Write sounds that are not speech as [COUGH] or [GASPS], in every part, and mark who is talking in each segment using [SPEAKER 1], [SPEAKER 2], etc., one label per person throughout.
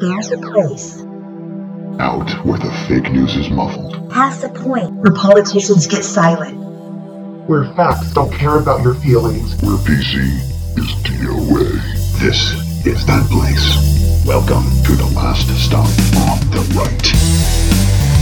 [SPEAKER 1] Here's the place.
[SPEAKER 2] Out where the fake news is muffled.
[SPEAKER 1] Past the point where politicians get silent.
[SPEAKER 3] where facts don't care about your feelings.
[SPEAKER 2] Where PC is DOA. This is that place. Welcome to the last stop on the right.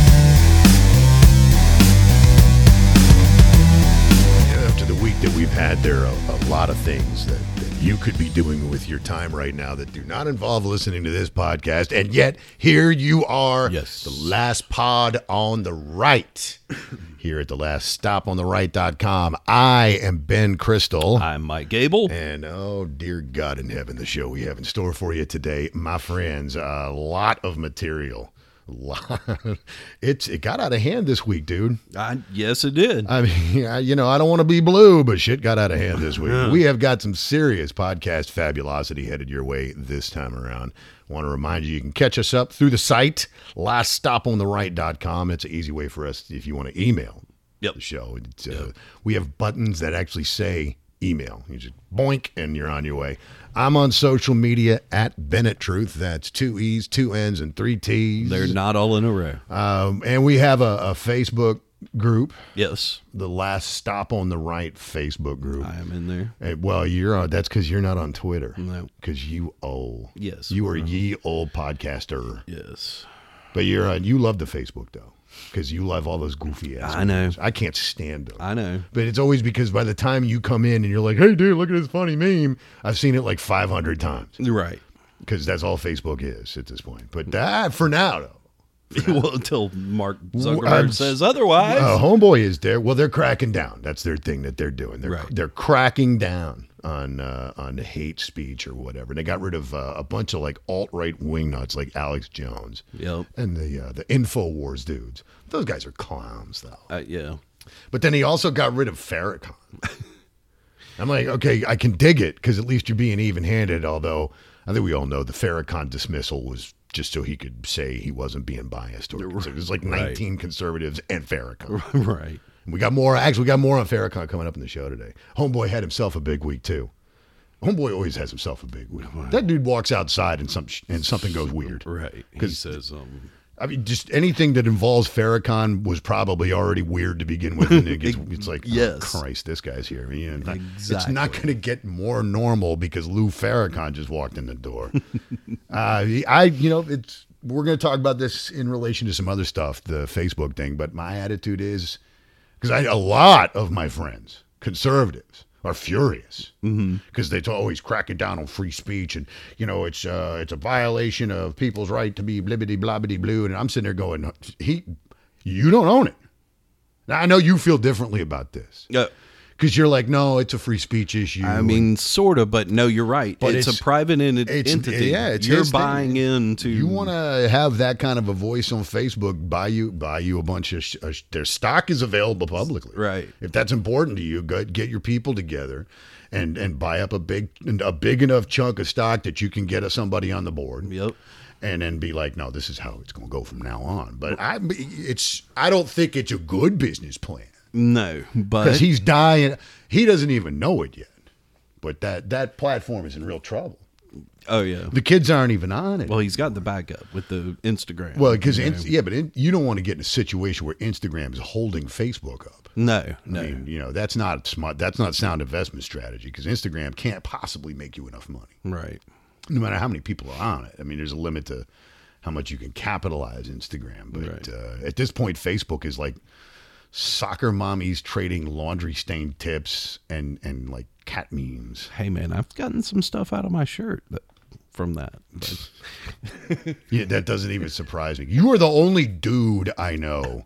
[SPEAKER 4] Yeah, after the week that we've had, there are a, a lot of things that, that you could be doing with your time right now that do not involve listening to this podcast. And yet, here you are,
[SPEAKER 5] Yes.
[SPEAKER 4] the last pod on the right. here at the last stop on the right.com. I am Ben Crystal.
[SPEAKER 5] I'm Mike Gable.
[SPEAKER 4] And oh, dear God in heaven, the show we have in store for you today, my friends, a lot of material. [LAUGHS] Lot. It's it got out of hand this week, dude.
[SPEAKER 5] I, yes, it did.
[SPEAKER 4] I mean, [LAUGHS] I, you know, I don't want to be blue, but shit got out of hand this week. We have got some serious podcast fabulosity headed your way this time around. Want to remind you, you can catch us up through the site, laststopontherright.com. It's an easy way for us if you want to email
[SPEAKER 5] Yep.
[SPEAKER 4] the show. It's, uh, We have buttons that actually say email. You just boink and you're on your way. I'm on social media at Bennett Truth. That's two E's, two N's, and three T's.
[SPEAKER 5] They're not all in a row.
[SPEAKER 4] um, and we have a, a Facebook group
[SPEAKER 5] Yes,
[SPEAKER 4] the last stop on the right Facebook group.
[SPEAKER 5] I am in there.
[SPEAKER 4] Eh, well, you're on. That's because you're not on Twitter.
[SPEAKER 5] No.
[SPEAKER 4] because you old.
[SPEAKER 5] Yes. Uh-huh.
[SPEAKER 4] you are ye old podcaster.
[SPEAKER 5] Yes.
[SPEAKER 4] But you're on. You love the Facebook though, because you love all those goofy ass.
[SPEAKER 5] I know.
[SPEAKER 4] memes. I can't stand them.
[SPEAKER 5] I know.
[SPEAKER 4] but it's always because by the time you come in and you're like, "Hey, dude, look at this funny meme," I've seen it like 500 times
[SPEAKER 5] You're right.
[SPEAKER 4] because that's all Facebook is at this point. But that for now, though,
[SPEAKER 5] [LAUGHS] well, until Mark Zuckerberg
[SPEAKER 4] I'm s-
[SPEAKER 5] says otherwise.
[SPEAKER 4] Uh, homeboy is there. Well, they're cracking down. That's their thing that they're doing. They're
[SPEAKER 5] Right.
[SPEAKER 4] they're cracking down on uh, on hate speech or whatever. They got rid of uh, a bunch of like alt right wing nuts like Alex Jones
[SPEAKER 5] Yep.
[SPEAKER 4] and the uh, the Infowars dudes. Those guys are clowns though.
[SPEAKER 5] Uh, yeah.
[SPEAKER 4] But then he also got rid of Farrakhan. I'm like, okay, I can dig it because at least you're being even handed. Although I think we all know the Farrakhan dismissal was just so he could say he wasn't being biased. Or it was like 19 conservatives and Farrakhan.
[SPEAKER 5] [LAUGHS] right.
[SPEAKER 4] We got more. Actually, we got more on Farrakhan coming up in the show today. Homeboy had himself a big week too. Homeboy always has himself a big week. That dude walks outside and some sh- and something goes weird.
[SPEAKER 5] Right. He
[SPEAKER 4] 'Cause-
[SPEAKER 5] says um
[SPEAKER 4] I mean, just anything that involves Farrakhan was probably already weird to begin with. And it gets, it's like,
[SPEAKER 5] Yes.
[SPEAKER 4] oh, Christ, this guy's here. Yeah, it's not- It's
[SPEAKER 5] Exactly.
[SPEAKER 4] not going to get more normal because Lou Farrakhan just walked in the door. uh, I, you know, it's we're going to talk about this in relation to some other stuff, the Facebook thing. But my attitude is because I a lot of my friends, conservatives, are furious because they're always oh, cracking down on free speech and you know it's uh, it's a violation of people's right to be blibbity blobbity blue. And I'm sitting there going, he, you don't own it. Now I know you feel differently about this
[SPEAKER 5] uh,
[SPEAKER 4] because you're like, no, it's a free speech issue.
[SPEAKER 5] I mean sort of, but no, you're right.
[SPEAKER 4] But
[SPEAKER 5] it's,
[SPEAKER 4] it's-
[SPEAKER 5] a private en-
[SPEAKER 4] it's-
[SPEAKER 5] entity.
[SPEAKER 4] yeah, it's
[SPEAKER 5] you're
[SPEAKER 4] his thing.
[SPEAKER 5] buying into
[SPEAKER 4] you want to have that kind of a voice on Facebook, buy you buy you a bunch of sh- uh, sh- their stock is available publicly.
[SPEAKER 5] Right.
[SPEAKER 4] If that's important to you, go get your people together and and buy up a big a big enough chunk of stock that you can get somebody on the board.
[SPEAKER 5] Yep.
[SPEAKER 4] And then be like, no, this is how it's going to go from now on. But I, it's I don't think it's a good business plan
[SPEAKER 5] No, but
[SPEAKER 4] because he's dying. He doesn't even know it yet. But that that platform is in real trouble.
[SPEAKER 5] oh yeah.
[SPEAKER 4] The kids aren't even on it.
[SPEAKER 5] Well, he's got the backup with the Instagram.
[SPEAKER 4] Well, because yeah, but in, you don't want to get in a situation where Instagram is holding Facebook up.
[SPEAKER 5] no, no.
[SPEAKER 4] I mean, you know that's not smart. That's not sound investment strategy because Instagram can't possibly make you enough money,
[SPEAKER 5] right.
[SPEAKER 4] no matter how many people are on it. I mean, there's a limit to how much you can capitalize Instagram. But
[SPEAKER 5] Right.
[SPEAKER 4] uh, at this point, Facebook is like soccer mommies trading laundry stain tips and and like cat memes.
[SPEAKER 5] Hey man, I've gotten some stuff out of my shirt that, from that. [LAUGHS] But
[SPEAKER 4] Yeah, that doesn't even surprise me. You are the only dude I know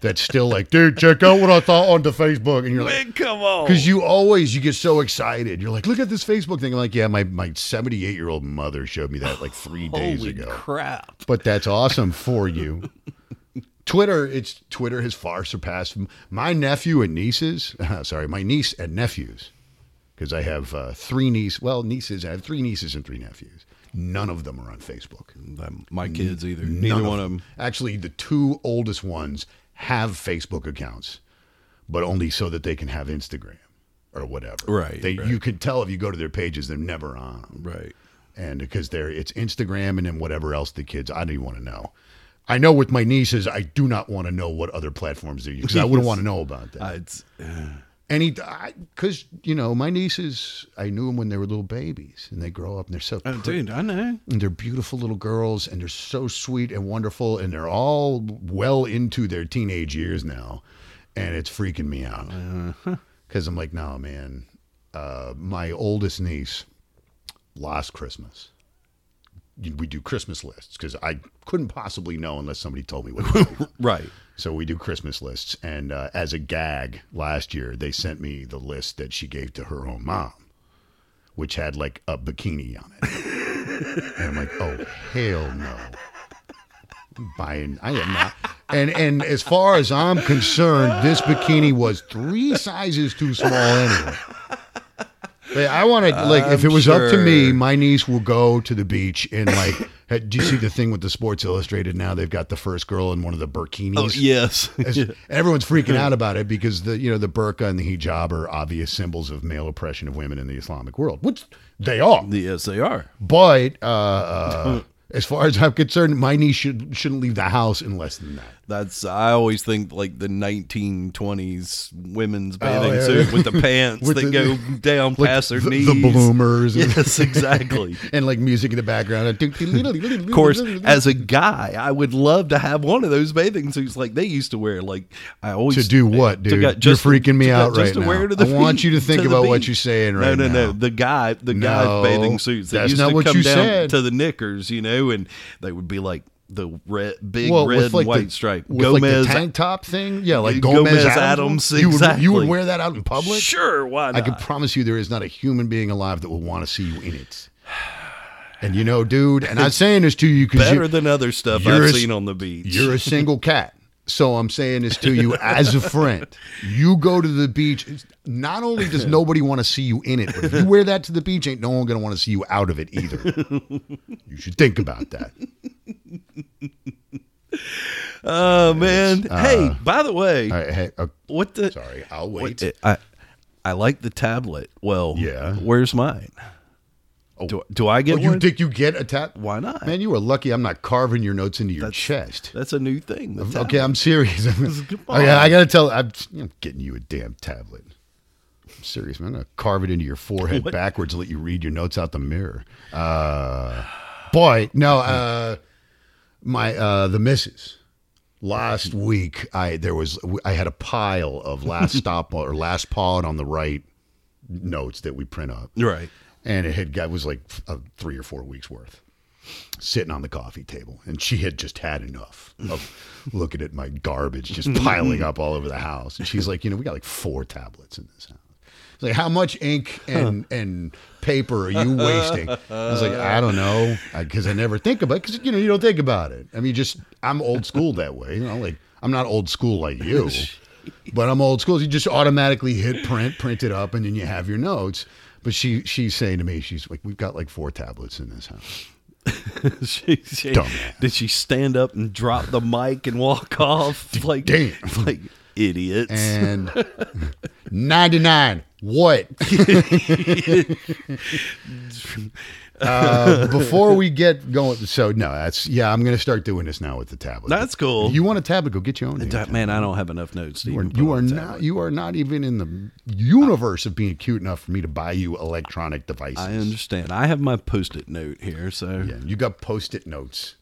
[SPEAKER 4] that's still like, dude, check out what I thought on the Facebook, and you're like,
[SPEAKER 5] come on.
[SPEAKER 4] because you always you get so excited. You're like, look at this Facebook thing. I'm like, yeah, my my 78 year old mother showed me that like three days
[SPEAKER 5] Holy
[SPEAKER 4] ago.
[SPEAKER 5] crap.
[SPEAKER 4] But that's awesome for you. Twitter, it's Twitter has far surpassed m- my nephew and nieces. [LAUGHS] sorry, my niece and nephews, because I have uh, three niece. Well, nieces. I have three nieces and three nephews. None of them are on Facebook.
[SPEAKER 5] Um, My kids either.
[SPEAKER 4] None
[SPEAKER 5] Neither one of them.
[SPEAKER 4] Actually, the two oldest ones have Facebook accounts, but only so that they can have Instagram or whatever.
[SPEAKER 5] Right,
[SPEAKER 4] They,
[SPEAKER 5] right.
[SPEAKER 4] You could tell if you go to their pages, they're never on. 'em.
[SPEAKER 5] Right.
[SPEAKER 4] and because they're it's Instagram and then whatever else the kids. I don't even want to know. I know with my nieces, I do not want to know what other platforms they use 'cause I wouldn't
[SPEAKER 5] [LAUGHS] Yes.
[SPEAKER 4] want to know about that.
[SPEAKER 5] Uh, it's
[SPEAKER 4] And he, because you know, my nieces, I knew them when they were little babies, and they grow up and they're so,
[SPEAKER 5] oh,
[SPEAKER 4] pretty,
[SPEAKER 5] dude, I know.
[SPEAKER 4] and they're beautiful little girls, and they're so sweet and wonderful, and they're all well into their teenage years now, and it's freaking me out because I'm like, no, man, uh, my oldest niece lost Christmas. We do Christmas lists because I couldn't possibly know unless somebody told me what. it was.
[SPEAKER 5] Right.
[SPEAKER 4] So we do Christmas lists, and uh, as a gag, last year they sent me the list that she gave to her own mom, which had like a bikini on it, and I'm like, oh hell no, I'm buying I am not. And and as far as I'm concerned, this bikini was three sizes too small anyway. Like, I wanted like if it was up to me,
[SPEAKER 5] sure.
[SPEAKER 4] my niece will go to the beach and like. [LAUGHS] had- Do you see the thing with the Sports Illustrated now? They've got the first girl in one of the burkinis.
[SPEAKER 5] Oh, yes.
[SPEAKER 4] [LAUGHS] It's- Everyone's freaking out about it because the you know the burqa and the hijab are obvious symbols of male oppression of women in the Islamic world, which they are.
[SPEAKER 5] [LAUGHS] yes, they are.
[SPEAKER 4] But uh,
[SPEAKER 5] [LAUGHS]
[SPEAKER 4] uh, as far as I'm concerned, my niece should shouldn't leave the house in less than that.
[SPEAKER 5] That's I always think like the 1920s women's bathing
[SPEAKER 4] yeah.
[SPEAKER 5] suit Oh, [LAUGHS] with the pants
[SPEAKER 4] With
[SPEAKER 5] that
[SPEAKER 4] the-
[SPEAKER 5] [LAUGHS] go down
[SPEAKER 4] Like
[SPEAKER 5] past their
[SPEAKER 4] the,
[SPEAKER 5] knees.
[SPEAKER 4] the bloomers and,
[SPEAKER 5] [LAUGHS] Yes, exactly.
[SPEAKER 4] [LAUGHS] and like music in the background. [LAUGHS]
[SPEAKER 5] Of course, as a guy, I would love to have one of those bathing suits like they used to wear. Like I always
[SPEAKER 4] to do what, dude?
[SPEAKER 5] got- just to-
[SPEAKER 4] You're freaking me
[SPEAKER 5] to got-
[SPEAKER 4] out right
[SPEAKER 5] just to
[SPEAKER 4] now.
[SPEAKER 5] wear to the
[SPEAKER 4] I want
[SPEAKER 5] [LAUGHS] feet,
[SPEAKER 4] you to think
[SPEAKER 5] the
[SPEAKER 4] about what
[SPEAKER 5] beach.
[SPEAKER 4] you're saying
[SPEAKER 5] No,
[SPEAKER 4] right
[SPEAKER 5] no,
[SPEAKER 4] now.
[SPEAKER 5] no. The guy, the
[SPEAKER 4] No,
[SPEAKER 5] guy's bathing suits. That
[SPEAKER 4] that's
[SPEAKER 5] used
[SPEAKER 4] not
[SPEAKER 5] to
[SPEAKER 4] what
[SPEAKER 5] come
[SPEAKER 4] you
[SPEAKER 5] down
[SPEAKER 4] said.
[SPEAKER 5] to the knickers, you know, and they would be like the red, big
[SPEAKER 4] Well,
[SPEAKER 5] red
[SPEAKER 4] with like
[SPEAKER 5] and white
[SPEAKER 4] the,
[SPEAKER 5] stripe.
[SPEAKER 4] with like the
[SPEAKER 5] Gomez,
[SPEAKER 4] tank top thing, yeah, like Gomez,
[SPEAKER 5] Gomez
[SPEAKER 4] Adams.
[SPEAKER 5] Adams,
[SPEAKER 4] You would, you would
[SPEAKER 5] exactly.
[SPEAKER 4] wear that out in public?
[SPEAKER 5] sure, why not?
[SPEAKER 4] I can promise you there is not a human being alive that will want to see you in it. [SIGHS] And you know, dude, and I'm saying this to you because
[SPEAKER 5] Better
[SPEAKER 4] you,
[SPEAKER 5] than other stuff
[SPEAKER 4] you're a
[SPEAKER 5] I've
[SPEAKER 4] s-
[SPEAKER 5] seen on the beach.
[SPEAKER 4] you're a single cat. So I'm saying this to you as a friend. You go to the beach. it's- Not only does nobody want to see you in it, but if you wear that to the beach, ain't no one gonna want to see you out of it either. You should think about that.
[SPEAKER 5] oh man! hey, by the way,
[SPEAKER 4] Uh, All right, hey, uh,
[SPEAKER 5] what the?
[SPEAKER 4] sorry, I'll wait.
[SPEAKER 5] Wait, I I like the tablet. Well,
[SPEAKER 4] Yeah.
[SPEAKER 5] Where's mine?
[SPEAKER 4] Oh.
[SPEAKER 5] Do, do I get
[SPEAKER 4] Oh, you
[SPEAKER 5] one?
[SPEAKER 4] think you get a tap?
[SPEAKER 5] Why not?
[SPEAKER 4] Man, you are lucky. I'm not carving your notes into your chest.
[SPEAKER 5] That's a new thing. the tablet.
[SPEAKER 4] Mm-hmm. Okay, I'm serious. [LAUGHS] okay,
[SPEAKER 5] Come on.
[SPEAKER 4] I gotta tell. I'm, I'm getting you a damn tablet. I'm serious, man. I'm gonna carve it into your forehead backwards. and Let you read your notes out the mirror. Uh, boy, no. Uh, my uh, the missus. Last week, I there was I had a pile of last
[SPEAKER 5] [LAUGHS]
[SPEAKER 4] stop or last pod on the right notes that we print up
[SPEAKER 5] Right.
[SPEAKER 4] and it had got was like uh, three or four weeks worth sitting on the coffee table and she had just had enough of [LAUGHS] looking at my garbage just piling up all over the house and she's like you know we got like four tablets in this house it's like how much ink and and paper are you wasting i was like i don't know because I, never think about it because you know you don't think about it i mean just i'm old school that way you know like i'm not old school like you but I'm old school. You just automatically hit print, print it up, and then you have your notes. But she she's saying to me, she's like, "We've got like four tablets in this house."
[SPEAKER 5] [LAUGHS] she, she-
[SPEAKER 4] Dumbass.
[SPEAKER 5] did she stand up and drop the mic and
[SPEAKER 4] [LAUGHS]
[SPEAKER 5] walk off like
[SPEAKER 4] damn.
[SPEAKER 5] like idiots?
[SPEAKER 4] And ninety nine.
[SPEAKER 5] [LAUGHS]
[SPEAKER 4] What? uh, before we get going, so no, that's yeah. I'm gonna start doing this now with the tablet.
[SPEAKER 5] That's cool.
[SPEAKER 4] You want a tablet? Go get your own. damn
[SPEAKER 5] That- man, I don't have enough notes. To
[SPEAKER 4] You
[SPEAKER 5] even
[SPEAKER 4] are,
[SPEAKER 5] put
[SPEAKER 4] you
[SPEAKER 5] on
[SPEAKER 4] are
[SPEAKER 5] the
[SPEAKER 4] not.
[SPEAKER 5] tablet.
[SPEAKER 4] You are not even in the universe of being cute enough for me to buy you electronic devices.
[SPEAKER 5] I understand. I have my post-it note here, so
[SPEAKER 4] Yeah, you got post-it notes.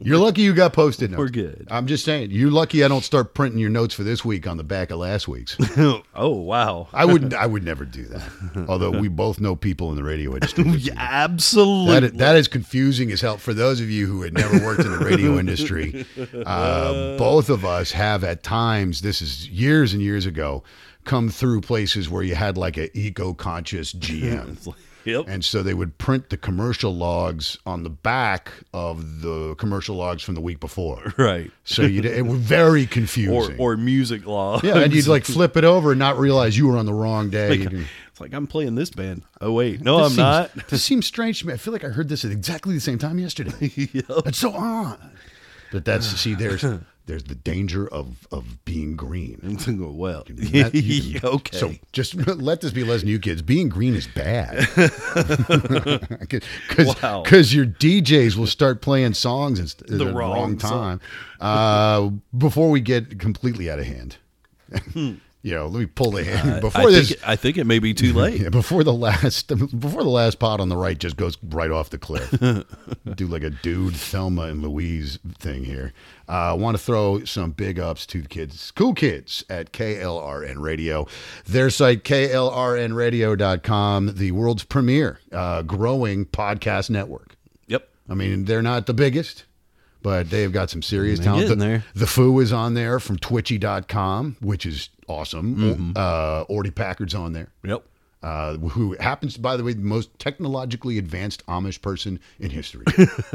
[SPEAKER 4] You're lucky you got post-it notes.
[SPEAKER 5] We're good.
[SPEAKER 4] I'm just saying, you're lucky I don't start printing your notes for this week on the back of last week's.
[SPEAKER 5] oh wow.
[SPEAKER 4] I wouldn't. I would never do
[SPEAKER 5] [LAUGHS]
[SPEAKER 4] that. Although we both know people in the radio industry. that do that.
[SPEAKER 5] Absolutely.
[SPEAKER 4] That is, that is confusing as hell for those of you who had never worked in the
[SPEAKER 5] [LAUGHS]
[SPEAKER 4] radio industry. Uh, both of us have at times, this is years and years ago, come through places where you had like an eco-conscious
[SPEAKER 5] [LAUGHS]
[SPEAKER 4] GM.
[SPEAKER 5] yep.
[SPEAKER 4] And so they would print the commercial logs on the back of the commercial logs from the week before.
[SPEAKER 5] right.
[SPEAKER 4] So you'd, it was very
[SPEAKER 5] [LAUGHS] Or
[SPEAKER 4] confusing.
[SPEAKER 5] or music law. [LAUGHS]
[SPEAKER 4] yeah, and you'd like flip it over and not realize you were on the wrong day. You'd-
[SPEAKER 5] It's like I'm playing this band. Oh wait, no,
[SPEAKER 4] this
[SPEAKER 5] I'm
[SPEAKER 4] seems-
[SPEAKER 5] not. [LAUGHS]
[SPEAKER 4] This seems strange to me. I feel like
[SPEAKER 5] [LAUGHS] [SIGHS]
[SPEAKER 4] I heard this at exactly the same time yesterday. It's so odd. But that's see, there's there's the danger of of being green.
[SPEAKER 5] [LAUGHS] And to go, well,
[SPEAKER 4] And that- you can-
[SPEAKER 5] [LAUGHS] okay.
[SPEAKER 4] So just [LAUGHS] let this be lesson to you kids. Being green is
[SPEAKER 5] [LAUGHS]
[SPEAKER 4] bad. [LAUGHS] Because
[SPEAKER 5] Wow.
[SPEAKER 4] your DJs will start playing songs at the,
[SPEAKER 5] The
[SPEAKER 4] wrong,
[SPEAKER 5] wrong
[SPEAKER 4] time uh, before we get completely out of hand. [LAUGHS] you know, let me pull the hand. Before
[SPEAKER 5] Hmm. Uh, I,
[SPEAKER 4] this,
[SPEAKER 5] think, I think it may be too late.
[SPEAKER 4] [LAUGHS] yeah, before the last [LAUGHS] before the last pot on the right just goes right off the
[SPEAKER 5] [LAUGHS]
[SPEAKER 4] cliff. Do like a dude Thelma and Louise thing here. I uh, want to throw some big ups to the kids, cool kids at KLRN Radio. Their site klrnradio.com, the world's premier uh, growing podcast network.
[SPEAKER 5] Yep.
[SPEAKER 4] I mean, they're not the biggest, but they've got some serious talent.
[SPEAKER 5] getting
[SPEAKER 4] The,
[SPEAKER 5] there.
[SPEAKER 4] the Foo is on there from twitchy.com, which is awesome.
[SPEAKER 5] Mm-hmm.
[SPEAKER 4] Uh, Orty Packard's on there
[SPEAKER 5] Yep.
[SPEAKER 4] uh, who happens to, by the way, the most technologically advanced Amish person in history.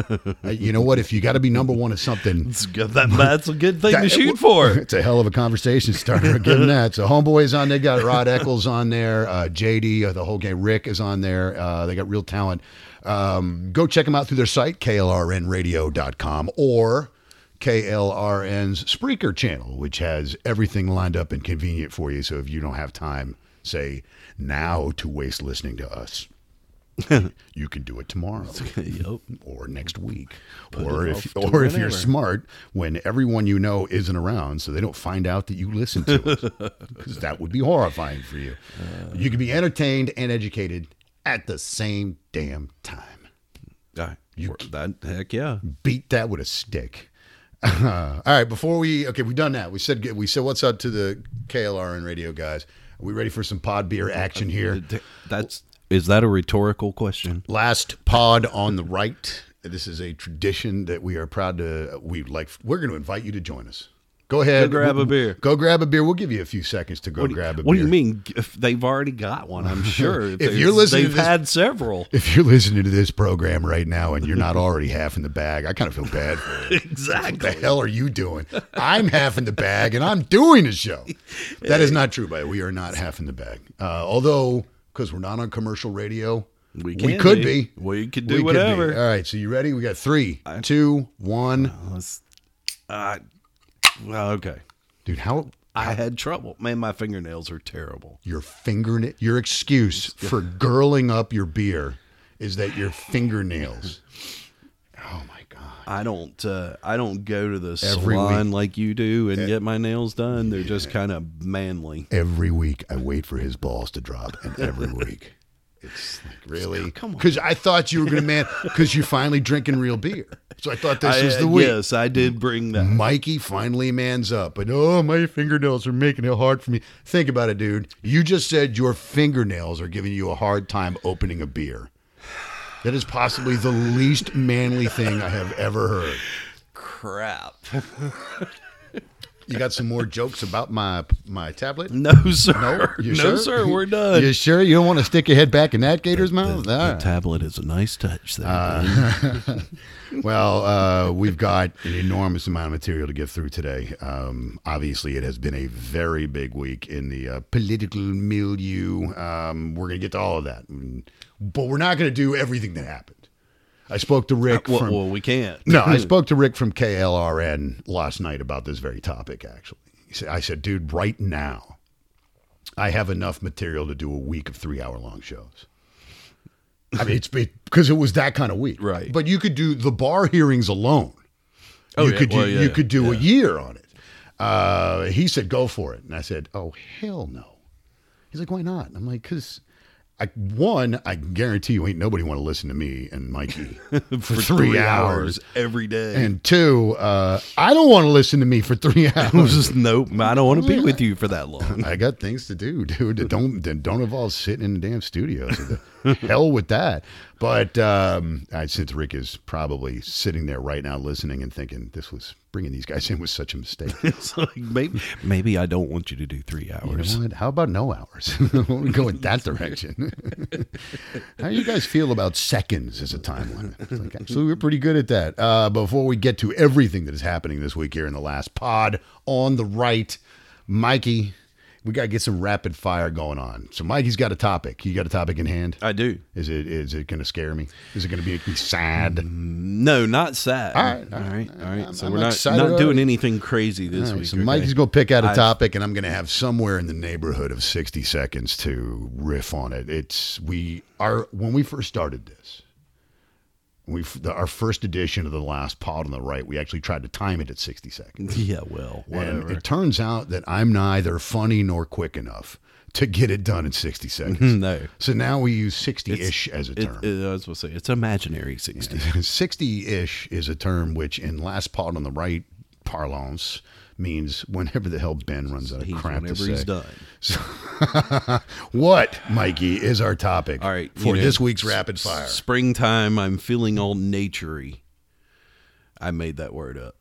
[SPEAKER 4] Uh, you know what? If you got to be number one at something,
[SPEAKER 5] It's good.
[SPEAKER 4] [LAUGHS]
[SPEAKER 5] That, that's a good thing to
[SPEAKER 4] that- [LAUGHS]
[SPEAKER 5] shoot for.
[SPEAKER 4] It's a hell of a conversation starter. Given that, so Homeboy's on there. Got Rod Eccles on there. Uh, JD, uh, the whole gang. Rick is on there. Uh, they got real talent. Um, go check them out through their site klrnradio.com or KLRN's Spreaker channel, which has everything lined up and convenient for you. So if you don't have time, say now to waste listening to us. you can do it
[SPEAKER 5] [LAUGHS]
[SPEAKER 4] tomorrow
[SPEAKER 5] yep.
[SPEAKER 4] or next week, or
[SPEAKER 5] it
[SPEAKER 4] if
[SPEAKER 5] off to
[SPEAKER 4] or if you're
[SPEAKER 5] whenever.
[SPEAKER 4] smart, when everyone you know isn't around, so they don't find out that you listen to us,
[SPEAKER 5] [LAUGHS]
[SPEAKER 4] because that would be horrifying for you.
[SPEAKER 5] Uh.
[SPEAKER 4] you can be entertained and educated at the same damn time.
[SPEAKER 5] Yeah. that, heck yeah.
[SPEAKER 4] Beat that with a stick. [LAUGHS] all right, before we okay, we've done that. We said we said what's up to the KLR and radio guys. Are we ready for some pod beer action here?
[SPEAKER 5] That's is that a rhetorical question?
[SPEAKER 4] Last pod on the right. This is a tradition that we are proud to. We like. We're going to invite you to join us. Go ahead.
[SPEAKER 5] grab a beer.
[SPEAKER 4] Go grab a beer. We'll give you a few seconds to go
[SPEAKER 5] What do,
[SPEAKER 4] grab a
[SPEAKER 5] what do
[SPEAKER 4] beer.
[SPEAKER 5] you mean? If they've already got one,
[SPEAKER 4] [LAUGHS]
[SPEAKER 5] I'm sure.
[SPEAKER 4] If
[SPEAKER 5] there's-
[SPEAKER 4] you're listening to
[SPEAKER 5] they've
[SPEAKER 4] this-
[SPEAKER 5] had several.
[SPEAKER 4] If you're listening to this program right now and you're not already half in the bag, I kind of feel bad. for
[SPEAKER 5] [LAUGHS]
[SPEAKER 4] you. What the
[SPEAKER 5] Exactly.
[SPEAKER 4] hell are you doing? I'm half in the bag and I'm doing a
[SPEAKER 5] [LAUGHS]
[SPEAKER 4] show. That is not true, by the way. We are not half in the bag. Uh, although, because we're not on commercial radio,
[SPEAKER 5] We can
[SPEAKER 4] could
[SPEAKER 5] be.
[SPEAKER 4] be.
[SPEAKER 5] We could
[SPEAKER 4] We
[SPEAKER 5] do
[SPEAKER 4] be.
[SPEAKER 5] whatever.
[SPEAKER 4] All right. So you ready? We got three, two, one.
[SPEAKER 5] Let's- uh, well, okay.
[SPEAKER 4] Dude, how
[SPEAKER 5] I had trouble. Man, my fingernails are terrible.
[SPEAKER 4] your fingernail your excuse for girling up your beer is that your fingernails oh my god
[SPEAKER 5] I don't. Uh, I don't go to the
[SPEAKER 4] Every Eh.
[SPEAKER 5] salon like you do and get my nails done. They're just kind of manly.
[SPEAKER 4] every week i wait for his balls to drop and every
[SPEAKER 5] [LAUGHS]
[SPEAKER 4] week it's like really
[SPEAKER 5] Come on.
[SPEAKER 4] because i thought you were gonna man because you're finally drinking real beer so i thought this
[SPEAKER 5] I,
[SPEAKER 4] was
[SPEAKER 5] uh,
[SPEAKER 4] the week Mm.
[SPEAKER 5] Yes, I did bring that.
[SPEAKER 4] Mikey finally mans up, but oh, my fingernails are making it hard for me. Think about it, dude. You just said your fingernails are giving you a hard time opening a beer. That is possibly the least manly thing I have ever heard.
[SPEAKER 5] Crap.
[SPEAKER 4] [LAUGHS] You got some more jokes about my my tablet?
[SPEAKER 5] No, sir.
[SPEAKER 4] You
[SPEAKER 5] no,
[SPEAKER 4] sure?
[SPEAKER 5] sir. We're
[SPEAKER 4] [LAUGHS]
[SPEAKER 5] done.
[SPEAKER 4] You sure you don't want to stick your head back in that gator's mouth?
[SPEAKER 5] The
[SPEAKER 4] All right.
[SPEAKER 5] tablet is a nice touch. There.
[SPEAKER 4] Well, uh, we've got an enormous amount of material to get through today. Um, obviously, it has been a very big week in the uh, political milieu. Um, we're going to get to all of that, Mm, but we're not going to do everything that happened. I spoke to Rick
[SPEAKER 5] well,
[SPEAKER 4] from.
[SPEAKER 5] well, we can't.
[SPEAKER 4] No, I spoke to Rick from KLRN last night about this very topic, actually. He said- I said, dude, right now, I have enough material to do a week of three hour long shows. I mean, it's because it, was that kind of week.
[SPEAKER 5] Right.
[SPEAKER 4] But you could do the bar hearings alone.
[SPEAKER 5] Oh,
[SPEAKER 4] you
[SPEAKER 5] yeah.
[SPEAKER 4] could do,
[SPEAKER 5] Well, yeah,
[SPEAKER 4] you could do a
[SPEAKER 5] yeah.
[SPEAKER 4] year on it. Uh, he said, go for it. And I said, oh, hell no. He's like, why not? And I'm like, because I, one, I guarantee you ain't nobody want to listen to me and
[SPEAKER 5] [LAUGHS]
[SPEAKER 4] Mikey for, three, hours.
[SPEAKER 5] every day.
[SPEAKER 4] And two, uh, I don't want to listen to me for three [LAUGHS]
[SPEAKER 5] I
[SPEAKER 4] hours.
[SPEAKER 5] was just nope. I don't want to be with you for that [LAUGHS] long.
[SPEAKER 4] I got things to do, dude. That don't that don't involve sitting in the damn studio. So the hell with that. But um, I, since Rick is probably sitting there right now listening and thinking this was bringing these guys in was such a mistake.
[SPEAKER 5] It's like maybe, maybe I don't want you to do three
[SPEAKER 4] You
[SPEAKER 5] hours.
[SPEAKER 4] know what? How about no hours? [LAUGHS] we go in that direction. [LAUGHS] How do you guys feel about seconds as a time limit? It's Like, actually, we're pretty good at that. Uh, before we get to everything that is happening this week here in the last pod on the right, Mikey, we got to get some rapid fire going on. So Mikey's got a topic. You got a topic in hand?
[SPEAKER 5] I do.
[SPEAKER 4] Is it is it going to scare me? Is it going to make me sad?
[SPEAKER 5] No, not sad.
[SPEAKER 4] All right,
[SPEAKER 5] all
[SPEAKER 4] all
[SPEAKER 5] right, all right.
[SPEAKER 4] I'm-
[SPEAKER 5] so
[SPEAKER 4] I'm
[SPEAKER 5] we're not,
[SPEAKER 4] excited
[SPEAKER 5] not doing
[SPEAKER 4] already.
[SPEAKER 5] anything crazy this
[SPEAKER 4] All right,
[SPEAKER 5] week.
[SPEAKER 4] so
[SPEAKER 5] okay?
[SPEAKER 4] Mikey's going to pick out a
[SPEAKER 5] I've-
[SPEAKER 4] topic, and I'm going to have somewhere in the neighborhood of 60 seconds to riff on it. It's we are when we first started this. We f- the, our first edition of the last pod on the right. We actually tried to time it at 60 seconds.
[SPEAKER 5] [LAUGHS] Yeah, well,
[SPEAKER 4] And
[SPEAKER 5] whatever.
[SPEAKER 4] it turns out that I'm neither funny nor quick enough to get it done in 60 seconds.
[SPEAKER 5] no,
[SPEAKER 4] So now we use 60-ish as a
[SPEAKER 5] it,
[SPEAKER 4] term.
[SPEAKER 5] it, I was gonna say it's imaginary sixty.
[SPEAKER 4] 60-ish is a term which in last pod on the right parlance means whenever the hell Ben runs out of
[SPEAKER 5] He's
[SPEAKER 4] crap to
[SPEAKER 5] whenever he's
[SPEAKER 4] say.
[SPEAKER 5] done.
[SPEAKER 4] [LAUGHS] What, Mikey, is our topic
[SPEAKER 5] All right, you
[SPEAKER 4] for
[SPEAKER 5] know,
[SPEAKER 4] this week's
[SPEAKER 5] s-
[SPEAKER 4] rapid fire?
[SPEAKER 5] Springtime. I'm feeling all naturey. I made that word up.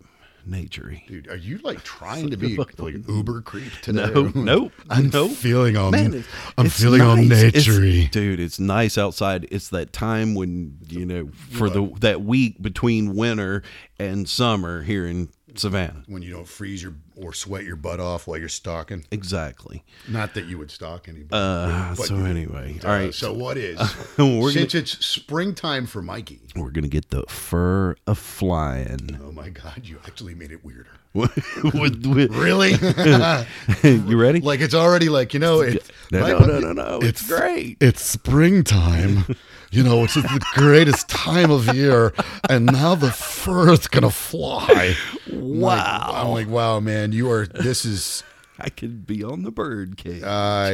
[SPEAKER 5] Naturey.
[SPEAKER 4] Dude, are you
[SPEAKER 5] [LAUGHS]
[SPEAKER 4] like trying to be like uber creep today?
[SPEAKER 5] No, nope,
[SPEAKER 4] [LAUGHS] I'm
[SPEAKER 5] nope.
[SPEAKER 4] feeling on.
[SPEAKER 5] Man, it's-
[SPEAKER 4] I'm
[SPEAKER 5] it's
[SPEAKER 4] feeling on
[SPEAKER 5] nice. It's-
[SPEAKER 4] naturey.
[SPEAKER 5] dude. It's nice outside. It's that time when you know for the that week between winter and summer here in Savannah.
[SPEAKER 4] When you don't freeze your or sweat your butt off while you're stalking.
[SPEAKER 5] Exactly.
[SPEAKER 4] Not that you would stalk anybody.
[SPEAKER 5] Uh,
[SPEAKER 4] but-
[SPEAKER 5] so anyway, all
[SPEAKER 4] uh,
[SPEAKER 5] right.
[SPEAKER 4] So what is?
[SPEAKER 5] [LAUGHS] We're
[SPEAKER 4] since it's springtime for Mikey.
[SPEAKER 5] We're gonna get the fur a flying. [LAUGHS]
[SPEAKER 4] Oh my God! You actually made it weirder. [LAUGHS]
[SPEAKER 5] With- with- [LAUGHS]
[SPEAKER 4] Really?
[SPEAKER 5] you ready?
[SPEAKER 4] like it's already like you know it's
[SPEAKER 5] No,
[SPEAKER 4] my-
[SPEAKER 5] no, no, no, no. It's,
[SPEAKER 6] it's-
[SPEAKER 5] great.
[SPEAKER 6] It's springtime. you know, it's just the greatest time of year. And now the fur is going to fly.
[SPEAKER 4] Wow! I'm like, wow, man, you are. This is
[SPEAKER 5] I could be on the bird cage. [LAUGHS]
[SPEAKER 4] I.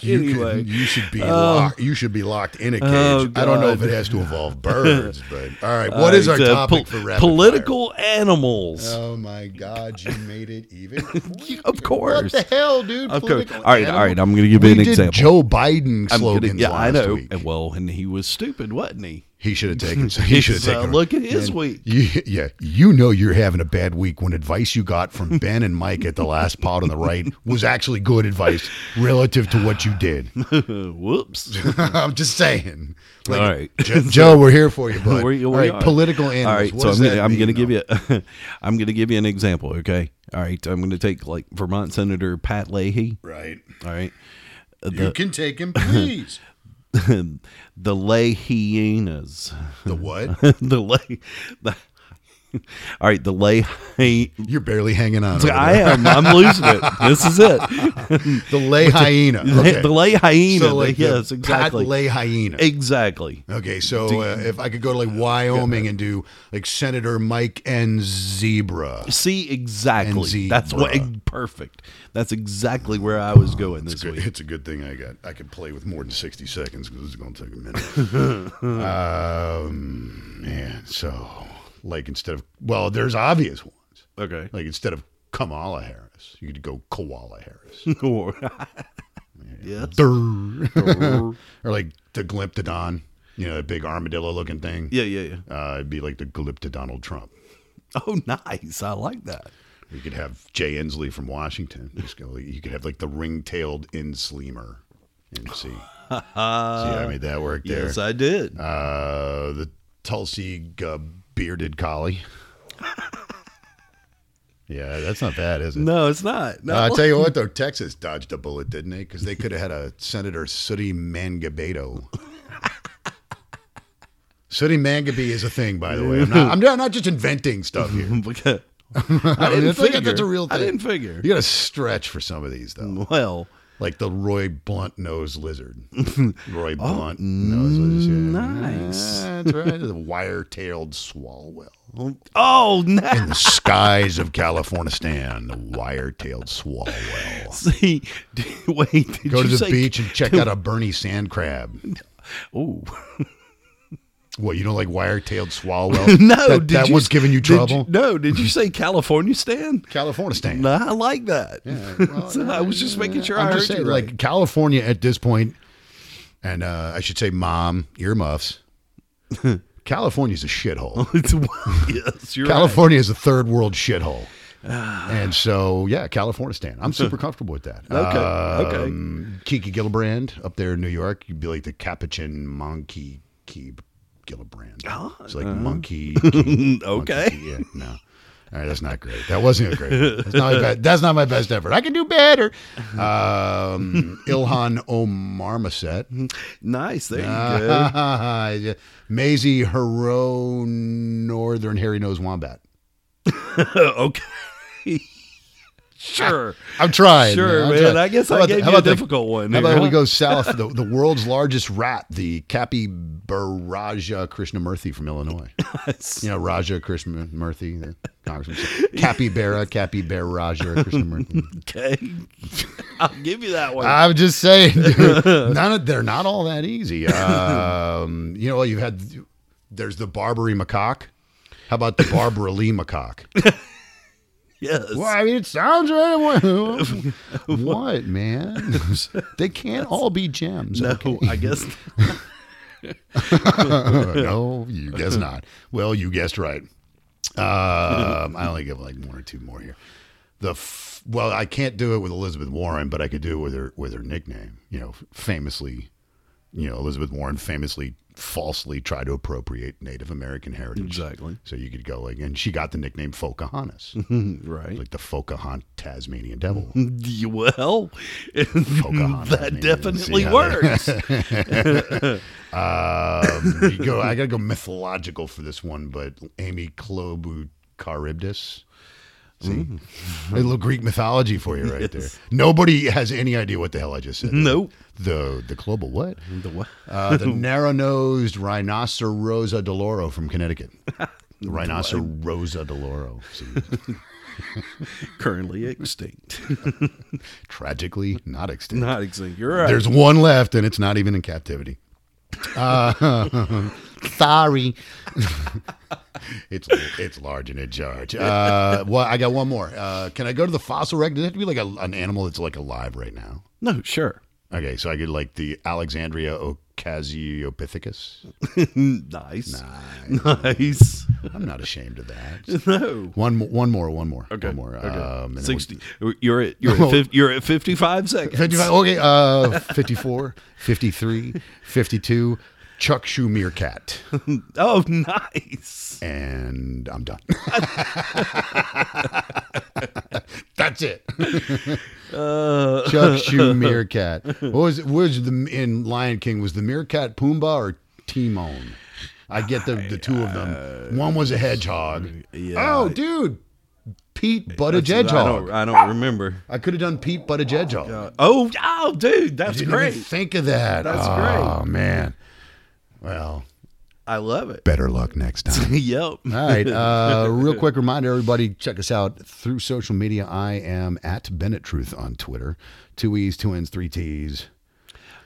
[SPEAKER 4] You,
[SPEAKER 5] Anyway. Um,
[SPEAKER 4] could, you should be locked. You should be locked in a cage.
[SPEAKER 5] Oh,
[SPEAKER 4] I don't know if
[SPEAKER 5] God.
[SPEAKER 4] it has to involve birds, but all
[SPEAKER 5] [LAUGHS]
[SPEAKER 4] right. What is our
[SPEAKER 5] Alright, uh,
[SPEAKER 4] topic
[SPEAKER 5] pol-
[SPEAKER 4] for rapid
[SPEAKER 5] political animals?
[SPEAKER 4] fire? Oh my God! You made it even. quicker.
[SPEAKER 5] [LAUGHS] of course.
[SPEAKER 4] What the hell, dude?
[SPEAKER 5] Of course.
[SPEAKER 4] Political
[SPEAKER 5] All right, all
[SPEAKER 4] animal?
[SPEAKER 5] right, I'm gonna give you
[SPEAKER 4] We
[SPEAKER 5] an
[SPEAKER 4] did
[SPEAKER 5] example.
[SPEAKER 4] Joe Biden
[SPEAKER 5] I'm
[SPEAKER 4] slogans
[SPEAKER 5] kidding. yeah, I
[SPEAKER 4] last
[SPEAKER 5] know.
[SPEAKER 4] week.
[SPEAKER 5] And Well, and he was stupid, wasn't he?
[SPEAKER 4] He should have
[SPEAKER 5] [LAUGHS]
[SPEAKER 4] taken. He should have
[SPEAKER 5] So,
[SPEAKER 4] taken. her.
[SPEAKER 5] uh, look at his week.
[SPEAKER 4] [LAUGHS] You, yeah, you know you're having a bad week when advice you got
[SPEAKER 5] [LAUGHS]
[SPEAKER 4] from Ben and Mike at the last pod on the right was actually good advice relative to what you did. [LAUGHS]
[SPEAKER 5] [LAUGHS] Whoops.
[SPEAKER 4] I'm just saying. Like,
[SPEAKER 5] All right. [LAUGHS]
[SPEAKER 4] Jo- Joe, we're here for you, bud.
[SPEAKER 5] Where you-
[SPEAKER 4] All
[SPEAKER 5] where you
[SPEAKER 4] right,
[SPEAKER 5] are.
[SPEAKER 4] political animals.
[SPEAKER 5] All right,
[SPEAKER 4] What
[SPEAKER 5] so I'm
[SPEAKER 4] does
[SPEAKER 5] gonna,
[SPEAKER 4] that
[SPEAKER 5] I'm
[SPEAKER 4] mean,
[SPEAKER 5] gonna give
[SPEAKER 4] though?
[SPEAKER 5] you a, [LAUGHS] I'm gonna give you an example, okay? All right, I'm gonna take like Vermont Senator Pat Leahy.
[SPEAKER 4] Right.
[SPEAKER 5] All right, [LAUGHS]
[SPEAKER 4] You can take him, please.
[SPEAKER 5] the Leahyenas,
[SPEAKER 4] the what?
[SPEAKER 5] [LAUGHS] the Lay, the, all right, the Leahy.
[SPEAKER 4] You're barely hanging on. over
[SPEAKER 5] I
[SPEAKER 4] there.
[SPEAKER 5] am. I'm losing it. This is it.
[SPEAKER 4] [LAUGHS] the lay hyena. Okay.
[SPEAKER 5] The lay hyena.
[SPEAKER 4] So like the
[SPEAKER 5] yes, exactly.
[SPEAKER 4] Pat lay hyena.
[SPEAKER 5] exactly.
[SPEAKER 4] Okay, so uh, if I could go to like Wyoming and do like Senator Mike and Zebra.
[SPEAKER 5] See exactly.
[SPEAKER 4] NZ,
[SPEAKER 5] That's what
[SPEAKER 4] bruh.
[SPEAKER 5] [LAUGHS] perfect. That's exactly where I was going this
[SPEAKER 4] Good-
[SPEAKER 5] week.
[SPEAKER 4] It's a good thing I got. I could play with more than sixty seconds because it's going to take a minute.
[SPEAKER 5] [LAUGHS]
[SPEAKER 4] um, man, so like instead of well, there's obvious ones. [LAUGHS]
[SPEAKER 5] Okay.
[SPEAKER 4] Like instead of Kamala Harris, you could go Koala Harris,
[SPEAKER 5] yes.
[SPEAKER 4] Durr. [LAUGHS] or like the Glyptodon, you know, that big armadillo looking thing.
[SPEAKER 5] [LAUGHS] Yeah, yeah, yeah.
[SPEAKER 4] Uh, it'd be like the Glyptodonald Trump.
[SPEAKER 5] Oh, nice. I like that.
[SPEAKER 4] You could have Jay Inslee from Washington. Just go. You could have like the ring-tailed Insleemer. And see, see, how I made that work there.
[SPEAKER 5] Yes, I did.
[SPEAKER 4] Uh, the Tulsi uh, bearded
[SPEAKER 5] [LAUGHS]
[SPEAKER 4] collie. yeah, that's not bad, is it?
[SPEAKER 5] no, it's not. No.
[SPEAKER 4] Uh, I tell you
[SPEAKER 5] [LAUGHS]
[SPEAKER 4] what, though, Texas dodged a bullet, didn't they? Because they could have had a Senator Sooty Mangabeto.
[SPEAKER 5] [LAUGHS]
[SPEAKER 4] Sooty Mangabe is a thing, by the way. I'm not, I'm not- I'm not just inventing stuff
[SPEAKER 5] [LAUGHS]
[SPEAKER 4] here. [LAUGHS]
[SPEAKER 5] Because-
[SPEAKER 4] I
[SPEAKER 5] didn't
[SPEAKER 4] think
[SPEAKER 5] figure.
[SPEAKER 4] that's a real
[SPEAKER 5] I
[SPEAKER 4] thing.
[SPEAKER 5] didn't figure. [LAUGHS]
[SPEAKER 4] You got to stretch for some of these, though.
[SPEAKER 5] well,
[SPEAKER 4] Like the Roy Blunt nose
[SPEAKER 5] [LAUGHS]
[SPEAKER 4] lizard. Roy Blunt nose lizard. yeah.
[SPEAKER 5] Oh, nice.
[SPEAKER 4] Yeah, That's right. The wire-tailed swalwell.
[SPEAKER 5] Oh,
[SPEAKER 4] In
[SPEAKER 5] nice.
[SPEAKER 4] the skies of Californistan, the wire-tailed swalwell.
[SPEAKER 5] See, d- wait. [LAUGHS] Did
[SPEAKER 4] Go to
[SPEAKER 5] you
[SPEAKER 4] the
[SPEAKER 5] say,
[SPEAKER 4] beach and check out a Bernie sand crab.
[SPEAKER 5] [LAUGHS] Oh,
[SPEAKER 4] What, you don't like wire-tailed [LAUGHS] swalwell?
[SPEAKER 5] no.
[SPEAKER 4] that,
[SPEAKER 5] did
[SPEAKER 4] that
[SPEAKER 5] you,
[SPEAKER 4] was giving you
[SPEAKER 5] did
[SPEAKER 4] trouble.
[SPEAKER 5] no, did you say California stand?
[SPEAKER 4] Californistan.
[SPEAKER 5] No, I like that. [LAUGHS]
[SPEAKER 4] well,
[SPEAKER 5] so I was just making sure
[SPEAKER 4] I'm
[SPEAKER 5] I heard
[SPEAKER 4] just saying,
[SPEAKER 5] you right.
[SPEAKER 4] like California at this point, and uh, I should say, mom,
[SPEAKER 5] [LAUGHS]
[SPEAKER 4] earmuffs. California's a shithole.
[SPEAKER 5] [LAUGHS] It's, yes, you're right.
[SPEAKER 4] California is a third world shithole.
[SPEAKER 5] Ah.
[SPEAKER 4] and so, yeah, Californistan. I'm
[SPEAKER 5] [LAUGHS]
[SPEAKER 4] super comfortable with that.
[SPEAKER 5] Okay, okay.
[SPEAKER 4] okay. Kiki Gillibrand up there in New York, you'd be like the Capuchin Monkey Keeb Gillibrand. it's like monkey. Keeb, monkey
[SPEAKER 5] okay.
[SPEAKER 4] Keeb, yeah, no. All right, that's not great. That wasn't a great. one. That's not my best. That's not my best effort. I can do better. Um, Ilhan Omar
[SPEAKER 5] Nice. There you go.
[SPEAKER 4] [LAUGHS] Mazie Ah, Maisie Hero Northern Hairy Nose Wombat.
[SPEAKER 5] [LAUGHS] okay. sure.
[SPEAKER 4] I'm trying.
[SPEAKER 5] Sure,
[SPEAKER 4] I'm
[SPEAKER 5] man.
[SPEAKER 4] trying.
[SPEAKER 5] I guess
[SPEAKER 4] How
[SPEAKER 5] I
[SPEAKER 4] about-
[SPEAKER 5] gave
[SPEAKER 4] how
[SPEAKER 5] you a
[SPEAKER 4] about the-
[SPEAKER 5] difficult one.
[SPEAKER 4] How
[SPEAKER 5] here.
[SPEAKER 4] about we go south? The, the world's largest rat, the Capybaraja Krishnamurthy from Illinois. You know, Raja Krishnamurthy, the congressman. Capybara, Capybaraja Krishnamurthy.
[SPEAKER 5] okay. [LAUGHS] I'll give you that one.
[SPEAKER 4] I'm just saying, dude, none of, they're not all that easy. Um, you know, you've had there's the Barbary macaque. How about the Barbara Lee macaque?
[SPEAKER 5] yes.
[SPEAKER 4] Well, I mean, it sounds right. [LAUGHS] What- What,
[SPEAKER 5] [LAUGHS]
[SPEAKER 4] man? They can't all be gems.
[SPEAKER 5] No,
[SPEAKER 4] okay? Uh,
[SPEAKER 5] I guess [LAUGHS]
[SPEAKER 4] no, you
[SPEAKER 5] [LAUGHS]
[SPEAKER 4] guess not. Well, you guessed right. Um, I only give like one or two more here. The f- well, I can't do it with Elizabeth Warren, but I could do it with her with her nickname. You know, famously, you know, Elizabeth Warren famously falsely tried to appropriate Native American heritage.
[SPEAKER 5] Exactly. Mm-hmm.
[SPEAKER 4] So you could go like, and she got the nickname Pocahontas,
[SPEAKER 5] right.
[SPEAKER 4] like the Pocahontas Tasmanian devil.
[SPEAKER 5] Mm-hmm. Well,
[SPEAKER 4] Pocahontas,
[SPEAKER 5] [LAUGHS] that
[SPEAKER 4] man.
[SPEAKER 5] definitely
[SPEAKER 4] Yeah.
[SPEAKER 5] works.
[SPEAKER 4] [LAUGHS] Um, you go. I gotta go mythological for this one, but Amy Klobu Charybdis. See,
[SPEAKER 5] Mm.
[SPEAKER 4] a little Greek mythology for you right there. Nobody has any idea what the hell I just said.
[SPEAKER 5] Nope.
[SPEAKER 4] The the Klobu what?
[SPEAKER 5] [LAUGHS] The what?
[SPEAKER 4] Uh, the narrow-nosed rhinoceros Rosa Deloro from
[SPEAKER 5] [LAUGHS]
[SPEAKER 4] Connecticut. The rhinoceros Rosa Deloro. See,
[SPEAKER 5] Currently extinct. [LAUGHS]
[SPEAKER 4] tragically not extinct.
[SPEAKER 5] Not extinct. You're right.
[SPEAKER 4] There's one left, and it's not even in captivity. Uh, [LAUGHS] sorry. [LAUGHS] it's it's large and in charge. Uh, well, I got one more. Uh, can I go to the fossil record? Does it have to be like a, an animal that's like alive right now?
[SPEAKER 5] no, sure.
[SPEAKER 4] Okay, so I get like the Alexandria Ocasiopithecus.
[SPEAKER 5] Nice. [LAUGHS] Nice.
[SPEAKER 4] I'm not ashamed of that.
[SPEAKER 5] [LAUGHS] No.
[SPEAKER 4] One mo- one more, one more,
[SPEAKER 5] Okay.
[SPEAKER 4] one more.
[SPEAKER 5] okay.
[SPEAKER 4] Um, and then we-
[SPEAKER 5] Sixty. You're at you're
[SPEAKER 4] Oh.
[SPEAKER 5] at, 50, you're at fifty five seconds.
[SPEAKER 4] 55, okay, uh, 54, 53, 52, Chuck Schumer cat.
[SPEAKER 5] Oh, nice.
[SPEAKER 4] and I'm done. [LAUGHS] That's it. Chuck Shoe Meerkat. What was it? Was the in Lion King was the Meerkat Pumbaa or Timon? I get the the two of them. One was a hedgehog.
[SPEAKER 5] uh, yeah.
[SPEAKER 4] Oh, dude, Pete
[SPEAKER 5] That's-
[SPEAKER 4] Buttigieg.
[SPEAKER 5] I don't, I don't remember.
[SPEAKER 4] I could have done Pete Buttigieg.
[SPEAKER 5] Oh, oh,
[SPEAKER 4] [LAUGHS]
[SPEAKER 5] dude, that's
[SPEAKER 4] Didn't
[SPEAKER 5] great.
[SPEAKER 4] even think of that.
[SPEAKER 5] That's
[SPEAKER 4] oh, man. Well,
[SPEAKER 5] I love it. [LAUGHS]
[SPEAKER 4] better luck next time.
[SPEAKER 5] yep.
[SPEAKER 4] All right. Uh,
[SPEAKER 5] [LAUGHS]
[SPEAKER 4] real quick reminder, everybody, check us out through social media. I am at Bennett Truth on Twitter. Two E's, two N's, three T's.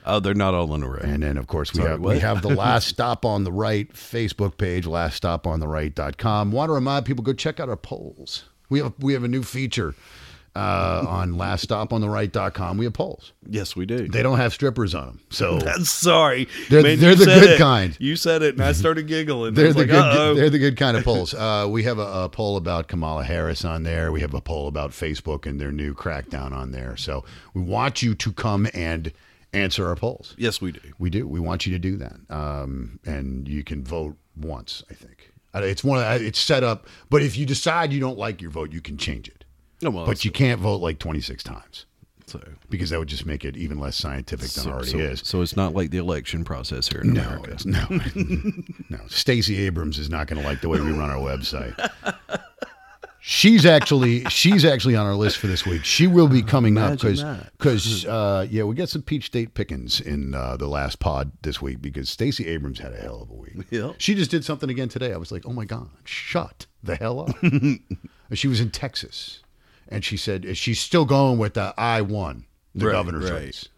[SPEAKER 5] Oh, they're not all in a row.
[SPEAKER 4] And then, of course, we,
[SPEAKER 5] Sorry,
[SPEAKER 4] have,
[SPEAKER 5] what?
[SPEAKER 4] we have
[SPEAKER 5] [LAUGHS]
[SPEAKER 4] the Last Stop on the Right Facebook page, laststopontheright.com. Want to remind people, go check out our polls. We have, we have a new feature uh, on laststopontheright.com. We have polls.
[SPEAKER 5] yes, we do.
[SPEAKER 4] They don't have strippers on them. So
[SPEAKER 5] [LAUGHS] Sorry,
[SPEAKER 4] They're- they're
[SPEAKER 5] you
[SPEAKER 4] the
[SPEAKER 5] said
[SPEAKER 4] good
[SPEAKER 5] it.
[SPEAKER 4] kind.
[SPEAKER 5] You said it, and I started giggling.
[SPEAKER 4] They're the
[SPEAKER 5] like,
[SPEAKER 4] good.
[SPEAKER 5] Uh-oh.
[SPEAKER 4] They're the good kind of polls. [LAUGHS] Uh, we have a, a poll about Kamala Harris on there. We have a poll about Facebook and their new crackdown on there. So we want you to come and answer our polls.
[SPEAKER 5] yes, we do.
[SPEAKER 4] We do. We want you to do that. Um, and you can vote once. I think I- it's one. I- It's set up. But if you decide you don't like your vote, you can change it.
[SPEAKER 5] Oh, well,
[SPEAKER 4] But you can't vote like twenty six times
[SPEAKER 5] so,
[SPEAKER 4] because that would just make it even less scientific than it already
[SPEAKER 5] so,
[SPEAKER 4] is.
[SPEAKER 5] so it's not like the election process here in
[SPEAKER 4] No,
[SPEAKER 5] America.
[SPEAKER 4] it's, no, no. Stacey Abrams is not going to like the way we run our website. She's actually she's actually on our list for this week. She will be coming up
[SPEAKER 5] Imagine
[SPEAKER 4] because
[SPEAKER 5] that.
[SPEAKER 4] because uh, yeah, we got some peach state pickings in uh, the last pod this week because Stacey Abrams had a hell of a week.
[SPEAKER 5] Yep.
[SPEAKER 4] She just did something again today. I was like, oh my god, shut the hell
[SPEAKER 5] [LAUGHS]
[SPEAKER 4] up. she was in Texas, and she said she's still going with the I won the
[SPEAKER 5] Right,
[SPEAKER 4] governor's
[SPEAKER 5] right.
[SPEAKER 4] race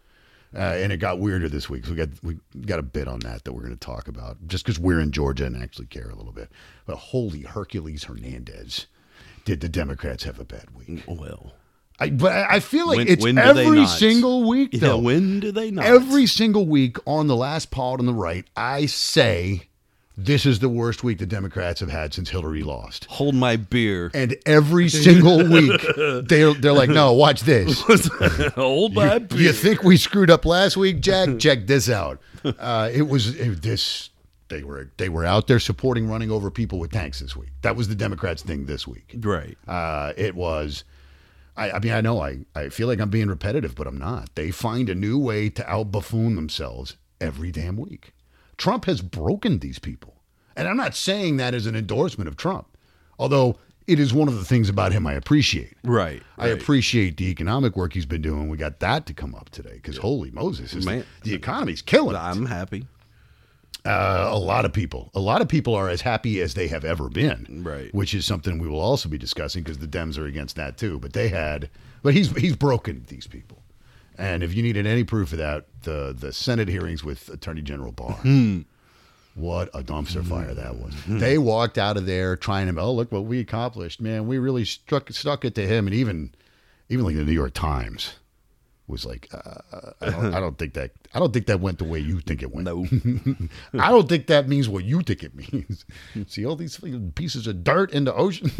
[SPEAKER 4] uh, and it got weirder this week. So we got we got a bit on that that we're going to talk about just because we're in Georgia and actually care a little bit. But holy Hercules Hernandez, did the Democrats have a bad week?
[SPEAKER 5] Well,
[SPEAKER 4] I, but I I feel like
[SPEAKER 5] When-
[SPEAKER 4] it's
[SPEAKER 5] when do they
[SPEAKER 4] every
[SPEAKER 5] not?
[SPEAKER 4] single week
[SPEAKER 5] yeah,
[SPEAKER 4] though.
[SPEAKER 5] when do they not?
[SPEAKER 4] every single week on the last pod on the right, I say this is the worst week the Democrats have had since Hillary lost.
[SPEAKER 5] hold my beer.
[SPEAKER 4] And every single week, they're they're like, no, watch this.
[SPEAKER 5] [LAUGHS] hold my beer.
[SPEAKER 4] You think we screwed up last week, Jack? Check this out. Uh, it was it- this They were they were out there supporting running over people with tanks this week. That was the Democrats' thing this week.
[SPEAKER 5] Right.
[SPEAKER 4] Uh, it was. I, I mean, I know I, I feel like I'm being repetitive, but I'm not. They find a new way to out buffoon themselves every damn week. Trump has broken these people. And I'm not saying that as an endorsement of Trump, although it is one of the things about him I appreciate.
[SPEAKER 5] Right.
[SPEAKER 4] I appreciate the economic work he's been doing. We got that to come up today because holy Moses, it's-
[SPEAKER 5] Man.
[SPEAKER 4] the economy's killing it.
[SPEAKER 5] I'm happy.
[SPEAKER 4] Uh, a lot of people, a lot of people are as happy as they have ever been,
[SPEAKER 5] Right.
[SPEAKER 4] Which is something we will also be discussing because the Dems are against that too. But they had, but he's he's broken these people, and if you needed any proof of that, the the Senate hearings with Attorney General Barr. What a dumpster fire that was! They walked out of there trying to, oh look what we accomplished, man. We really struck stuck it to him, and even even like the New York Times was like, uh, I, don't,
[SPEAKER 5] [LAUGHS]
[SPEAKER 4] I don't think that I don't think that went the way you think it went.
[SPEAKER 5] No.
[SPEAKER 4] [LAUGHS] I don't think that means what you think it means. [LAUGHS] See all these fucking pieces of dirt in the
[SPEAKER 5] [LAUGHS]
[SPEAKER 4] ocean.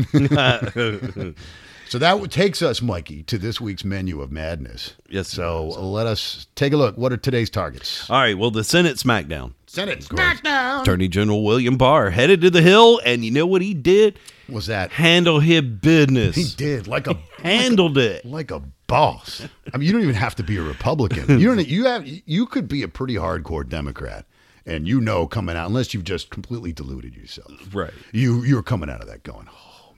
[SPEAKER 4] so that takes us, Mikey, to this week's menu of madness.
[SPEAKER 5] Yes, it
[SPEAKER 4] So let us take a look. What are today's targets?
[SPEAKER 5] All right. Well, the Senate smackdown.
[SPEAKER 4] Senate smackdown.
[SPEAKER 5] Attorney General William Barr headed to the Hill, and you know what he did?
[SPEAKER 4] Was that
[SPEAKER 5] Handle his business.
[SPEAKER 4] he did like a
[SPEAKER 5] Handled it.
[SPEAKER 4] like a boss. I mean, you don't even have to be a Republican. You don't. You have. You could be a pretty hardcore Democrat, and you know coming out unless you've just completely deluded yourself.
[SPEAKER 5] Right.
[SPEAKER 4] You you're coming out of that going. "Oh,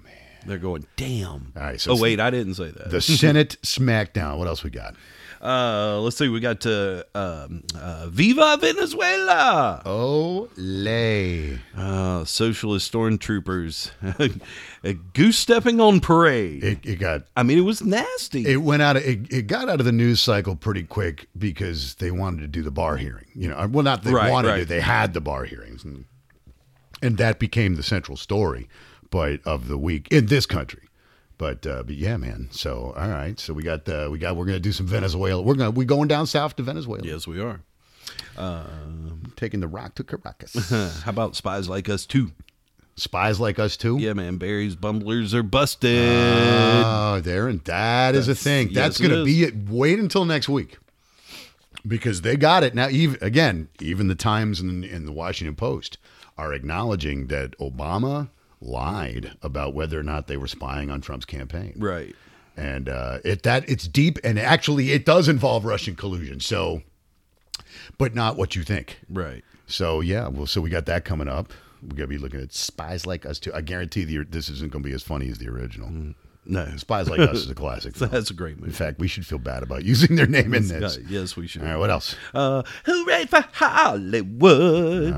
[SPEAKER 5] They're going, damn.
[SPEAKER 4] All right, so-
[SPEAKER 5] oh, wait, I didn't say that.
[SPEAKER 4] The Senate smackdown. What else we got?
[SPEAKER 5] uh, let's see. We got to um, uh, Viva Venezuela.
[SPEAKER 4] Oh, lay.
[SPEAKER 5] Uh, socialist stormtroopers. [LAUGHS] uh, Goose stepping on parade.
[SPEAKER 4] It, it got
[SPEAKER 5] I mean, it was nasty.
[SPEAKER 4] it went out of it, it got out of the news cycle pretty quick because they wanted to do the bar hearing. You know, well not they
[SPEAKER 5] Right,
[SPEAKER 4] wanted to,
[SPEAKER 5] right.
[SPEAKER 4] they had the bar hearings and, and that became the central story but of the week in this country. But uh, but yeah, man. So all right. So we got uh, we got we're gonna do some Venezuela. We're gonna we going down south to Venezuela.
[SPEAKER 5] yes, we are.
[SPEAKER 4] Taking the rock to
[SPEAKER 5] [LAUGHS]
[SPEAKER 4] Caracas.
[SPEAKER 5] Uh, How about spies like us too?
[SPEAKER 4] Spies like us too.
[SPEAKER 5] Yeah, man. Barry's bumblers are busted.
[SPEAKER 4] Oh, there and that is a thing. That's
[SPEAKER 5] yes, it
[SPEAKER 4] going to be
[SPEAKER 5] is.
[SPEAKER 4] it. Wait until next week because they got it now. Even again, even the Times and, and the Washington Post are acknowledging that Obama lied about whether or not they were spying on Trump's campaign.
[SPEAKER 5] right.
[SPEAKER 4] And uh, it that it's deep and actually it does involve Russian collusion. So, but not what you think.
[SPEAKER 5] Right.
[SPEAKER 4] So yeah, well, so we got that coming up. We're gonna be looking at spies like us too. I guarantee the, this isn't gonna be as funny as the original.
[SPEAKER 5] Mm. No.
[SPEAKER 4] Spies Like Us
[SPEAKER 5] [LAUGHS]
[SPEAKER 4] is a classic. film.
[SPEAKER 5] That's a great movie.
[SPEAKER 4] In fact, we should feel bad about [LAUGHS] using their name in
[SPEAKER 5] Yeah,
[SPEAKER 4] this.
[SPEAKER 5] yes, we should.
[SPEAKER 4] All right, what else?
[SPEAKER 5] Uh, hooray for Hollywood!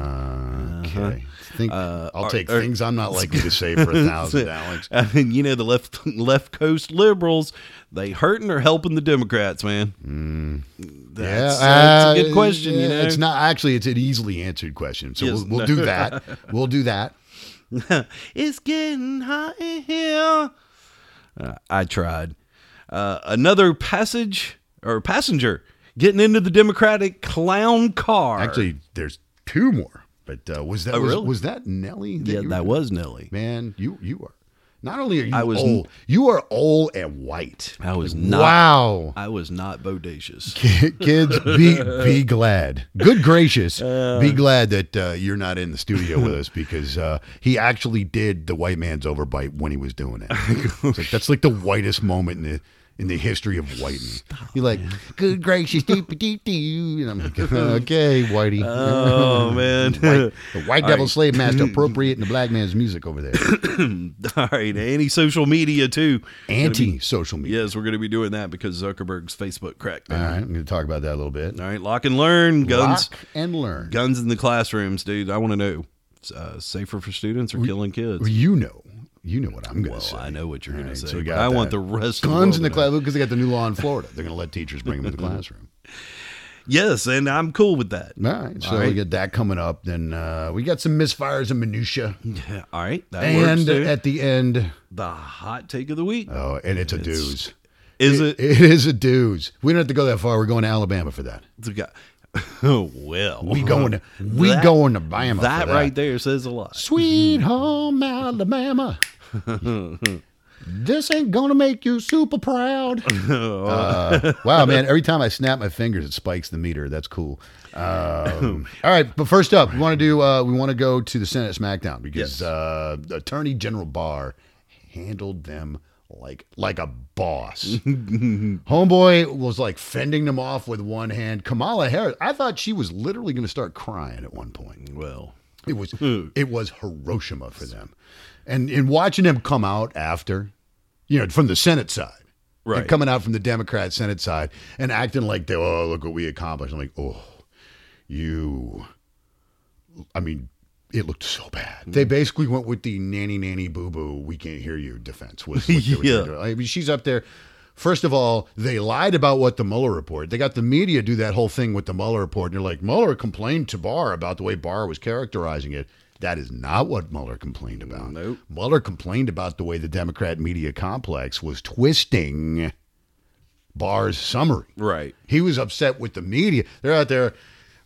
[SPEAKER 4] Okay. Think, I'll
[SPEAKER 5] Uh-huh. Uh, are-
[SPEAKER 4] take
[SPEAKER 5] are-
[SPEAKER 4] things I'm not likely
[SPEAKER 5] [LAUGHS]
[SPEAKER 4] to say for a thousand, Alex.
[SPEAKER 5] I mean, you know the left [LAUGHS] left coast liberals, they hurting or helping the Democrats, man. That's, that's
[SPEAKER 4] Mm.
[SPEAKER 5] a
[SPEAKER 4] uh,
[SPEAKER 5] good question.
[SPEAKER 4] yeah,
[SPEAKER 5] you know,
[SPEAKER 4] It's not actually, it's an easily answered question. So
[SPEAKER 5] Yes,
[SPEAKER 4] we'll, we'll
[SPEAKER 5] no.
[SPEAKER 4] do
[SPEAKER 5] [LAUGHS]
[SPEAKER 4] that. We'll do that.
[SPEAKER 5] It's getting hot in here. Uh, I tried. Uh, another passage or passenger getting into the Democratic clown car.
[SPEAKER 4] Actually, there's two more. But uh, was that
[SPEAKER 5] Oh,
[SPEAKER 4] was,
[SPEAKER 5] really?
[SPEAKER 4] was that Nelly?
[SPEAKER 5] yeah,
[SPEAKER 4] you
[SPEAKER 5] that
[SPEAKER 4] were-
[SPEAKER 5] was Nelly.
[SPEAKER 4] man. You you are not only are you
[SPEAKER 5] I was-
[SPEAKER 4] old, you are old and white.
[SPEAKER 5] I was
[SPEAKER 4] Like,
[SPEAKER 5] not.
[SPEAKER 4] Wow.
[SPEAKER 5] I was not
[SPEAKER 4] [LAUGHS]
[SPEAKER 5] bodacious.
[SPEAKER 4] kids be
[SPEAKER 5] [LAUGHS]
[SPEAKER 4] be glad good gracious be glad that uh, you're not in the studio with us because uh, he actually did the white man's overbite when he was doing
[SPEAKER 5] [LAUGHS]
[SPEAKER 4] it It's like, that's like the whitest moment in the in the history of whitening you're like good gracious deep deep deep and i'm
[SPEAKER 5] [LAUGHS]
[SPEAKER 4] like okay whitey
[SPEAKER 5] Oh [LAUGHS] man.
[SPEAKER 4] White, [LAUGHS] the white
[SPEAKER 5] All
[SPEAKER 4] devil
[SPEAKER 5] right.
[SPEAKER 4] slave master appropriating the black man's music over
[SPEAKER 5] [COUGHS]
[SPEAKER 4] there.
[SPEAKER 5] All right, anti social media too.
[SPEAKER 4] Anti social media.
[SPEAKER 5] Yes, we're going to be doing that because Zuckerberg's Facebook crackdown.
[SPEAKER 4] All right, I'm going to talk about that a little bit.
[SPEAKER 5] All right, lock and learn guns.
[SPEAKER 4] Uh, Lock and learn.
[SPEAKER 5] Guns in the classrooms, dude. I want to know. Uh, safer for students or killing kids?
[SPEAKER 4] Well, you know, you know what I'm going to
[SPEAKER 5] well,
[SPEAKER 4] say.
[SPEAKER 5] I know what you're going
[SPEAKER 4] All
[SPEAKER 5] to
[SPEAKER 4] right,
[SPEAKER 5] say.
[SPEAKER 4] so we
[SPEAKER 5] but
[SPEAKER 4] got
[SPEAKER 5] I want
[SPEAKER 4] that.
[SPEAKER 5] the rest of
[SPEAKER 4] guns in the
[SPEAKER 5] world to know.
[SPEAKER 4] classroom Mm-hmm. because they got the new law in Florida. They're going to let teachers bring them to the classroom.
[SPEAKER 5] Yes, and I'm cool with that.
[SPEAKER 4] All right, so
[SPEAKER 5] All right.
[SPEAKER 4] we got that coming up. Then uh, we got some misfires and minutia,
[SPEAKER 5] All right, that works.
[SPEAKER 4] and
[SPEAKER 5] Dude.
[SPEAKER 4] at the end,
[SPEAKER 5] the hot take of the week
[SPEAKER 4] oh, and it's a dues.
[SPEAKER 5] is it?
[SPEAKER 4] It is a dues. We don't have to go that far. We're going to Alabama for that.
[SPEAKER 5] the guy. [LAUGHS] Oh well,
[SPEAKER 4] We
[SPEAKER 5] [LAUGHS]
[SPEAKER 4] going to we
[SPEAKER 5] That-
[SPEAKER 4] going to Bama.
[SPEAKER 5] that
[SPEAKER 4] for that
[SPEAKER 5] right there says a lot.
[SPEAKER 4] Sweet home Alabama. this ain't gonna make you super proud. Uh, wow, man! Every time I snap my fingers, it spikes the meter. That's cool. Um, all right, but first up, we want to do uh, we want to go to the Senate SmackDown because
[SPEAKER 5] Yes.
[SPEAKER 4] uh, Attorney General Barr handled them like like a boss. Homeboy was like fending them off with one hand. Kamala Harris, I thought she was literally going to start crying at one point.
[SPEAKER 5] Well,
[SPEAKER 4] It was it was Hiroshima for them, and in watching them come out after, you know, from the Senate side, and
[SPEAKER 5] Right.
[SPEAKER 4] coming out from the Democrat Senate side and acting like they, oh look what we accomplished. I'm like, oh, you, I mean, it looked so bad.
[SPEAKER 5] Mm-hmm.
[SPEAKER 4] They basically went with the nanny nanny boo boo, we can't hear you defense. Was what they were
[SPEAKER 5] [LAUGHS] Yeah.
[SPEAKER 4] doing. I mean, she's up there. First of all, they lied about what the Mueller report. They got the media do that whole thing with the Mueller report, and they're like, Mueller complained to Barr about the way Barr was characterizing it. That is not what Mueller complained about.
[SPEAKER 5] Nope.
[SPEAKER 4] Mueller complained about the way the Democrat media complex was twisting Barr's summary.
[SPEAKER 5] right.
[SPEAKER 4] He was upset with the media. They're out there.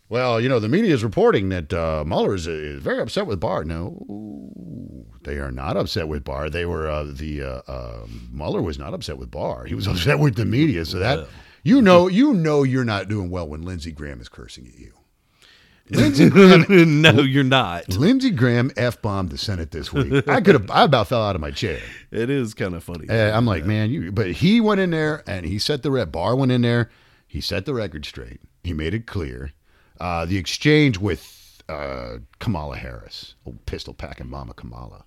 [SPEAKER 4] Well, you know, the media is reporting that uh, Mueller is, is very upset with Barr. No, they are not upset with Barr. They were uh, the uh, uh, Mueller was not upset with Barr. He was [LAUGHS] upset with the media. So that you know, you know, you're not doing well when Lindsey Graham is cursing at you. Lindsey Graham,
[SPEAKER 5] [LAUGHS] no, you're not.
[SPEAKER 4] Lindsey Graham f bombed the Senate this week. I could have, I about fell out of my chair.
[SPEAKER 5] It is kind of funny.
[SPEAKER 4] Uh, I'm like, man, you. But he went in there and he set the red bar. Went in there, he set the record straight. He made it clear. Uh, the exchange with uh, Kamala Harris, old pistol packing mama Kamala,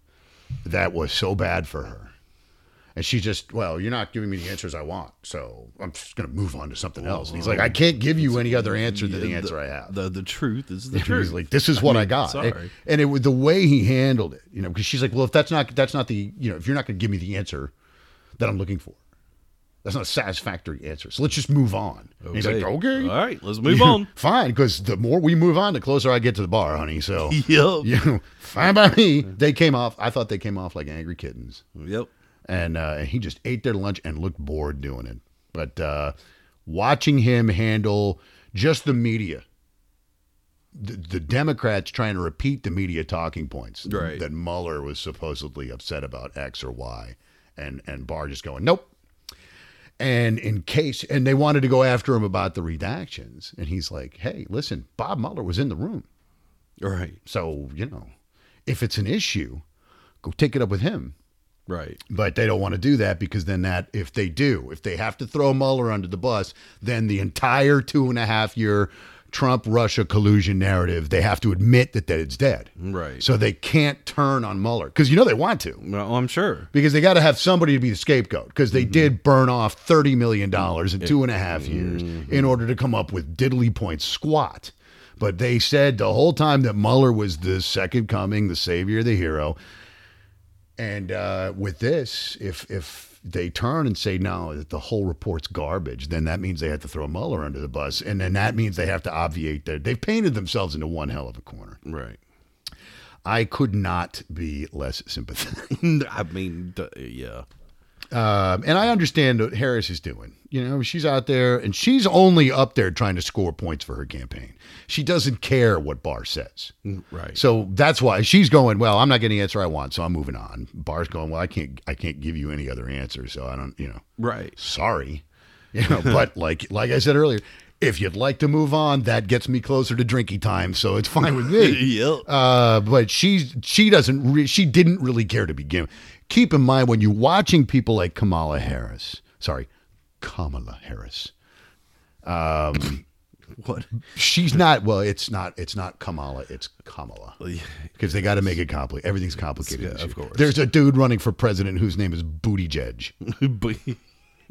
[SPEAKER 4] that was so bad for her. And she just, well, you're not giving me the answers I want, so I'm just gonna move on to something else. And he's like, I can't give you any other answer than the answer I have.
[SPEAKER 5] The the truth is the
[SPEAKER 4] He was
[SPEAKER 5] truth.
[SPEAKER 4] like, "This is what I, got,"
[SPEAKER 5] sorry.
[SPEAKER 4] and it was the way he handled it, you know, because she's like, "Well, if that's not that's not the you know if you're not going to give me the answer that I'm looking for, that's not a satisfactory answer. So let's just move on." And He's like, "Okay, [LAUGHS]
[SPEAKER 5] All right, let's move on.
[SPEAKER 4] fine," because the more we move on, the closer I get to the bar, honey.
[SPEAKER 5] [LAUGHS]
[SPEAKER 4] So
[SPEAKER 5] Yep.
[SPEAKER 4] you know, fine by me. They came off. I thought they came off like angry kittens
[SPEAKER 5] Yep.
[SPEAKER 4] and uh, he just ate their lunch and looked bored doing it. But uh, watching him handle just the media, the, the Democrats trying to repeat the media talking points
[SPEAKER 5] Right.
[SPEAKER 4] that Mueller was supposedly upset about X or Y, and and Barr just going nope. And in case, and they wanted to go after him about the redactions, and he's like, "Hey, listen, Bob Mueller was in the room.
[SPEAKER 5] Right.
[SPEAKER 4] So you know, if it's an issue, go take it up with him."
[SPEAKER 5] Right.
[SPEAKER 4] But they don't want to do that because then that if they do, if they have to throw Mueller under the bus, then the entire two and a half year Trump Russia collusion narrative, they have to admit that, that it's dead.
[SPEAKER 5] Right.
[SPEAKER 4] So they can't turn on Mueller because you know they want to
[SPEAKER 5] Well, I'm sure.
[SPEAKER 4] because they got to have somebody to be the scapegoat because they did burn off thirty million dollars in two and a half years in order to come up with diddly point squat. But they said the whole time that Mueller was the second coming, the savior, the hero. And uh, with this, if if they turn and say no, that the whole report's garbage, then that means they have to throw Mueller under the bus, and then that means they have to obviate their. They've painted themselves into one hell of a corner.
[SPEAKER 5] Right.
[SPEAKER 4] I could not be less sympathetic.
[SPEAKER 5] I mean, d- yeah.
[SPEAKER 4] Um, and I understand what Harris is doing. You know, she's out there and she's only up there trying to score points for her campaign. She doesn't care what Barr says.
[SPEAKER 5] Right.
[SPEAKER 4] So that's why she's going, well, I'm not getting the answer I want, so I'm moving on. Barr's going, well, I can't I can't give you any other answer, so I don't, you know,
[SPEAKER 5] Right.
[SPEAKER 4] sorry. You know, but like like I said earlier, if you'd like to move on, that gets me closer to drinky time, so it's fine with me.
[SPEAKER 5] Yep.
[SPEAKER 4] Uh, but she she doesn't re- she didn't really care to begin. Keep in mind when you're watching people like Kamala Harris, sorry, Kamala Harris.
[SPEAKER 5] What?
[SPEAKER 4] [LAUGHS] She's not well. It's not. It's not Kamala. It's Kamala because they got to make it complicated. Everything's complicated.
[SPEAKER 5] Yeah,
[SPEAKER 4] this
[SPEAKER 5] of
[SPEAKER 4] year.
[SPEAKER 5] course.
[SPEAKER 4] There's a dude running for president whose name is Booty
[SPEAKER 5] [LAUGHS]
[SPEAKER 4] Jedge.
[SPEAKER 5] But-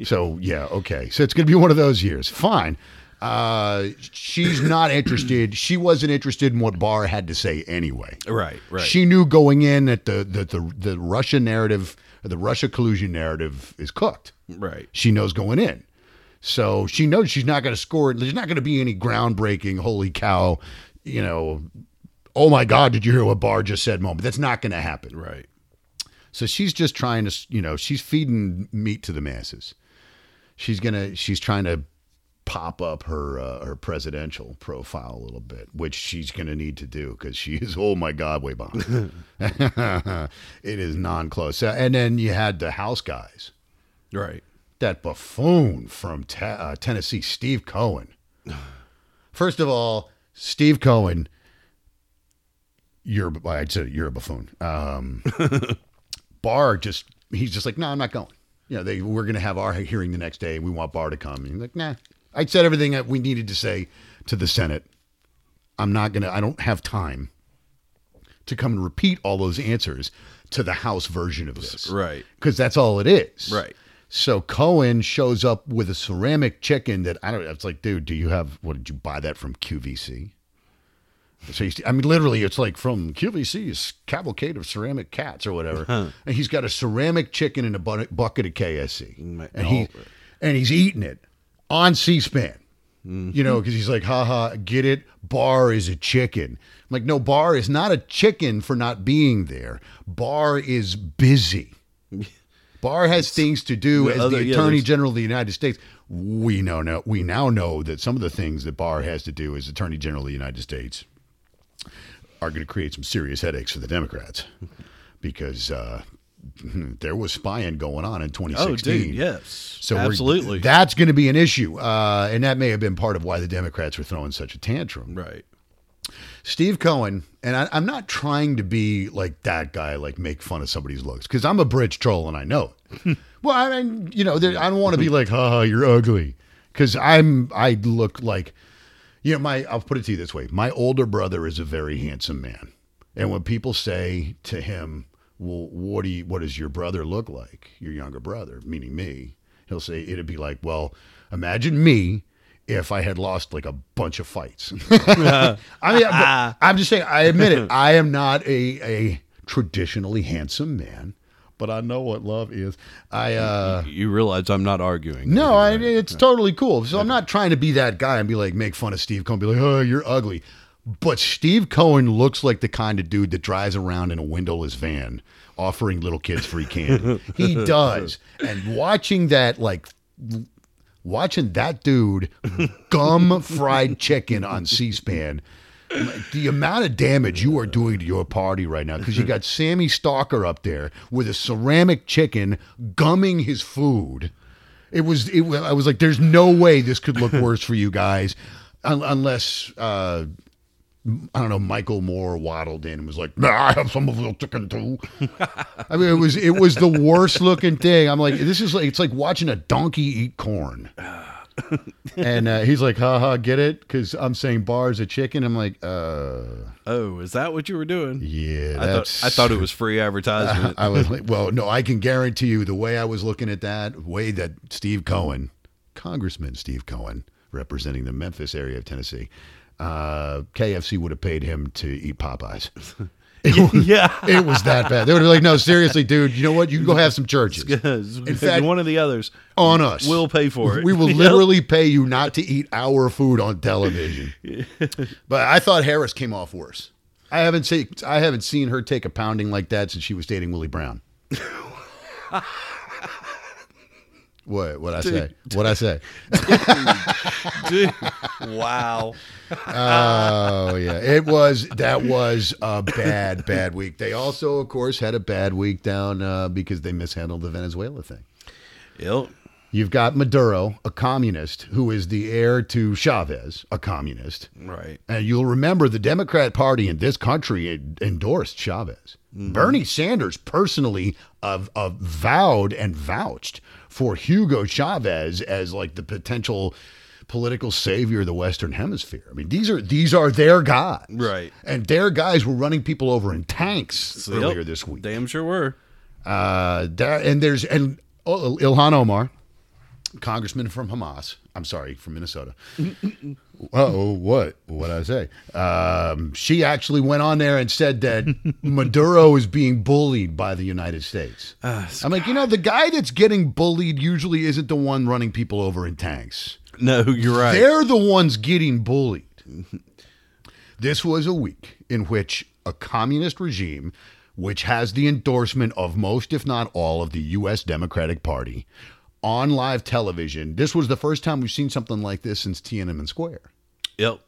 [SPEAKER 4] So yeah, okay. So it's gonna be one of those years. Fine. Uh, she's not interested. She wasn't interested in what Barr had to say anyway.
[SPEAKER 5] right. Right.
[SPEAKER 4] She knew going in that the that the the Russia narrative, the Russia collusion narrative, is cooked.
[SPEAKER 5] right.
[SPEAKER 4] She knows going in, so she knows she's not going to score. There's not going to be any groundbreaking, holy cow, you know, oh my god, did you hear what Barr just said? Moment. That's not going to happen.
[SPEAKER 5] Right.
[SPEAKER 4] So she's just trying to, you know, she's feeding meat to the masses. She's gonna, she's trying to pop up her uh, her presidential profile a little bit, which she's gonna need to do because she is, oh my God, way behind. [LAUGHS] it is non close. And then you had the House guys,
[SPEAKER 5] Right.
[SPEAKER 4] that buffoon from te- uh, Tennessee, Steve Cohen. First of all, Steve Cohen, you're a- I'd say you're a buffoon. Um, Barr just he's just like, no, I'm not going. You know, they we're gonna have our hearing the next day. We want Barr to come. And he's like, nah. I said everything that we needed to say to the Senate. I'm not gonna. I don't have time to come and repeat all those answers to the House version of this,
[SPEAKER 5] Right.
[SPEAKER 4] Because that's all it is,
[SPEAKER 5] Right.
[SPEAKER 4] So Cohen shows up with a ceramic chicken that I don't. It's like, dude, do you have? What did you buy that from QVC? So he's, I mean, literally, it's like from QVC's Cavalcade of Ceramic Cats or whatever. And he's got a ceramic chicken in a bu- bucket of KSC,
[SPEAKER 5] Mm,
[SPEAKER 4] and he and he's eating it on C-SPAN. You know, because he's like, haha, get it? Bar is a chicken. I'm like, no, Bar is not a chicken for not being there. Bar is
[SPEAKER 5] [LAUGHS]
[SPEAKER 4] busy. Barr has things to do
[SPEAKER 5] The
[SPEAKER 4] as
[SPEAKER 5] other-
[SPEAKER 4] the
[SPEAKER 5] yeah,
[SPEAKER 4] Attorney
[SPEAKER 5] there's-
[SPEAKER 4] General of the United States. We know now. We now know that some of the things that Barr has to do as Attorney General of the United States are going to create some serious headaches for the Democrats because uh, [LAUGHS] there was spying going on in 2016.
[SPEAKER 5] Oh, dude, yes,
[SPEAKER 4] So we're-
[SPEAKER 5] absolutely,
[SPEAKER 4] that's going to be an issue, uh, and that may have been part of why the Democrats were throwing such a tantrum.
[SPEAKER 5] right.
[SPEAKER 4] Steve Cohen, and I, I'm not trying to be like that guy, like make fun of somebody's looks, because I'm a bridge troll and I know.
[SPEAKER 5] [LAUGHS]
[SPEAKER 4] it. well, I mean, you know, there, I don't want to be like, haha, you're ugly, because I'm, I look like, you know, my, I'll put it to you this way: my older brother is a very handsome man, and when people say to him, "Well, what do you, what does your brother look like? Your younger brother, meaning me," he'll say it'd be like, "Well, imagine me." If I had lost like a bunch of fights, I mean, but I'm just saying. I admit it. I am not a a traditionally handsome man, but I know what love is. I uh
[SPEAKER 5] You realize I'm not arguing.
[SPEAKER 4] no, I, it's totally cool. So I'm not trying to be that guy and be like make fun of Steve Cohen, be like, oh, you're ugly. But Steve Cohen looks like the kind of dude that drives around in a windowless van offering little kids free candy. he does. And watching that, like, watching that dude gum fried chicken on C-SPAN, the amount of damage you are doing to your party right now because you got Sammy Stalker up there with a ceramic chicken gumming his food. It was it. wa- I was like, there's no way this could
[SPEAKER 5] [LAUGHS]
[SPEAKER 4] look worse for you guys, un- unless. Uh, I don't know. Michael Moore waddled in and was like, nah, "I have some of your chicken
[SPEAKER 5] [LAUGHS]
[SPEAKER 4] too." I mean, it was it was the worst looking thing. I'm like, this is like it's like watching a donkey eat
[SPEAKER 5] [LAUGHS]
[SPEAKER 4] corn. and uh, he's like, "Ha ha, get it?" Because I'm saying bars a chicken. I'm like, uh,
[SPEAKER 5] Oh, is that what you were doing?
[SPEAKER 4] yeah.
[SPEAKER 5] I thought
[SPEAKER 4] That's,
[SPEAKER 5] I thought it was
[SPEAKER 4] [LAUGHS]
[SPEAKER 5] free advertisement.
[SPEAKER 4] I was like, well, no, I can guarantee you the way I was looking at that, the way that Steve Cohen, Congressman Steve Cohen, representing the Memphis area of Tennessee, uh, KFC would have paid him to eat Popeyes.
[SPEAKER 5] yeah.
[SPEAKER 4] It was that bad. They would have been like, no, seriously, dude, you know what? You can go have some churches [LAUGHS]
[SPEAKER 5] In
[SPEAKER 4] fact-
[SPEAKER 5] one of the others,
[SPEAKER 4] on us.
[SPEAKER 5] we'll pay for it.
[SPEAKER 4] We will
[SPEAKER 5] [LAUGHS] Yep.
[SPEAKER 4] literally pay you not to eat our food on
[SPEAKER 5] [LAUGHS]
[SPEAKER 4] television. but I thought Harris came off worse. I haven't seen I haven't seen her take a pounding like that since she was dating Willie
[SPEAKER 5] [LAUGHS]
[SPEAKER 4] Brown. what what I say? What I say?
[SPEAKER 5] Dude, [LAUGHS] wow.
[SPEAKER 4] Oh yeah, it was that was a bad bad week. They also, of course, had a bad week down uh, because they mishandled the Venezuela thing.
[SPEAKER 5] Yep.
[SPEAKER 4] You've got Maduro, a communist, who is the heir to Chavez, a communist.
[SPEAKER 5] Right.
[SPEAKER 4] And you'll remember the Democrat Party in this country en- endorsed Chavez.
[SPEAKER 5] Mm-hmm.
[SPEAKER 4] Bernie Sanders personally of, of vowed and vouched for Hugo Chavez as like the potential political savior of the Western Hemisphere. I mean, these are these are their guys,
[SPEAKER 5] Right.
[SPEAKER 4] And their guys were running people over in tanks
[SPEAKER 5] Yep.
[SPEAKER 4] earlier this week.
[SPEAKER 5] Damn sure were.
[SPEAKER 4] Uh, that, and there's and oh, Ilhan Omar, congressman from Hamas. I'm sorry, from Minnesota. Oh, what? What I say? Um, she actually went on there and said that Maduro is being bullied by the United States. I'm like, you know, the guy that's getting bullied usually isn't the one running people over in tanks.
[SPEAKER 5] No, you're right.
[SPEAKER 4] They're the ones getting bullied. this was a week in which a communist regime, which has the endorsement of most, if not all, of the U.S. Democratic Party on live television, this was the first time we've seen something like this since Tiananmen Square.
[SPEAKER 5] Yep.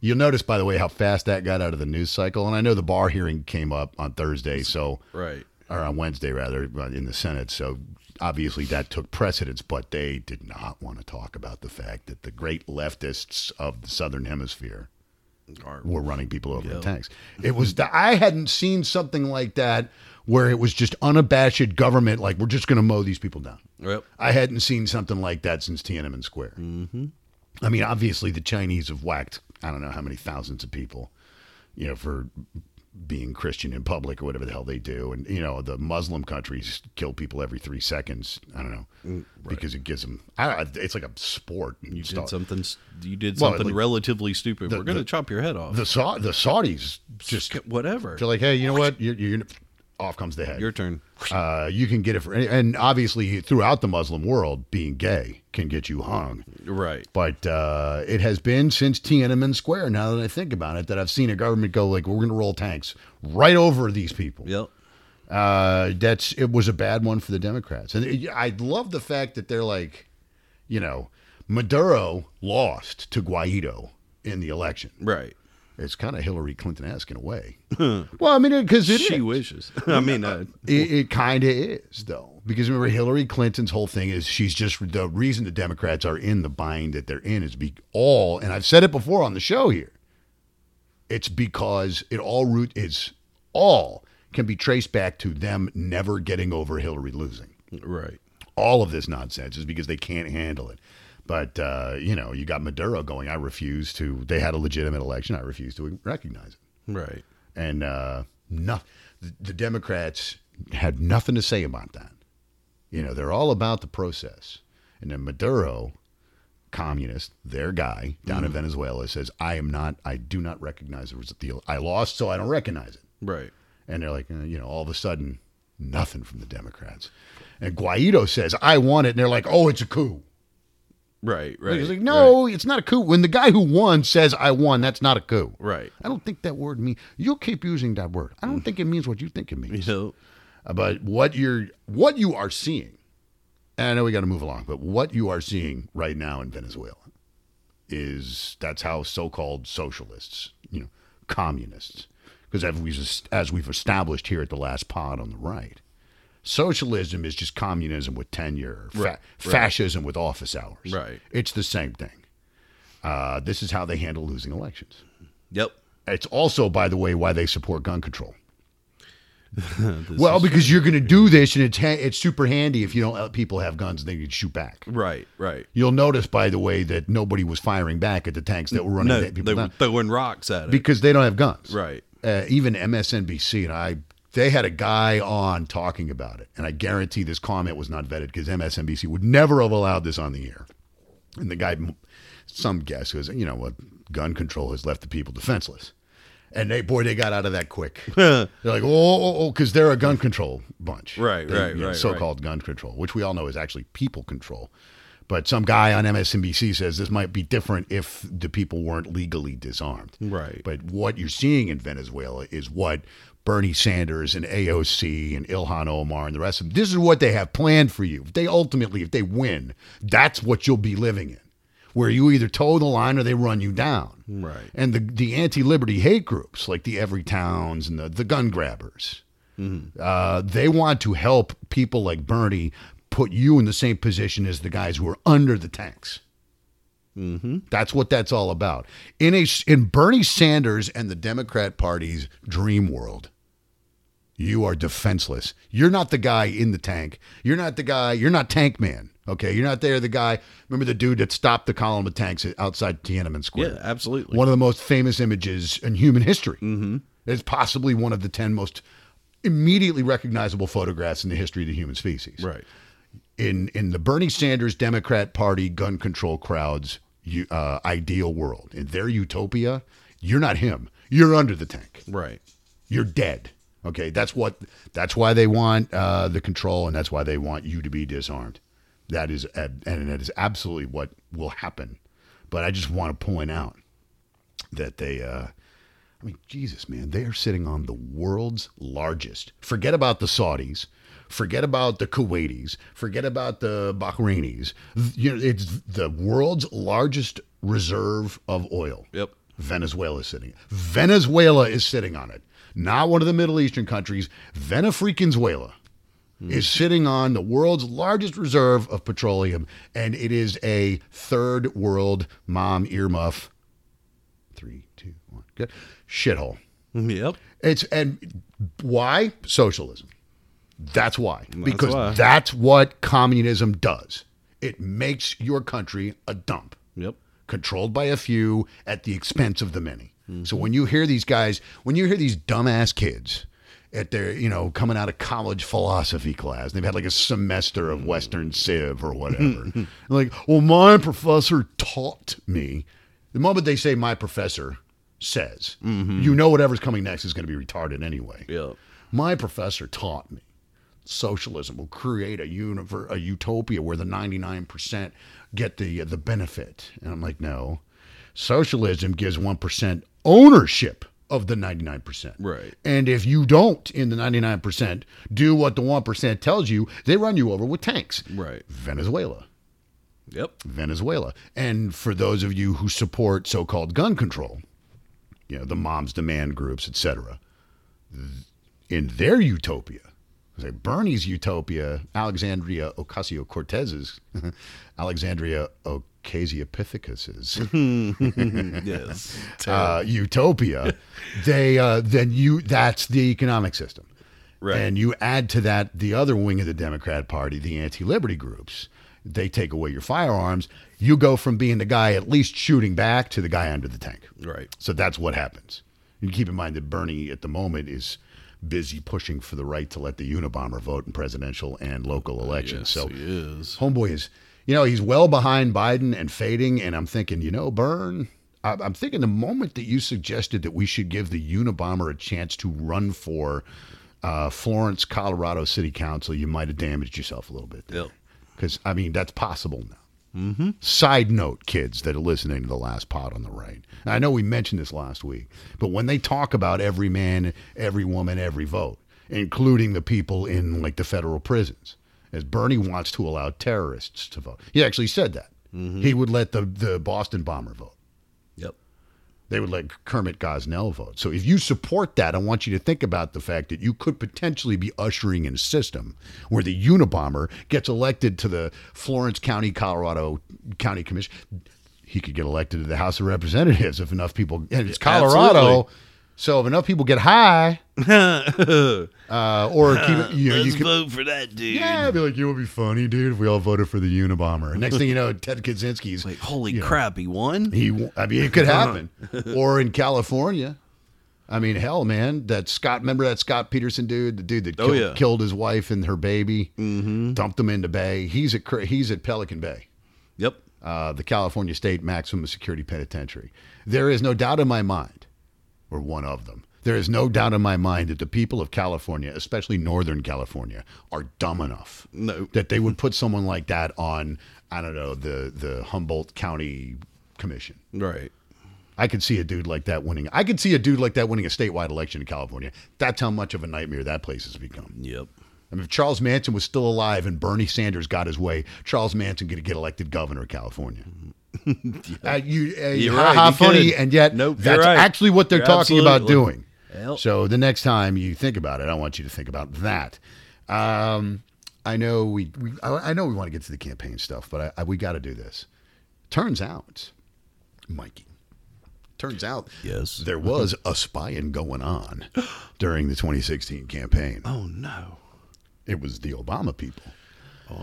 [SPEAKER 4] You'll notice, by the way, how fast that got out of the news cycle. And I know the bar hearing came up on Thursday, so
[SPEAKER 5] Right.
[SPEAKER 4] or on Wednesday rather uh, in the Senate. So obviously that took precedence, but they did not want to talk about the fact that the great leftists of the Southern Hemisphere
[SPEAKER 5] Or-
[SPEAKER 4] were running people over in tanks. It was the, I hadn't seen something like that where it was just unabashed government, like we're just going to mow these people down.
[SPEAKER 5] Yep.
[SPEAKER 4] I hadn't seen something like that since Tiananmen Square. Mm-hmm. I mean, obviously the Chinese have whacked I don't know how many thousands of people, you know, for being Christian in public or whatever the hell they do, and you know the Muslim countries kill people every three seconds. I don't know because it gives them. I, it's like a sport. and
[SPEAKER 5] You
[SPEAKER 4] stuff.
[SPEAKER 5] did something. s- You did
[SPEAKER 4] Well,
[SPEAKER 5] something
[SPEAKER 4] like-
[SPEAKER 5] relatively stupid.
[SPEAKER 4] The-
[SPEAKER 5] We're going to
[SPEAKER 4] the-
[SPEAKER 5] chop your head off.
[SPEAKER 4] The Sa- the Saudis just
[SPEAKER 5] whatever.
[SPEAKER 4] They're like, hey, you know what? You're, you're gonna- off comes the head.
[SPEAKER 5] Your turn.
[SPEAKER 4] Uh, you can get it for any, and obviously throughout the Muslim world, being gay can get you hung.
[SPEAKER 5] Right.
[SPEAKER 4] But uh, it has been since Tiananmen Square. Now that I think about it, that I've seen a government go like, we're going to roll tanks right over these people.
[SPEAKER 5] Yep.
[SPEAKER 4] Uh, that's it was a bad one for the Democrats, and it, I love the fact that they're like, you know, Maduro lost to Guaido in the election.
[SPEAKER 5] Right.
[SPEAKER 4] It's kind of Hillary Clinton esque in a
[SPEAKER 5] [LAUGHS]
[SPEAKER 4] way. well, I mean, because it
[SPEAKER 5] she
[SPEAKER 4] is.
[SPEAKER 5] wishes. [LAUGHS] I mean, uh,
[SPEAKER 4] It, it kind of is, though, because remember Hillary Clinton's whole thing is she's just the reason the Democrats are in the bind that they're in is be all, and I've said it before on the show here. It's because it all root is all can be traced back to them never getting over Hillary losing.
[SPEAKER 5] right.
[SPEAKER 4] All of this nonsense is because they can't handle it. But uh, you know, you got Maduro going. I refuse to. They had a legitimate election. I refuse to recognize it
[SPEAKER 5] Right.
[SPEAKER 4] and uh, no, the- the Democrats had nothing to say about that. You know, they're all about the process. And then Maduro, communist, their guy down
[SPEAKER 5] Mm-hmm.
[SPEAKER 4] in Venezuela says, "I am not. I do not recognize the result. The- I lost, so I don't recognize it."
[SPEAKER 5] Right.
[SPEAKER 4] And they're like, eh, you know, all of a sudden, nothing from the Democrats. And Guaido says, "I want it," and they're like, "Oh, it's a coup."
[SPEAKER 5] Right. Right.
[SPEAKER 4] He's like,
[SPEAKER 5] right,
[SPEAKER 4] "No, it's not a coup." When the guy who won says, "I won," that's not a coup.
[SPEAKER 5] Right.
[SPEAKER 4] I don't think that word means. You'll keep using that word. I don't think it means what you think it
[SPEAKER 5] You
[SPEAKER 4] means.
[SPEAKER 5] know.
[SPEAKER 4] Mm. But what you're, what you are seeing, and I know we got to move along, but what you are seeing right now in Venezuela is that's how so-called socialists, you know, communists, because as we've, as we've established here at the last pod on the right, socialism is just communism with tenure, fa-
[SPEAKER 5] Right,
[SPEAKER 4] fascism with office hours.
[SPEAKER 5] Right.
[SPEAKER 4] It's the same thing. Uh, this is how they handle losing elections.
[SPEAKER 5] Yep.
[SPEAKER 4] It's also, by the way, why they support gun
[SPEAKER 5] [LAUGHS]
[SPEAKER 4] control. well, because you're going to do this, and it's ha- it's super handy if you don't let people have guns and they can shoot back.
[SPEAKER 5] Right. Right.
[SPEAKER 4] You'll notice, by the way, that nobody was firing back at the tanks that were running
[SPEAKER 5] No,
[SPEAKER 4] that people
[SPEAKER 5] they were
[SPEAKER 4] down
[SPEAKER 5] throwing rocks at it.
[SPEAKER 4] because they don't have guns.
[SPEAKER 5] right.
[SPEAKER 4] Uh, even MSNBC and I, they had a guy on talking about it, and I guarantee this comment was not vetted because MSNBC would never have allowed this on the air. And the guy, some guess was, you know, what gun control has left the people defenseless. And they, boy, they got out of that
[SPEAKER 5] [LAUGHS]
[SPEAKER 4] quick. they're like, oh, oh, oh, because they're a gun control bunch.
[SPEAKER 5] Right,
[SPEAKER 4] They-
[SPEAKER 5] right,
[SPEAKER 4] you know,
[SPEAKER 5] right, right.
[SPEAKER 4] So-called gun control, which we all know is actually people control. But some guy on MSNBC says this might be different if the people weren't legally disarmed.
[SPEAKER 5] Right.
[SPEAKER 4] But what you're seeing in Venezuela is what Bernie Sanders and AOC and Ilhan Omar and the rest of them, this is what they have planned for you. If they ultimately, if they win, that's what you'll be living in, where you either toe the line or they run you down.
[SPEAKER 5] Right.
[SPEAKER 4] And the, the anti liberty hate groups like the Everytowns and the, the gun grabbers, uh, they want to help people like Bernie put you in the same position as the guys who are under the tanks. That's what that's all about. In a in Bernie Sanders and the Democrat Party's dream world, you are defenseless. You're not the guy in the tank. You're not the guy. You're not tank man. Okay, you're not there. The guy. Remember the dude that stopped the column of tanks outside Tiananmen Square.
[SPEAKER 5] Yeah. Absolutely.
[SPEAKER 4] One of the most famous images in human history. Mm-hmm. It's possibly one of the ten most immediately recognizable photographs in the history of the human species
[SPEAKER 5] Right.
[SPEAKER 4] in in the Bernie Sanders Democrat Party gun control crowd's u- uh, ideal world, in their utopia, you're not him. You're under the tank.
[SPEAKER 5] Right.
[SPEAKER 4] You're dead. Okay, that's what. That's why they want uh, the control, and that's why they want you to be disarmed. That is, ab- and that is absolutely what will happen. But I just want to point out that they. Uh, I mean, Jesus, man, they are sitting on the world's largest. Forget about the Saudis. Forget about the Kuwaitis. Forget about the Bahrainis. Th- You know, it's the world's largest reserve of oil.
[SPEAKER 5] Yep.
[SPEAKER 4] Venezuela is sitting. Venezuela is sitting on it. Not one of the Middle Eastern countries. Venezuela is sitting on the world's largest reserve of petroleum, and it is a third world mom earmuff. Three, two, one. good. Shithole.
[SPEAKER 5] Yep.
[SPEAKER 4] It's and why socialism? That's why. because
[SPEAKER 5] why.
[SPEAKER 4] that's what communism does. It makes your country a dump
[SPEAKER 5] Yep.
[SPEAKER 4] controlled by a few at the expense of the many. So when you hear these guys, when you hear these dumbass kids at their, you know, coming out of college philosophy class, they've had like a semester of Western Civ or whatever. They're like, well, my professor taught me. The moment they say my professor says, you know, whatever's coming next is going to be retarded anyway.
[SPEAKER 5] Yep.
[SPEAKER 4] My professor taught me socialism will create a universe, a utopia where the 99% get the the benefit. And I'm like, no. Socialism gives 1% ownership of the 99%.
[SPEAKER 5] Right.
[SPEAKER 4] And if you don't in the 99% do what the 1% tells you, they run you over with tanks.
[SPEAKER 5] Right.
[SPEAKER 4] Venezuela.
[SPEAKER 5] Yep.
[SPEAKER 4] Venezuela. And for those of you who support so-called gun control, you know, the moms demand groups, etc., in their utopia, say Bernie's utopia, Alexandria Ocasio Cortez's, [LAUGHS] Alexandria Ocasio-Pithecus's
[SPEAKER 5] Yes.
[SPEAKER 4] [LAUGHS] uh,
[SPEAKER 5] [LAUGHS]
[SPEAKER 4] utopia, they uh, then you that's the economic system.
[SPEAKER 5] Right.
[SPEAKER 4] And you add to that the other wing of the Democrat Party, the anti-liberty groups. They take away your firearms. You go from being the guy at least shooting back to the guy under the tank.
[SPEAKER 5] Right.
[SPEAKER 4] So that's what happens. You keep in mind that Bernie at the moment is busy pushing for the right to let the Unabomber vote in presidential and
[SPEAKER 5] Uh,
[SPEAKER 4] local elections. so
[SPEAKER 5] is.
[SPEAKER 4] homeboy is you know he's well behind biden and fading and i'm thinking you know burn I- i'm thinking the moment that you suggested that we should give the unabomber a chance to run for uh, florence colorado city council you might have damaged yourself a little bit
[SPEAKER 5] Yep.
[SPEAKER 4] because i mean that's possible now mm-hmm. side note kids that are listening to the last pod on the right i know we mentioned this last week but when they talk about every man every woman every vote including the people in like the federal prisons as Bernie wants to allow terrorists to vote. He actually said that. He would let the, the Boston bomber vote.
[SPEAKER 5] Yep.
[SPEAKER 4] They would let Kermit Gosnell vote. So if you support that, I want you to think about the fact that you could potentially be ushering in a system where the Unabomber gets elected to the Florence County, Colorado County Commission. He could get elected to the House of Representatives if enough people, and it's Colorado.
[SPEAKER 5] Absolutely.
[SPEAKER 4] So if enough people get high, uh, or keep, you know, you
[SPEAKER 5] Let's
[SPEAKER 4] could,
[SPEAKER 5] vote for that dude.
[SPEAKER 4] yeah, I'd be like, it would be funny, dude, if we all voted for the Unabomber. Next thing you know, Ted Kaczynski's.
[SPEAKER 5] Like, holy crap, he won.
[SPEAKER 4] He, w- I mean, it
[SPEAKER 5] [LAUGHS]
[SPEAKER 4] could happen. or in California, I mean, hell, man, that Scott. Remember that Scott Peterson dude, the dude that
[SPEAKER 5] Oh,
[SPEAKER 4] killed,
[SPEAKER 5] yeah. Mm-hmm.
[SPEAKER 4] killed his wife and her baby, dumped him into Bay. He's at Cra- he's at Pelican Bay
[SPEAKER 5] Yep.
[SPEAKER 4] uh, the California State Maximum Security Penitentiary. There is no doubt in my mind, or one of them, there is no doubt in my mind that the people of California, especially Northern California, are dumb enough
[SPEAKER 5] No.
[SPEAKER 4] that they would put someone like that on, I don't know, the, the Humboldt County Commission.
[SPEAKER 5] Right.
[SPEAKER 4] I could see a dude like that winning. I could see a dude like that winning a statewide election in California. That's how much of a nightmare that place has become.
[SPEAKER 5] Yep.
[SPEAKER 4] I mean, if Charles Manson was still alive and Bernie Sanders got his way, Charles Manson could get elected governor of
[SPEAKER 5] [LAUGHS]
[SPEAKER 4] California. Uh, you, uh,
[SPEAKER 5] You're
[SPEAKER 4] ha-
[SPEAKER 5] right,
[SPEAKER 4] ha,
[SPEAKER 5] he
[SPEAKER 4] funny,
[SPEAKER 5] could.
[SPEAKER 4] and yet
[SPEAKER 5] Nope, you're
[SPEAKER 4] that's
[SPEAKER 5] right.
[SPEAKER 4] actually what they're
[SPEAKER 5] You're
[SPEAKER 4] talking about
[SPEAKER 5] absolutely-
[SPEAKER 4] doing.
[SPEAKER 5] Yep.
[SPEAKER 4] So the next time you think about it, I want you to think about that. Um, I know we, we I, I know we want to get to the campaign stuff, but I, I, we got to do this. Turns out, Mikey. Turns out,
[SPEAKER 5] Yes.
[SPEAKER 4] there was a spying going
[SPEAKER 5] [GASPS]
[SPEAKER 4] on during the 2016 campaign
[SPEAKER 5] Oh no.
[SPEAKER 4] it was the Obama people.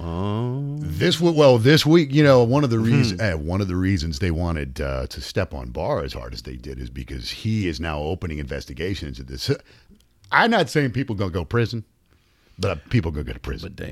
[SPEAKER 4] This w- well, this week, you know, one of the reasons eh, one of the reasons they wanted uh, to step on Barr as hard as they did is because he is now opening investigations into this. I'm not saying people gonna go to prison, but people gonna go to prison.
[SPEAKER 5] But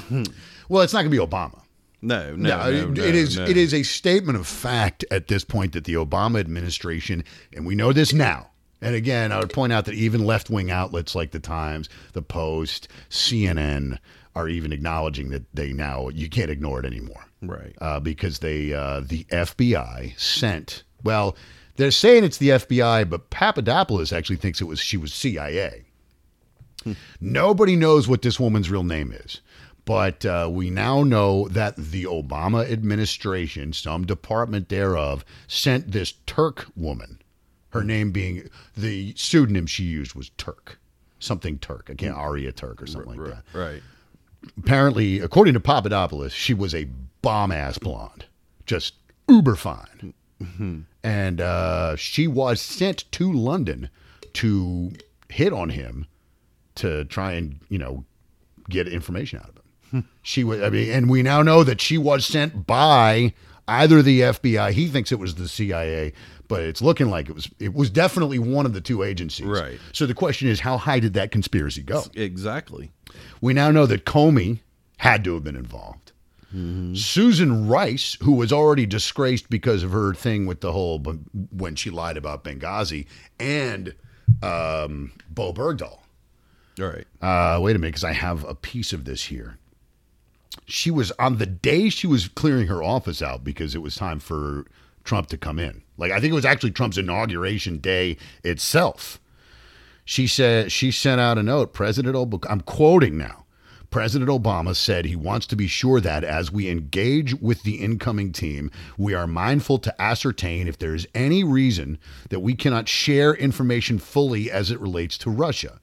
[SPEAKER 5] damn.
[SPEAKER 4] Well, it's not gonna be Obama.
[SPEAKER 5] No. No.
[SPEAKER 4] No,
[SPEAKER 5] no,
[SPEAKER 4] it-
[SPEAKER 5] no,
[SPEAKER 4] it is
[SPEAKER 5] no.
[SPEAKER 4] it is a statement of fact at this point that the Obama administration, and we know this now. And again, I would point out that even left wing outlets like the Times, the Post, CNN are even acknowledging that they now you can't ignore it anymore,
[SPEAKER 5] Right.
[SPEAKER 4] uh, because they uh, the FBI sent. Well, they're saying it's the FBI, but Papadopoulos actually thinks it was she was CIA. Nobody knows what this woman's real name is, but uh, we now know that the Obama administration, some department thereof, sent this Turk woman. Her name being the pseudonym she used was Turk, something Turk. I can't Aria Turk or something like that.
[SPEAKER 5] Right.
[SPEAKER 4] Apparently, according to Papadopoulos, she was a bomb ass blonde, just uber fine. and uh, she was sent to London to hit on him to try and you know get information out of him. she was, I mean, and we now know that she was sent by either the FBI. He thinks it was the CIA, but it's looking like it was it was definitely one of the two agencies.
[SPEAKER 5] Right.
[SPEAKER 4] So the question is, how high did that conspiracy go?
[SPEAKER 5] Exactly.
[SPEAKER 4] We now know that Comey had to have been involved. Susan Rice, who was already disgraced because of her thing with the whole b- when she lied about Benghazi, and um, Bo Bergdahl.
[SPEAKER 5] All right.
[SPEAKER 4] Uh, wait a minute, because I have a piece of this here. She was on the day she was clearing her office out because it was time for Trump to come in. Like I think it was actually Trump's inauguration day itself. She said she sent out a note. President Obama, I'm quoting now. President Obama said he wants to be sure that as we engage with the incoming team, we are mindful to ascertain if there is any reason that we cannot share information fully as it relates to Russia.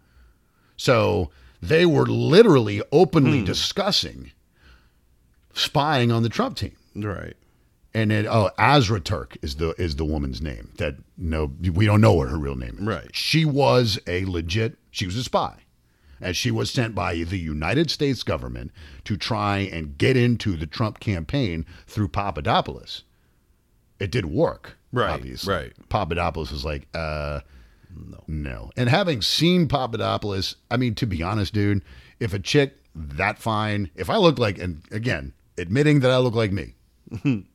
[SPEAKER 4] So they were literally openly discussing spying on the Trump team.
[SPEAKER 5] All right.
[SPEAKER 4] And then oh, Azra Turk is the is the woman's name that no we don't know what her real name is.
[SPEAKER 5] Right.
[SPEAKER 4] She was a legit she was a spy. And she was sent by the United States government to try and get into the Trump campaign through Papadopoulos. It did work.
[SPEAKER 5] Right,
[SPEAKER 4] Obviously.
[SPEAKER 5] right.
[SPEAKER 4] Papadopoulos was like, uh no. And having seen Papadopoulos, I mean, to be honest, dude, if a chick that fine, if I look like, and again, admitting that I look like me,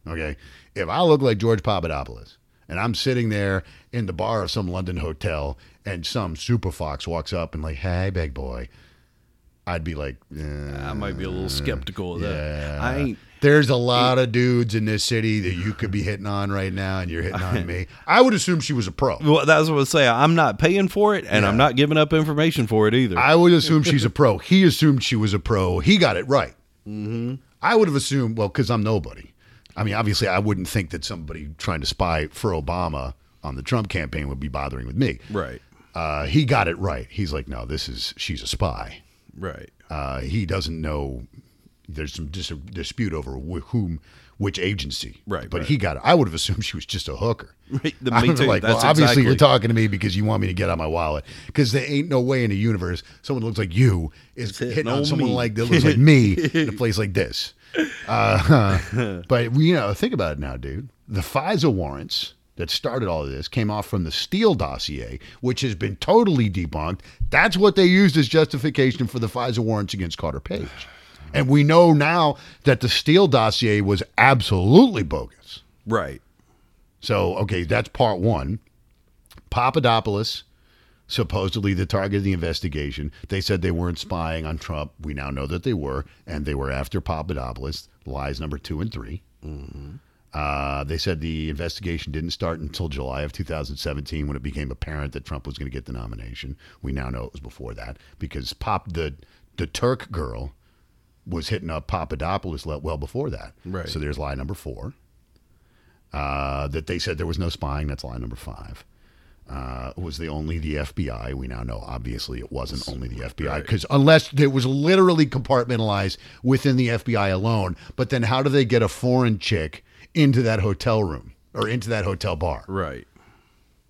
[SPEAKER 4] okay, if I look like George Papadopoulos and I'm sitting there in the bar of some London hotel and some super fox walks up and like, hey, big boy, I'd be like, eh,
[SPEAKER 5] I might be a little skeptical of that.
[SPEAKER 4] yeah.
[SPEAKER 5] I ain't.
[SPEAKER 4] There's a lot of dudes in this city that you could be hitting on right now, and you're hitting on me. I would assume she was a pro.
[SPEAKER 5] Well, that's what I was saying. I'm not paying for it, and I'm not giving up information for it either.
[SPEAKER 4] I would assume she's a pro. He assumed she was a pro. He got it right. Mm-hmm. I would have assumed, well, because I'm nobody. I mean, obviously, I wouldn't think that somebody trying to spy for Obama on the Trump campaign would be bothering with me.
[SPEAKER 5] right.
[SPEAKER 4] Uh, he got it right. He's like, no, this is she's a spy.
[SPEAKER 5] Right.
[SPEAKER 4] Uh, he doesn't know. There's some dis- dispute over wh- whom, which agency.
[SPEAKER 5] Right,
[SPEAKER 4] But
[SPEAKER 5] right.
[SPEAKER 4] he got it. I would have assumed she was just a hooker.
[SPEAKER 5] Right, the
[SPEAKER 4] I'm
[SPEAKER 5] me too.
[SPEAKER 4] like, well,
[SPEAKER 5] That's
[SPEAKER 4] obviously
[SPEAKER 5] exactly-
[SPEAKER 4] you're talking to me because you want me to get out my wallet. Because there ain't no way in the universe someone looks like you is hitting,
[SPEAKER 5] hitting
[SPEAKER 4] on
[SPEAKER 5] on
[SPEAKER 4] someone
[SPEAKER 5] me.
[SPEAKER 4] like that looks like me in a place like this. Uh, but you know, think about it now, dude. The FISA warrants that started all of this came off from the Steele dossier, which has been totally debunked. That's what they used as justification for the FISA warrants against Carter Page. And we know now that the Steele dossier was absolutely bogus.
[SPEAKER 5] Right.
[SPEAKER 4] So, okay, that's part one. Papadopoulos, supposedly the target of the investigation. They said they weren't spying on Trump. We now know that they were, and they were after Papadopoulos. Lies number two and 3 Uh, they said the investigation didn't start until July of 2017 when it became apparent that Trump was going to get the nomination. We now know it was before that because Pop the the Turk girl was hitting up Papadopoulos le- well before that.
[SPEAKER 5] Right.
[SPEAKER 4] So there's lie number four uh, that they said there was no spying. That's lie number five. Uh, was the only the FBI? We now know, obviously, it wasn't only the FBI because unless it was literally compartmentalized within the FBI alone. But then, how do they get a foreign chick into that hotel room or into that hotel bar?
[SPEAKER 5] Right.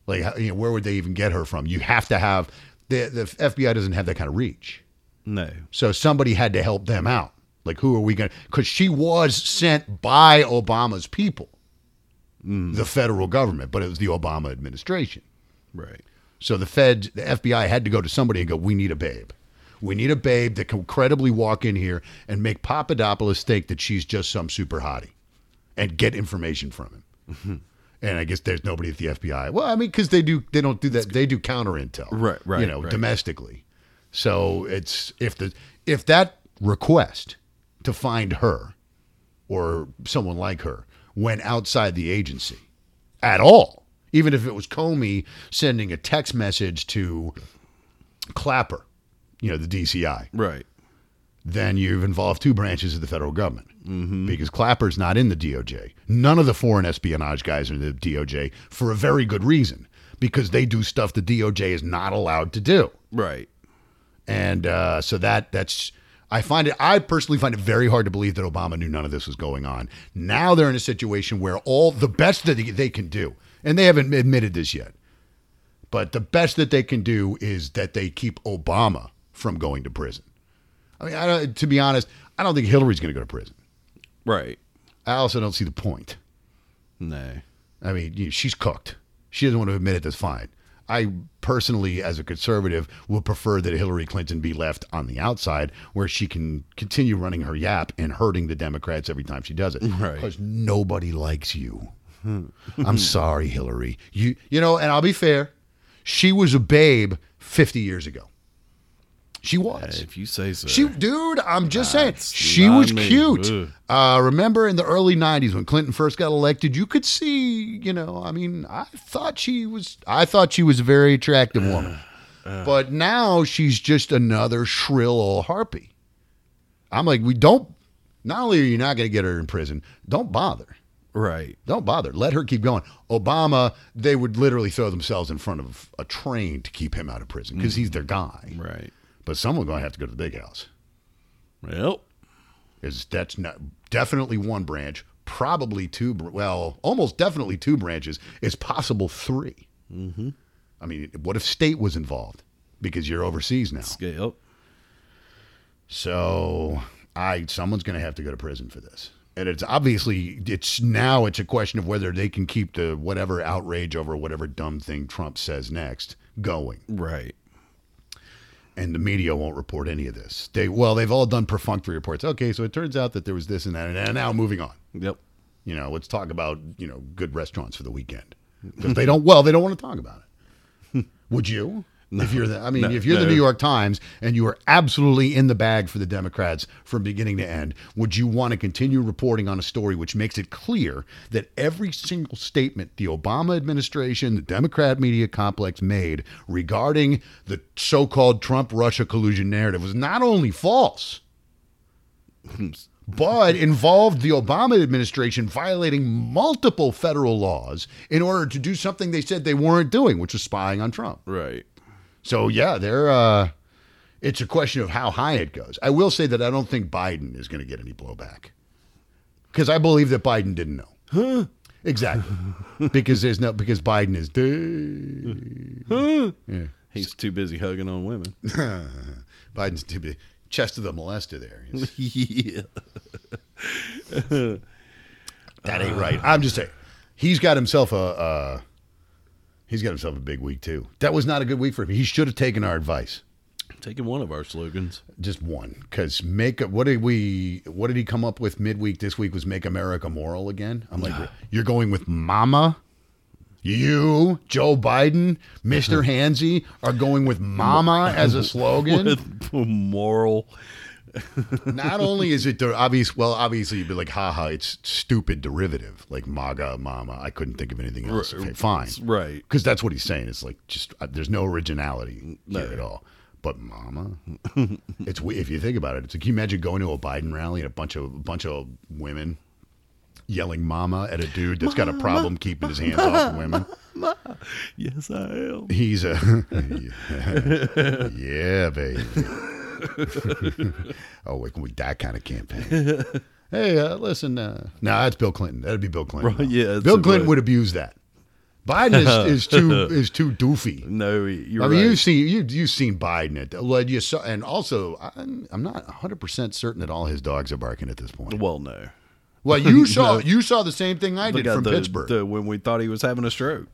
[SPEAKER 4] Like, how- you know, where would they even get her from? You have to have the the FBI doesn't have that kind of reach.
[SPEAKER 5] No.
[SPEAKER 4] So somebody had to help them out. Like, who are we going to? Because she was sent by Obama's people, the federal government, but it was the Obama administration.
[SPEAKER 5] Right.
[SPEAKER 4] So the Fed, the FBI had to go to somebody and go, we need a babe. We need a babe that can credibly walk in here and make Papadopoulos think that she's just some super hottie and get information from him.
[SPEAKER 5] Mm-hmm.
[SPEAKER 4] And I guess there's nobody at the FBI. Well, I mean, because they do, they don't do that. They do counter intel,
[SPEAKER 5] Right, right,
[SPEAKER 4] You know,
[SPEAKER 5] right.
[SPEAKER 4] domestically. So it's if the if that request to find her or someone like her went outside the agency at all, even if it was Comey sending a text message to Clapper, you know, the DCI,
[SPEAKER 5] Right.
[SPEAKER 4] then you've involved two branches of the federal government because Clapper's not in the DOJ. None of the foreign espionage guys are in the DOJ for a very good reason because they do stuff the DOJ is not allowed to do
[SPEAKER 5] Right.
[SPEAKER 4] and uh, so that that's I find it. I personally find it very hard to believe that Obama knew none of this was going on. Now they're in a situation where all the best that they can do And they haven't admitted this yet. But the best that they can do is that they keep Obama from going to prison. I mean, I don't, to be honest, I don't think Hillary's going to go to prison.
[SPEAKER 5] Right.
[SPEAKER 4] I also don't see the point.
[SPEAKER 5] No.
[SPEAKER 4] I mean, you she's cooked. She doesn't want to admit it. That's fine. I personally, as a conservative, would prefer that Hillary Clinton be left on the outside where she can continue running her yap and hurting the Democrats every time she does it.
[SPEAKER 5] Right.
[SPEAKER 4] Because nobody likes you. I'm sorry, Hillary. You, you know, and I'll be fair. She was a babe 50 years ago. She was.
[SPEAKER 5] If you say so.
[SPEAKER 4] She, dude, I'm just
[SPEAKER 5] That's
[SPEAKER 4] saying, she was
[SPEAKER 5] not me. Ugh.
[SPEAKER 4] cute. Uh, remember in the early '90s when Clinton first got elected, you could see, you know, I mean, I thought she was, I thought she was a very attractive
[SPEAKER 5] Uh,
[SPEAKER 4] woman, but now she's just another shrill old harpy. I'm like, we don't. Not only are you not going to get her in prison, don't bother.
[SPEAKER 5] right.
[SPEAKER 4] Don't bother. Let her keep going. Obama, they would literally throw themselves in front of a train to keep him out of prison because he's their guy.
[SPEAKER 5] Right.
[SPEAKER 4] But someone's going to have to go to the big house
[SPEAKER 5] Well,
[SPEAKER 4] is that's not definitely one branch, probably two. br- Well, almost definitely two branches. It's possible 3 Mm-hmm. I mean, what if state was involved because you're overseas now?
[SPEAKER 5] scale.
[SPEAKER 4] So I someone's going to have to go to prison for this. And it's obviously it's now it's a question of whether they can keep the whatever outrage over whatever dumb thing Trump says next going.
[SPEAKER 5] Right.
[SPEAKER 4] and the media won't report any of this. They well, they've all done perfunctory reports. Okay, so it turns out that there was this and that, and, and now moving on.
[SPEAKER 5] Yep.
[SPEAKER 4] You know, let's talk about you know good restaurants for the weekend. If they don't, well, they don't want to talk about it. [LAUGHS] Would you? if you're the, I mean,
[SPEAKER 5] No,
[SPEAKER 4] if you're the
[SPEAKER 5] no.
[SPEAKER 4] New York Times and you are absolutely in the bag for the Democrats from beginning to end, would you want to continue reporting on a story which makes it clear that every single statement the Obama administration, the Democrat media complex made regarding the so-called Trump-Russia collusion narrative was not only false, but involved the Obama administration violating multiple federal laws in order to do something they said they weren't doing, which was spying on Trump.
[SPEAKER 5] Right.
[SPEAKER 4] So yeah, they're. Uh, it's a question of how high it goes. I will say that I don't think Biden is going to get any blowback because I believe that Biden didn't know. Huh? Exactly. because there's no because Biden is. [LAUGHS]
[SPEAKER 5] Mm. He's too busy hugging on women.
[SPEAKER 4] Biden's to be chest of the molester. There, It's-
[SPEAKER 5] [LAUGHS] yeah.
[SPEAKER 4] that ain't right. Uh, I'm just saying, he's got himself a. Uh, he's got himself a big week too. That was not a good week for him. He should have taken our advice.
[SPEAKER 5] Taking one of our slogans.
[SPEAKER 4] just one because make what did we what did he come up with midweek this week was make america moral again i'm like [SIGHS] you're going with mama you joe biden [LAUGHS] mr hansy are going with mama as a slogan
[SPEAKER 5] [LAUGHS] Moral.
[SPEAKER 4] [LAUGHS] not only is it the obvious well obviously you'd be like haha it's stupid derivative like maga mama i couldn't think of anything else okay, fine
[SPEAKER 5] Right.
[SPEAKER 4] because that's what he's saying. It's like just uh, there's no originality
[SPEAKER 5] No.
[SPEAKER 4] here at all. But
[SPEAKER 5] [LAUGHS]
[SPEAKER 4] Mama, it's we- if you think about it, it's like can you imagine going to a Biden rally and a bunch of a bunch of women yelling "Mama" at a dude that's got a problem keeping his hands off women.
[SPEAKER 5] Yes, I [LAUGHS] am.
[SPEAKER 4] He's a [LAUGHS] yeah, baby. [LAUGHS] oh, we can we that kind of campaign. Hey, uh, listen. Uh, no, that's Bill Clinton. That'd be Bill Clinton.
[SPEAKER 5] Right, yeah, that's
[SPEAKER 4] Bill
[SPEAKER 5] a
[SPEAKER 4] Clinton
[SPEAKER 5] good-
[SPEAKER 4] would abuse that. Biden is, is too is too doofy.
[SPEAKER 5] No, you're
[SPEAKER 4] I mean,
[SPEAKER 5] right.
[SPEAKER 4] you've seen you you've seen Biden at well, you saw, and also I'm, I'm not 100 percent certain that all his dogs are barking at this point.
[SPEAKER 5] well, [LAUGHS] no.
[SPEAKER 4] Well, you saw you saw the same thing I
[SPEAKER 5] Look
[SPEAKER 4] did
[SPEAKER 5] at
[SPEAKER 4] from
[SPEAKER 5] the,
[SPEAKER 4] Pittsburgh.
[SPEAKER 5] the- when we thought he was having a stroke.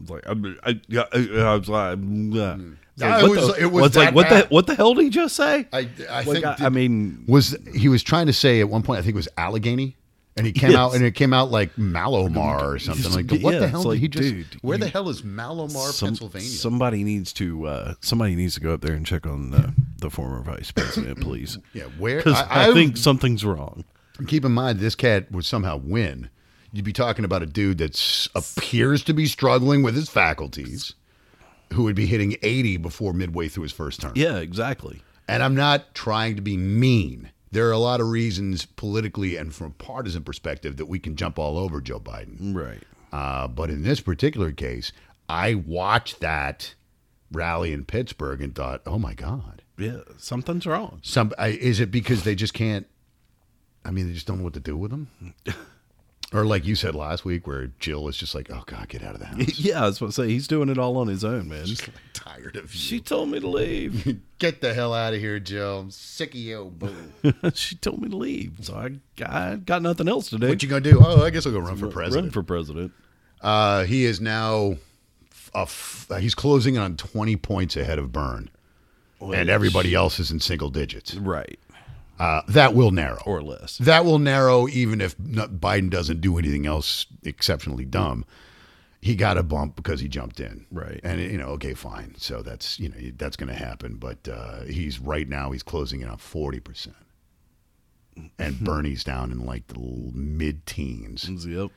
[SPEAKER 5] It's Like I, I, I, I was like, uh,
[SPEAKER 4] Yeah, it
[SPEAKER 5] what
[SPEAKER 4] was-
[SPEAKER 5] the,
[SPEAKER 4] it was
[SPEAKER 5] what's like
[SPEAKER 4] that
[SPEAKER 5] what
[SPEAKER 4] bad.
[SPEAKER 5] the what the hell did he just say?
[SPEAKER 4] I, I
[SPEAKER 5] Like,
[SPEAKER 4] think
[SPEAKER 5] I, I mean,
[SPEAKER 4] was he was trying to say at one point I think it was Allegheny, and he came out
[SPEAKER 5] Yes.
[SPEAKER 4] and it came out like Malomar or something
[SPEAKER 5] Just-
[SPEAKER 4] like that. What
[SPEAKER 5] yeah,
[SPEAKER 4] the
[SPEAKER 5] it's
[SPEAKER 4] hell
[SPEAKER 5] like,
[SPEAKER 4] did he just?
[SPEAKER 5] dude,
[SPEAKER 4] where the
[SPEAKER 5] you-
[SPEAKER 4] hell is Malomar,
[SPEAKER 5] some-
[SPEAKER 4] Pennsylvania?
[SPEAKER 5] somebody needs to uh, somebody needs to go up there and check on the, the former vice president, please.
[SPEAKER 4] [LAUGHS] yeah, where?
[SPEAKER 5] Because I, think something's wrong.
[SPEAKER 4] keep in mind this cat would somehow win. You'd be talking about a dude that appears to be struggling with his faculties, who would be hitting 80 before midway through his first term.
[SPEAKER 5] Yeah, exactly.
[SPEAKER 4] And I'm not trying to be mean. There are a lot of reasons politically and from a partisan perspective that we can jump all over Joe Biden.
[SPEAKER 5] Right.
[SPEAKER 4] Uh, but in this particular case, I watched that rally in Pittsburgh and thought, oh my God.
[SPEAKER 5] Yeah, something's wrong.
[SPEAKER 4] [LAUGHS] Some I, is it because they just can't? I mean, they just don't know what to do with them. Or like you said last week, where Jill is just like, "Oh God, get out of the house." [LAUGHS]
[SPEAKER 5] [LAUGHS] Yeah, I was about to say he's doing it all on his own, man.
[SPEAKER 4] Just like tired of you.
[SPEAKER 5] She told me to
[SPEAKER 4] [LAUGHS]
[SPEAKER 5] leave. [LAUGHS]
[SPEAKER 4] Get the hell out of here, Jill. I'm sick of you. [LAUGHS] Boo.
[SPEAKER 5] she told me to leave, so I, I got nothing else to do.
[SPEAKER 4] What you gonna do? Oh, I guess I'll go run for
[SPEAKER 5] Run
[SPEAKER 4] president.
[SPEAKER 5] for president.
[SPEAKER 4] Uh, he is now, a f- uh, he's closing on 20 points ahead of Byrne, and everybody else is in single digits.
[SPEAKER 5] Right.
[SPEAKER 4] Uh, that will narrow.
[SPEAKER 5] Or less.
[SPEAKER 4] That will narrow even if not, Biden doesn't do anything else exceptionally dumb. He got a bump because he jumped in.
[SPEAKER 5] Right.
[SPEAKER 4] And, you know, okay, fine. So that's, you know, that's going to happen. But uh, he's right now, he's closing in on 40%. And
[SPEAKER 5] Mm-hmm.
[SPEAKER 4] Bernie's down in like the mid teens.
[SPEAKER 5] [LAUGHS] Yep.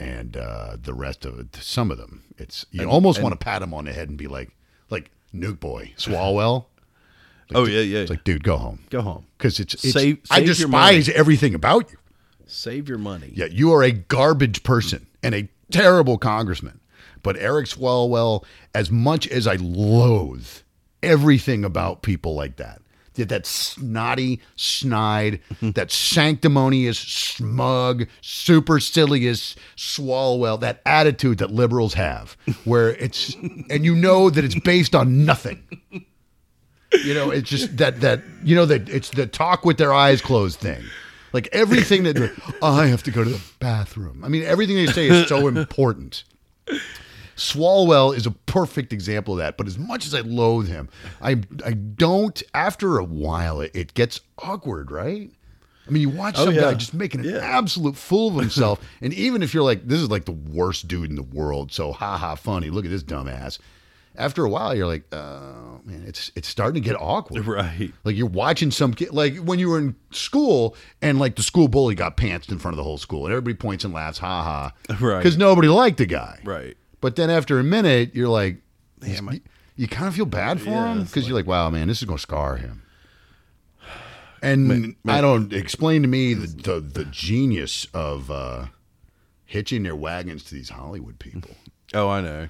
[SPEAKER 4] And uh, the rest of it, some of them, it's, you almost want to pat him on the head and be like, like, Nuke Boy, Swalwell.
[SPEAKER 5] oh yeah, yeah.
[SPEAKER 4] It's like, dude, go home.
[SPEAKER 5] go home.
[SPEAKER 4] Because it's, it's
[SPEAKER 5] Save-
[SPEAKER 4] I
[SPEAKER 5] save your
[SPEAKER 4] despise everything about you.
[SPEAKER 5] Save your money.
[SPEAKER 4] Yeah, you are a garbage person and a terrible congressman. But Eric Swalwell, as much as I loathe everything about people like that, that, that snotty, snide, that sanctimonious, smug, supercilious Swalwell, that attitude that liberals have, where it's, and you know that it's based on nothing. You know, it's just that that you know that it's the talk with their eyes closed thing. Like everything that "Oh, I have to go to the bathroom. I mean, everything they say is so important. Swalwell is a perfect example of that. But as much as I loathe him, I I don't. After a while, it, it gets awkward, right? I mean, you watch some
[SPEAKER 5] yeah.
[SPEAKER 4] guy just making an absolute
[SPEAKER 5] [LAUGHS]
[SPEAKER 4] fool of himself, and even if you're like, this is like the worst dude in the world, so ha ha, funny. Look at this dumbass. After a while, you're like, oh man, it's it's starting to get awkward.
[SPEAKER 5] [LAUGHS] Right.
[SPEAKER 4] Like you're watching some kid, like when you were in school and like the school bully got pantsed in front of the whole school and everybody points and laughs, ha ha.
[SPEAKER 5] [LAUGHS] Right.
[SPEAKER 4] Because nobody liked the guy.
[SPEAKER 5] Right.
[SPEAKER 4] But then after a minute, you're like,
[SPEAKER 5] Damn, I-
[SPEAKER 4] you, you kind of feel bad for him because you're like, wow, man, this is going to scar him. And I don't explain to me the, the, the genius of uh, hitching their wagons to these Hollywood people.
[SPEAKER 5] Oh, I know.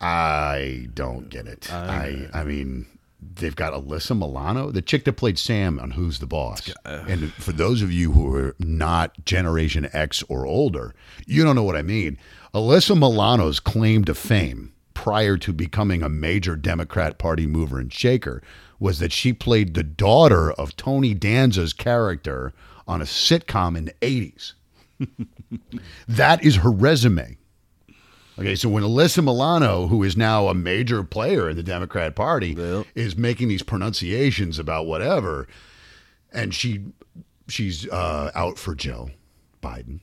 [SPEAKER 4] I don't get it. I I mean, they've got Alyssa Milano, the chick that played Sam on Who's the Boss. And for those of you who are not Generation X or older, you don't know what I mean. Alyssa Milano's claim to fame prior to becoming a major Democrat Party mover and shaker was that she played the daughter of Tony Danza's character on a sitcom in the [LAUGHS] 80s. that is her resume. Okay, so when Alyssa Milano, who is now a major player in the Democrat Party, is making these pronunciations about whatever, and she she's uh, out for Joe Biden,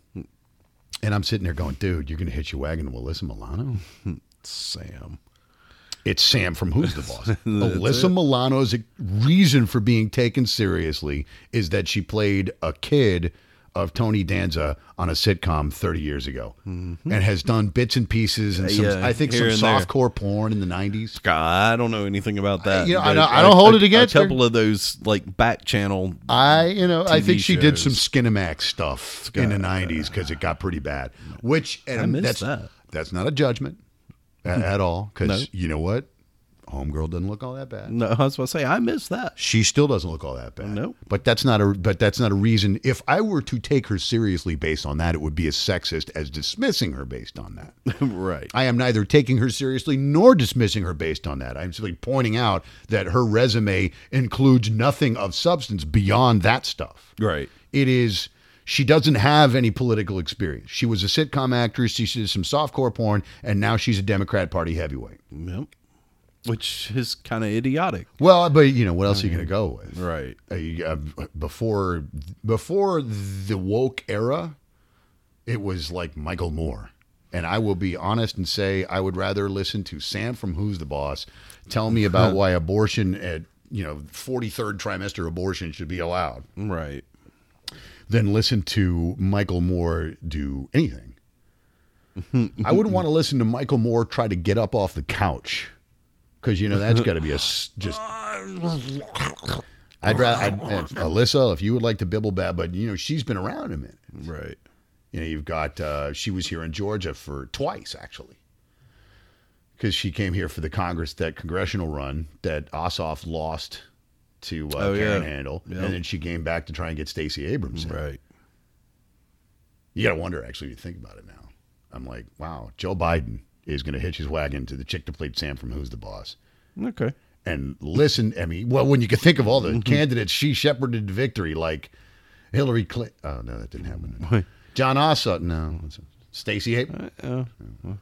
[SPEAKER 4] and I'm sitting there going, "Dude, you're going to hit your wagon to Alyssa Milano?
[SPEAKER 5] Sam.
[SPEAKER 4] It's Sam from Who's the
[SPEAKER 5] [LAUGHS]
[SPEAKER 4] Boss." Alyssa Milano's reason for being taken seriously is that she played a kid of Tony Danza on a sitcom 30 years ago, and has done bits and pieces and some,
[SPEAKER 5] Mm-hmm. Yeah,
[SPEAKER 4] I think some
[SPEAKER 5] here and there. Mm-hmm.
[SPEAKER 4] softcore porn in the 90s.
[SPEAKER 5] I don't know anything about that.
[SPEAKER 4] you know, I
[SPEAKER 5] but
[SPEAKER 4] don't- I don't hold it against
[SPEAKER 5] a
[SPEAKER 4] her.
[SPEAKER 5] couple of those like back channel.
[SPEAKER 4] I, you know, I
[SPEAKER 5] TV
[SPEAKER 4] think she did some
[SPEAKER 5] shows. uh,
[SPEAKER 4] Skinamax stuff in the '90s because it got pretty bad. Which and
[SPEAKER 5] I missed
[SPEAKER 4] that's
[SPEAKER 5] that.
[SPEAKER 4] that's not a judgment
[SPEAKER 5] [LAUGHS]
[SPEAKER 4] a- at, all because you know what, Homegirl doesn't look all that bad.
[SPEAKER 5] No, I was about to say I missed that.
[SPEAKER 4] She still doesn't look all that bad.
[SPEAKER 5] Nope.
[SPEAKER 4] But that's not a but that's not a reason. If I were to take her seriously based on that, it would be as sexist as dismissing her based on that.
[SPEAKER 5] [LAUGHS] right.
[SPEAKER 4] I am neither taking her seriously nor dismissing her based on that. I'm simply pointing out that her resume includes nothing of substance beyond that stuff.
[SPEAKER 5] Right.
[SPEAKER 4] It is she doesn't have any political experience. She was a sitcom actress, she did some softcore porn, and now she's a Democrat Party heavyweight.
[SPEAKER 5] Yep. Which is kind of idiotic.
[SPEAKER 4] Well, but you know, what else are you going to go with?
[SPEAKER 5] Mm-hmm. Right.
[SPEAKER 4] Uh, uh, before before the woke era, it was like Michael Moore. And I will be honest and say I would rather listen to Sam from Who's the Boss tell me about why abortion at you know 43rd trimester abortion should be allowed
[SPEAKER 5] Right.
[SPEAKER 4] than listen to Michael Moore do anything. I wouldn't
[SPEAKER 5] [LAUGHS]
[SPEAKER 4] want to listen to Michael Moore try to get up off the couch because you know that's got to be a s- just. I'd rather I'd, uh, Alyssa, if you would like to bibble bab, but you know she's been around a minute.
[SPEAKER 5] Right.
[SPEAKER 4] You know you've got uh, she was here in Georgia for twice actually because she came here for the Congress that congressional run that Ossoff lost to uh,
[SPEAKER 5] Oh, yeah.
[SPEAKER 4] Karen Handel,
[SPEAKER 5] Yep.
[SPEAKER 4] and then she came back to try and get Stacey Abrams. in.
[SPEAKER 5] Right.
[SPEAKER 4] You got to wonder, actually, if you think about it now. I'm like, wow, Joe Biden is going to hitch his wagon to the chick that played Sam from Who's the Boss.
[SPEAKER 5] Okay.
[SPEAKER 4] And listen, I mean, well, when you can think of all the
[SPEAKER 5] Mm-hmm.
[SPEAKER 4] candidates she shepherded to victory, like Hillary Clinton. Oh, no, that didn't
[SPEAKER 5] [LAUGHS]
[SPEAKER 4] happen. John Ossoff, no. Stacey Abrams.
[SPEAKER 5] Uh,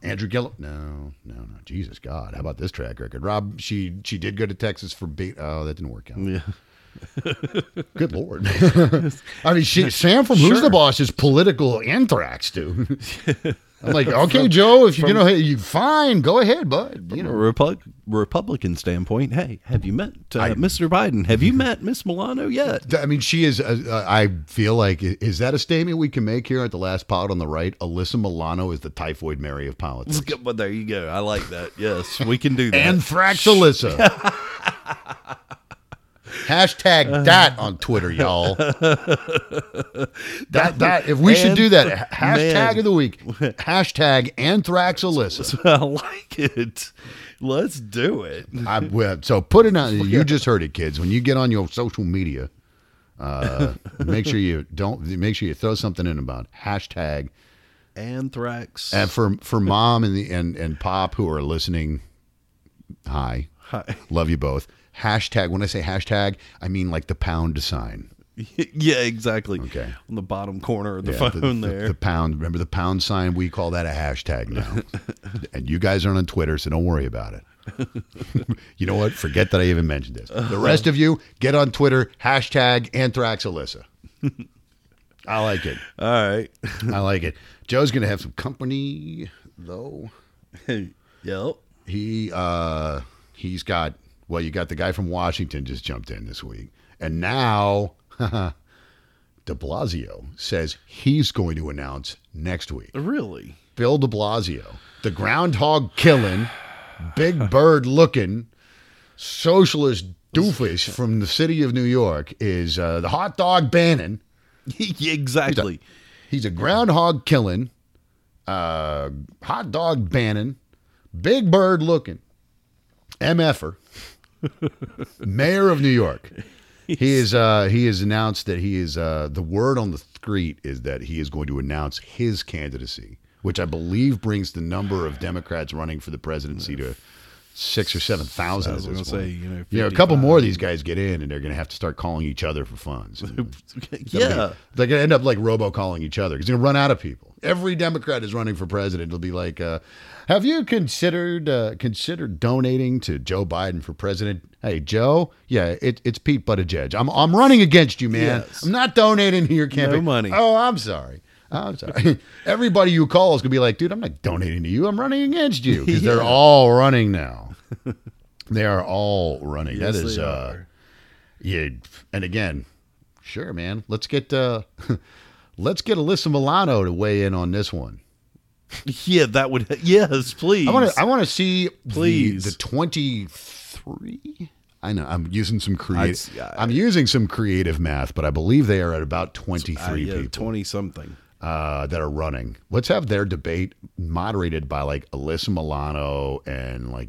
[SPEAKER 4] Andrew Gillum. No, no, no. Jesus God. How about this track record? Rob, she she did go to Texas for beat. Oh, that didn't work out.
[SPEAKER 5] yeah.
[SPEAKER 4] [LAUGHS] Good
[SPEAKER 5] [LAUGHS]
[SPEAKER 4] Lord. I mean, she, Sam from Who's the Boss is political anthrax,
[SPEAKER 5] [LAUGHS]
[SPEAKER 4] dude. I'm like, okay, Joe, if you, you know, hey, you fine, go ahead, bud. You
[SPEAKER 5] From
[SPEAKER 4] know,
[SPEAKER 5] a Repub- Republican standpoint, hey, have you met uh,
[SPEAKER 4] I-
[SPEAKER 5] Mr. Biden? Have [LAUGHS] you met Miss Milano yet?
[SPEAKER 4] Th- I mean, she is. Uh, uh, I feel like i- is that a statement we can make here at the last pod on the right? Alyssa Milano is the typhoid Mary of politics,
[SPEAKER 5] Well, there you go. I like that. Yes, we can do that.
[SPEAKER 4] and Frax [LAUGHS] Alyssa. Hashtag that on Twitter, y'all. That that if we should do that. Hashtag
[SPEAKER 5] Man.
[SPEAKER 4] of the week. Hashtag Anthrax Alyssa.
[SPEAKER 5] [LAUGHS] I like it. Let's do it.
[SPEAKER 4] I, well, so put it [LAUGHS] on. You just heard it, kids. When you get on your social media, uh, make sure you don't. Make sure you throw something in about hashtag.
[SPEAKER 5] Anthrax.
[SPEAKER 4] And for for mom and the and and pop who are listening, hi,
[SPEAKER 5] Hi.
[SPEAKER 4] love you both. Hashtag. When I say hashtag, I mean like the pound sign.
[SPEAKER 5] [LAUGHS] yeah, exactly.
[SPEAKER 4] Okay.
[SPEAKER 5] On the bottom corner of the
[SPEAKER 4] Yeah, the-
[SPEAKER 5] phone
[SPEAKER 4] the-
[SPEAKER 5] there.
[SPEAKER 4] the pound. Remember the pound sign? We call that a hashtag
[SPEAKER 5] [LAUGHS]
[SPEAKER 4] now. and you guys aren't on Twitter, so don't worry about it. [LAUGHS] you know what? Forget that I even mentioned this. The rest of you, get on Twitter, hashtag anthrax Alyssa. I like it.
[SPEAKER 5] All right.
[SPEAKER 4] I like it. Joe's going to have some company, though.
[SPEAKER 5] yep.
[SPEAKER 4] He uh he's got well, you got the guy from Washington just jumped in this week. And now [LAUGHS] De Blasio says he's going to announce next week.
[SPEAKER 5] Really? [LAUGHS]
[SPEAKER 4] Bill De Blasio, the groundhog killing, big bird looking socialist doofus from the city of New York is uh, the hot dog Bannon.
[SPEAKER 5] yeah, exactly.
[SPEAKER 4] He's a groundhog killing, uh, hot dog Bannon, big bird looking, MFer, [LAUGHS] mayor of New York. He is. Uh, he has announced that he is. Uh, the word on the street is that he is going to announce his candidacy, which I believe brings the number of Democrats running for the presidency to six or seven thousand.
[SPEAKER 5] I was
[SPEAKER 4] at this
[SPEAKER 5] gonna
[SPEAKER 4] point.
[SPEAKER 5] say, you know,
[SPEAKER 4] a couple
[SPEAKER 5] 55.
[SPEAKER 4] more of these guys get in, and they're going to have to start calling each other for
[SPEAKER 5] [LAUGHS]
[SPEAKER 4] funds. That'll
[SPEAKER 5] yeah.
[SPEAKER 4] be- they're gonna end up like robocalling each other because they're gonna run out of people. Every Democrat is running for president. It'll be like, uh, have you considered uh, considered donating to Joe Biden for president? Hey, Joe, yeah, it, it's Pete Buttigieg. I'm I'm running against you, man.
[SPEAKER 5] Yes.
[SPEAKER 4] I'm not donating to your campaign.
[SPEAKER 5] money.
[SPEAKER 4] Oh, I'm sorry. I'm sorry. [LAUGHS] Everybody you call is gonna be like, dude, I'm not donating to you. I'm running against you because
[SPEAKER 5] [LAUGHS]
[SPEAKER 4] they're all running now. they are all running.
[SPEAKER 5] Yes,
[SPEAKER 4] that is.
[SPEAKER 5] they
[SPEAKER 4] uh,
[SPEAKER 5] are.
[SPEAKER 4] yeah, and again, sure, man. Let's get uh, [LAUGHS] let's get Alyssa Milano to weigh in on this one.
[SPEAKER 5] Yeah, that would. Yes, please.
[SPEAKER 4] I want to I want to see the-
[SPEAKER 5] Please.
[SPEAKER 4] the, twenty three. I know I'm using some creative.
[SPEAKER 5] I'd-
[SPEAKER 4] I'm using some creative math, but I believe they are at about
[SPEAKER 5] uh,
[SPEAKER 4] twenty
[SPEAKER 5] Ah,
[SPEAKER 4] three people
[SPEAKER 5] Twenty something.
[SPEAKER 4] uh, that are running. Let's have their debate moderated by like Alyssa Milano and like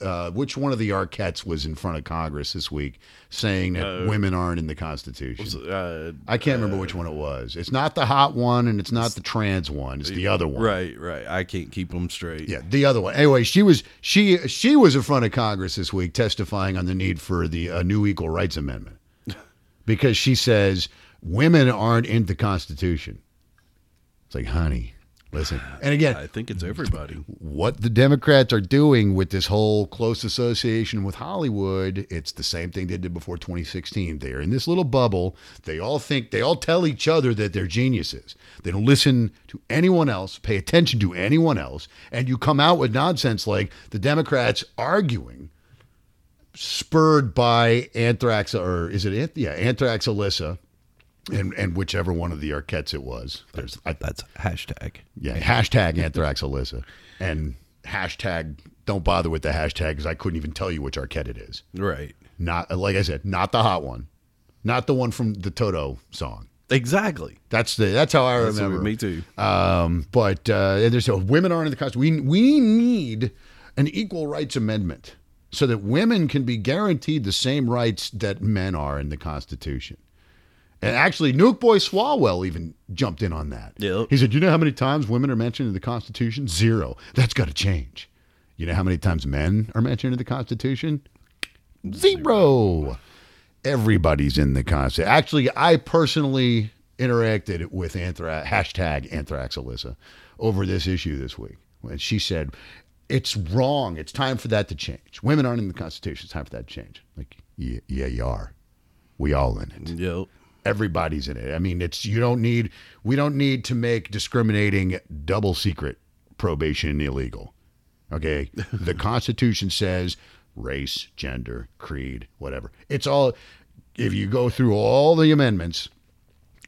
[SPEAKER 4] uh, which one of the Arquettes was in front of Congress this week saying that women aren't in the Constitution.
[SPEAKER 5] Uh,
[SPEAKER 4] I can't remember which one it was. It's not the hot one, and it's not the trans one. It's the other one.
[SPEAKER 5] right, right. I can't keep them straight.
[SPEAKER 4] Yeah, the other one. Anyway, she was she she was in front of Congress this week testifying on the need for the uh, new equal rights amendment because she says women aren't in the Constitution. It's like, honey, listen. And again,
[SPEAKER 5] I think it's everybody.
[SPEAKER 4] what the Democrats are doing with this whole close association with Hollywood, it's the same thing they did before 2016. They're in this little bubble. They all think, they all tell each other that they're geniuses. They don't listen to anyone else, pay attention to anyone else. And you come out with nonsense like the Democrats arguing, spurred by Anthrax, or is it, Anth- yeah, Anthrax Alyssa. And, and whichever one of the Arquettes it was, there's I,
[SPEAKER 5] That's hashtag.
[SPEAKER 4] yeah, hashtag anthrax Alyssa and hashtag don't bother with the hashtag because I couldn't even tell you which Arquette it is.
[SPEAKER 5] Right.
[SPEAKER 4] Not like I said, not the hot one, not the one from the Toto song.
[SPEAKER 5] Exactly.
[SPEAKER 4] That's the that's how I
[SPEAKER 5] That's what-
[SPEAKER 4] remember.
[SPEAKER 5] Me too.
[SPEAKER 4] Um, but uh, there's so women aren't in the Constitution. We we need an equal rights amendment so that women can be guaranteed the same rights that men are in the Constitution. And actually, Nuke Boy Swalwell even jumped in on that.
[SPEAKER 5] Yep.
[SPEAKER 4] He said, You know how many times women are mentioned in the Constitution? Zero. That's got to change. You know how many times men are mentioned in the Constitution? Zero. Everybody's in the Constitution. Actually, I personally interacted with anthrax, hashtag anthrax Alyssa over this issue this week. And she said, It's wrong. It's time for that to change. Women aren't in the Constitution. It's time for that to change. Like, yeah, yeah you are. We all in it
[SPEAKER 5] Yep.
[SPEAKER 4] everybody's in it. I mean, it's you don't need we don't need to make discriminating double secret probation illegal. Okay? the constitution says race, gender, creed, whatever. It's all if you go through all the amendments,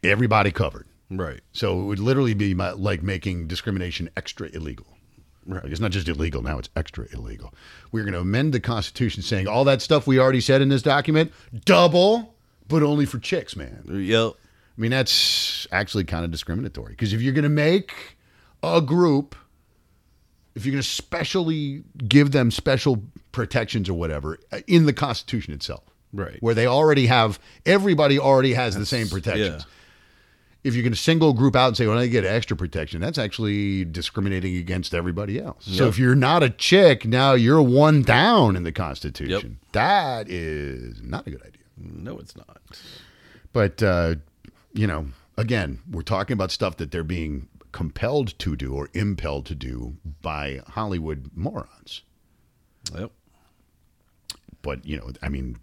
[SPEAKER 4] everybody covered.
[SPEAKER 5] Right.
[SPEAKER 4] So it would literally be my, like making discrimination extra illegal. Right. it's not just illegal now; it's extra illegal. We're going to amend the Constitution saying all that stuff we already said in this document, double, but only for chicks, man.
[SPEAKER 5] Yep.
[SPEAKER 4] I mean, that's actually kind of discriminatory because if you're going to make a group, if you're going to specially give them special protections or whatever uh, in the Constitution itself,
[SPEAKER 5] Right.
[SPEAKER 4] where they already have everybody already has the same protections. If you're going to single group out and say, "Well, I get extra protection," that's actually discriminating against everybody else. So if you're not a chick, now you're one down in the Constitution. That is not a good idea.
[SPEAKER 5] No, it's not.
[SPEAKER 4] But uh, you know, again, we're talking about stuff that they're being compelled to do or impelled to do by Hollywood morons.
[SPEAKER 5] Yep.
[SPEAKER 4] But you know, I mean,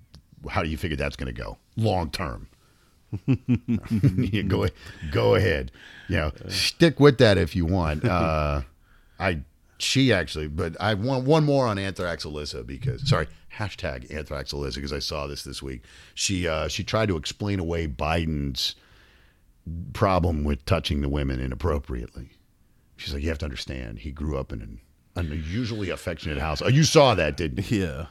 [SPEAKER 4] how do you figure that's going to go long term? [LAUGHS] Yeah, go go ahead. You know, stick with that if you want. Uh, [LAUGHS] I she actually, but I want one more on Anthrax Alyssa because sorry hashtag Anthrax Alyssa because I saw this this week. She uh, she tried to explain away Biden's problem with touching the women inappropriately. She's like, you have to understand, he grew up in an unusually affectionate house. Oh, you saw that, didn't you?
[SPEAKER 5] Yeah.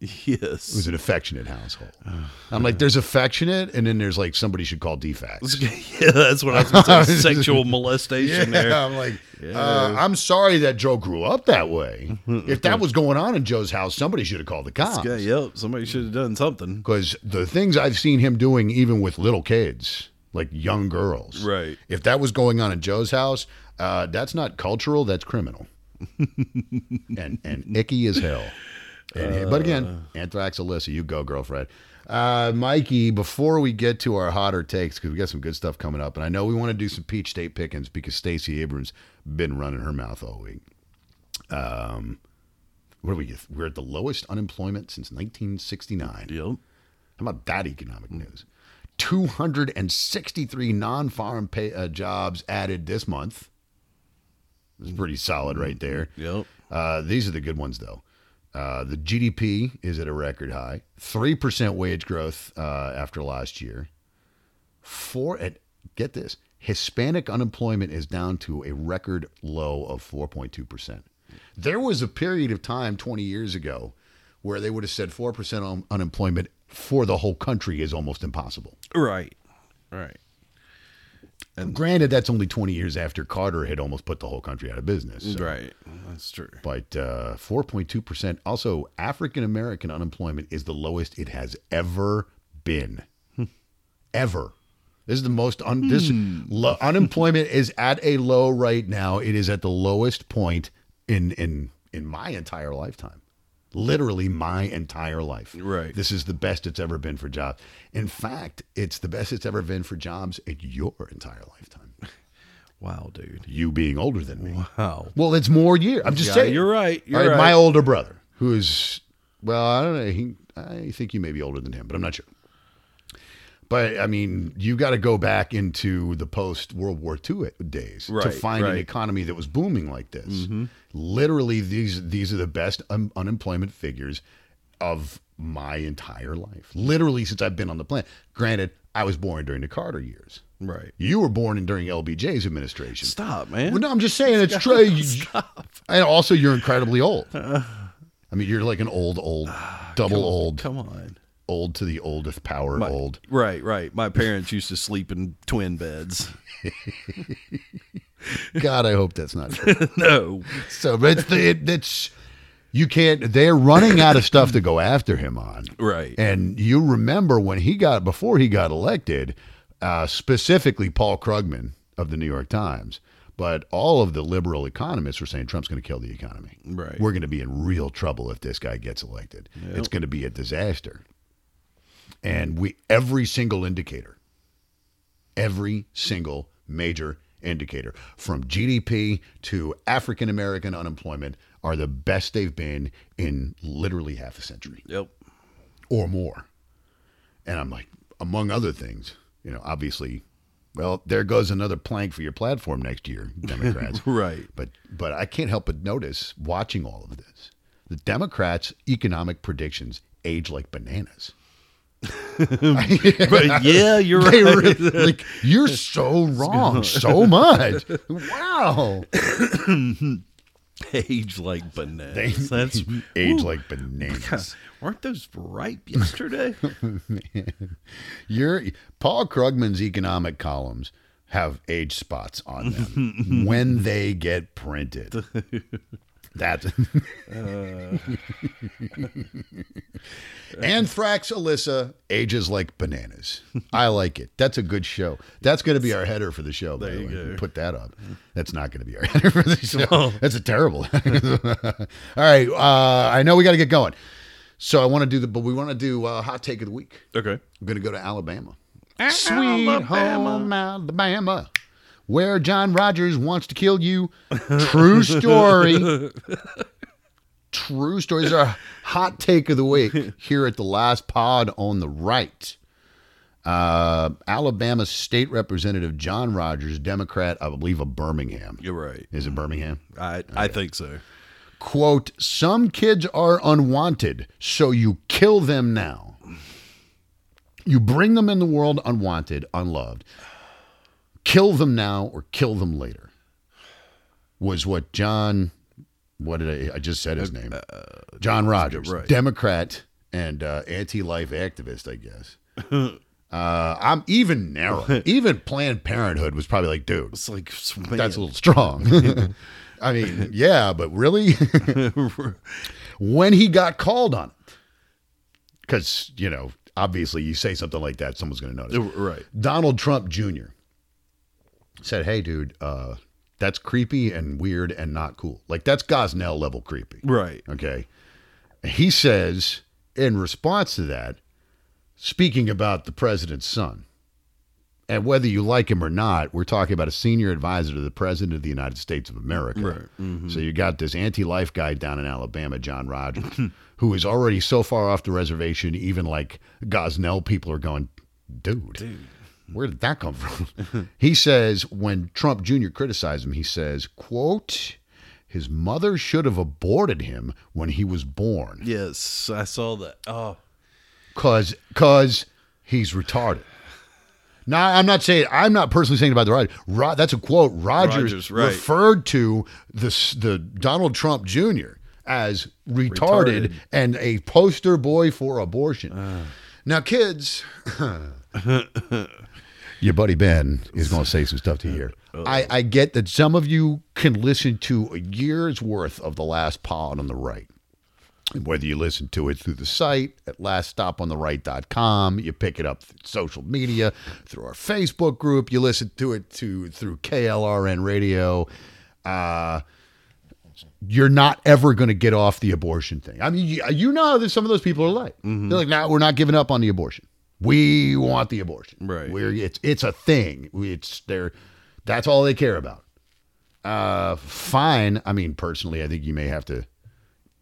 [SPEAKER 4] It was
[SPEAKER 5] Yes.
[SPEAKER 4] an affectionate
[SPEAKER 5] [SIGHS]
[SPEAKER 4] household.
[SPEAKER 5] Oh.
[SPEAKER 4] I'm like, there's affectionate, and then there's like somebody should call defects.
[SPEAKER 5] [LAUGHS] yeah, that's what [LAUGHS] I was going to say.
[SPEAKER 4] [LAUGHS]
[SPEAKER 5] Sexual molestation there.
[SPEAKER 4] I'm like, uh, I'm sorry that Joe grew up that way.
[SPEAKER 5] Mm-hmm,
[SPEAKER 4] if that was going on in Joe's house, somebody should have called the cops.
[SPEAKER 5] Yeah, yep. Somebody should have done something.
[SPEAKER 4] Because the things I've seen him doing, even with little kids, like young girls,
[SPEAKER 5] Right.
[SPEAKER 4] If that was going on in Joe's house, uh, that's not cultural. That's criminal, [LAUGHS] and and icky as hell. And- but again, Anthrax Alyssa, you go, girlfriend. Uh, Mikey, before we get to our hotter takes, because we got some good stuff coming up, and I know we want to do some Peach State pickings because Stacey Abrams been running her mouth all week. Um, what do we get? We're at the lowest unemployment since 1969.
[SPEAKER 5] Yep.
[SPEAKER 4] How about that economic news? 263 non farm pay uh, jobs added this month. That's pretty solid right there.
[SPEAKER 5] Yep.
[SPEAKER 4] Uh, these are the good ones, though. Uh, the GDP is at a record high, 3% wage growth uh, after last year. Four, and get this Hispanic unemployment is down to a record low of 4.2%. There was a period of time 20 years ago where they would have said 4% un- unemployment for the whole country is almost impossible.
[SPEAKER 5] Right. Right.
[SPEAKER 4] Granted, that's only 20 years after Carter had almost put the whole country out of business. so-
[SPEAKER 5] Right. That's true.
[SPEAKER 4] but uh, 4.2%. Also, African American unemployment is the lowest it has ever been.
[SPEAKER 5] Hmm.
[SPEAKER 4] ever. This is the most un- this lo- unemployment is at a low right now. It is at the lowest point in in in my entire lifetime. Literally my entire life.
[SPEAKER 5] Right.
[SPEAKER 4] This is the best it's ever been for jobs. In fact, it's the best it's ever been for jobs in your entire lifetime.
[SPEAKER 5] Wow, dude.
[SPEAKER 4] You being older than me.
[SPEAKER 5] Wow.
[SPEAKER 4] Well, it's more year. I'm just
[SPEAKER 5] Yeah,
[SPEAKER 4] saying.
[SPEAKER 5] you're right, you're
[SPEAKER 4] All
[SPEAKER 5] right.
[SPEAKER 4] My older brother, who is, well, I don't know. He, I think you may be older than him, but I'm not sure. But I mean, you got to go back into the post World War II days to
[SPEAKER 5] Right,
[SPEAKER 4] find an
[SPEAKER 5] right. Mm-hmm.
[SPEAKER 4] economy that was booming like this. Literally, these these are the best un- unemployment figures of my entire life. Literally, since I've been on the planet. Granted, I was born during the Carter years.
[SPEAKER 5] Right.
[SPEAKER 4] You were born in during LBJ's administration.
[SPEAKER 5] Stop, man.
[SPEAKER 4] Well, no, I'm just saying it's
[SPEAKER 5] [LAUGHS]
[SPEAKER 4] true. You- And also, you're incredibly old. I mean, you're like an old, old, double old,
[SPEAKER 5] Uh, Ah, Come on.
[SPEAKER 4] old to the oldest power
[SPEAKER 5] [LAUGHS]
[SPEAKER 4] old.
[SPEAKER 5] Right, right. My parents used to sleep in twin beds.
[SPEAKER 4] God, I hope that's not true.
[SPEAKER 5] [LAUGHS] no.
[SPEAKER 4] so, but it's, the- it, it's you can't. They're running out of stuff to go after him on.
[SPEAKER 5] Right.
[SPEAKER 4] And you remember when he got before he got elected, uh, specifically Paul Krugman of the New York Times. But all of the liberal economists were saying Trump's going to kill the economy.
[SPEAKER 5] Right.
[SPEAKER 4] We're going to be in real trouble if this guy gets elected. It's going to be a disaster. And we every single indicator, every single major indicator from GDP to African American unemployment are the best they've been in literally half a century
[SPEAKER 5] Yep. [LAUGHS]
[SPEAKER 4] or more. And I'm like, among other things, you know, obviously, well, there goes another plank for your platform next
[SPEAKER 5] [LAUGHS]
[SPEAKER 4] year, Democrats.
[SPEAKER 5] Right.
[SPEAKER 4] But but I can't help but notice watching all of this. The Democrats' economic predictions age like
[SPEAKER 5] [LAUGHS]
[SPEAKER 4] bananas. [LAUGHS]
[SPEAKER 5] But yeah, you're
[SPEAKER 4] They
[SPEAKER 5] right.
[SPEAKER 4] re- like you're so wrong so
[SPEAKER 5] [LAUGHS]
[SPEAKER 4] much. Wow.
[SPEAKER 5] [LAUGHS] Age like bananas. That's
[SPEAKER 4] age
[SPEAKER 5] Ooh.
[SPEAKER 4] like bananas.
[SPEAKER 5] Weren't those ripe yesterday?
[SPEAKER 4] Your Paul Krugman's economic columns have age spots on them
[SPEAKER 5] [LAUGHS]
[SPEAKER 4] when they get printed. That
[SPEAKER 5] Uh.
[SPEAKER 4] [LAUGHS] Anthrax Alyssa ages like bananas. I like it. That's a good show. That's going to be our header for the show. There by the
[SPEAKER 5] you
[SPEAKER 4] way.
[SPEAKER 5] go.
[SPEAKER 4] Put that up. That's not going to be our [LAUGHS] header for the show. That's a terrible. [LAUGHS] All right. Uh, I know we got to get going. So I want to do the, but we want to do uh, hot take of the week.
[SPEAKER 5] [LAUGHS] okay.
[SPEAKER 4] I'm going to go to Alabama. Sweet home Alabama, where John Rogers wants to kill you. True story. True story. This is our hot take of the week here at the last pod on the right. Uh, Alabama State Representative John Rogers, Democrat, I believe, of Birmingham.
[SPEAKER 5] You're right.
[SPEAKER 4] Is it Birmingham?
[SPEAKER 5] I I think so.
[SPEAKER 4] quote, some kids are unwanted, so you kill them now. You bring them in the world unwanted, unloved. Kill them now or kill them later. Was what John, what did I, I just said his name? John Rogers,
[SPEAKER 5] right.
[SPEAKER 4] Democrat and uh, anti life activist, I guess. Uh, I'm even narrow. Even Planned Parenthood was probably like, dude,
[SPEAKER 5] It's like [LAUGHS]
[SPEAKER 4] that's a little strong. [LAUGHS] I mean, yeah, but really? [LAUGHS]
[SPEAKER 5] [LAUGHS] little
[SPEAKER 4] when he got called on it. Because, you know, obviously you say something like that, someone's going to notice.
[SPEAKER 5] right.
[SPEAKER 4] Donald Trump Jr. said, hey, dude, uh, that's creepy and weird and not cool. Like, that's Gosnell level creepy.
[SPEAKER 5] Right.
[SPEAKER 4] Okay. He says, in response to that, speaking about the president's son, and whether you like him or not, we're talking about a senior advisor to the president of the United States of America.
[SPEAKER 5] Right.
[SPEAKER 4] So you got this anti life guy down in Alabama, John Rogers, [LAUGHS] who is already so far off the reservation, even like Gosnell people are going, dude. Where did that come from? [LAUGHS] he says when Trump Jr. criticized him, he says, quote, his mother should have aborted him when he was born
[SPEAKER 5] Yes, I saw that. Oh,
[SPEAKER 4] cause cause he's retarded. Now I'm not saying I'm not personally saying about the Rogers. Ro- that's a quote. Rogers,
[SPEAKER 5] Rogers, right.
[SPEAKER 4] referred to the s- the Donald Trump Jr. as retarded,
[SPEAKER 5] Retarded. Ah.
[SPEAKER 4] and a poster boy for abortion. now, kids, [LAUGHS] your buddy Ben is going to say some stuff to you here. I, I get that some of you can listen to a year's worth of the last pod on the right whether you listen to it through the site at laststopontheright.com, you pick it up through social media, through our Facebook group, you listen to it to through KLRN radio. Uh, you're not ever going to get off the abortion thing. I mean, you, you know that some of those people are like, they're like, no, we're not giving up on the abortion. We want the abortion.
[SPEAKER 5] Right.
[SPEAKER 4] We're it's it's a thing. We- It's their that's all they care about. Uh, fine. I mean, personally, I think you may have to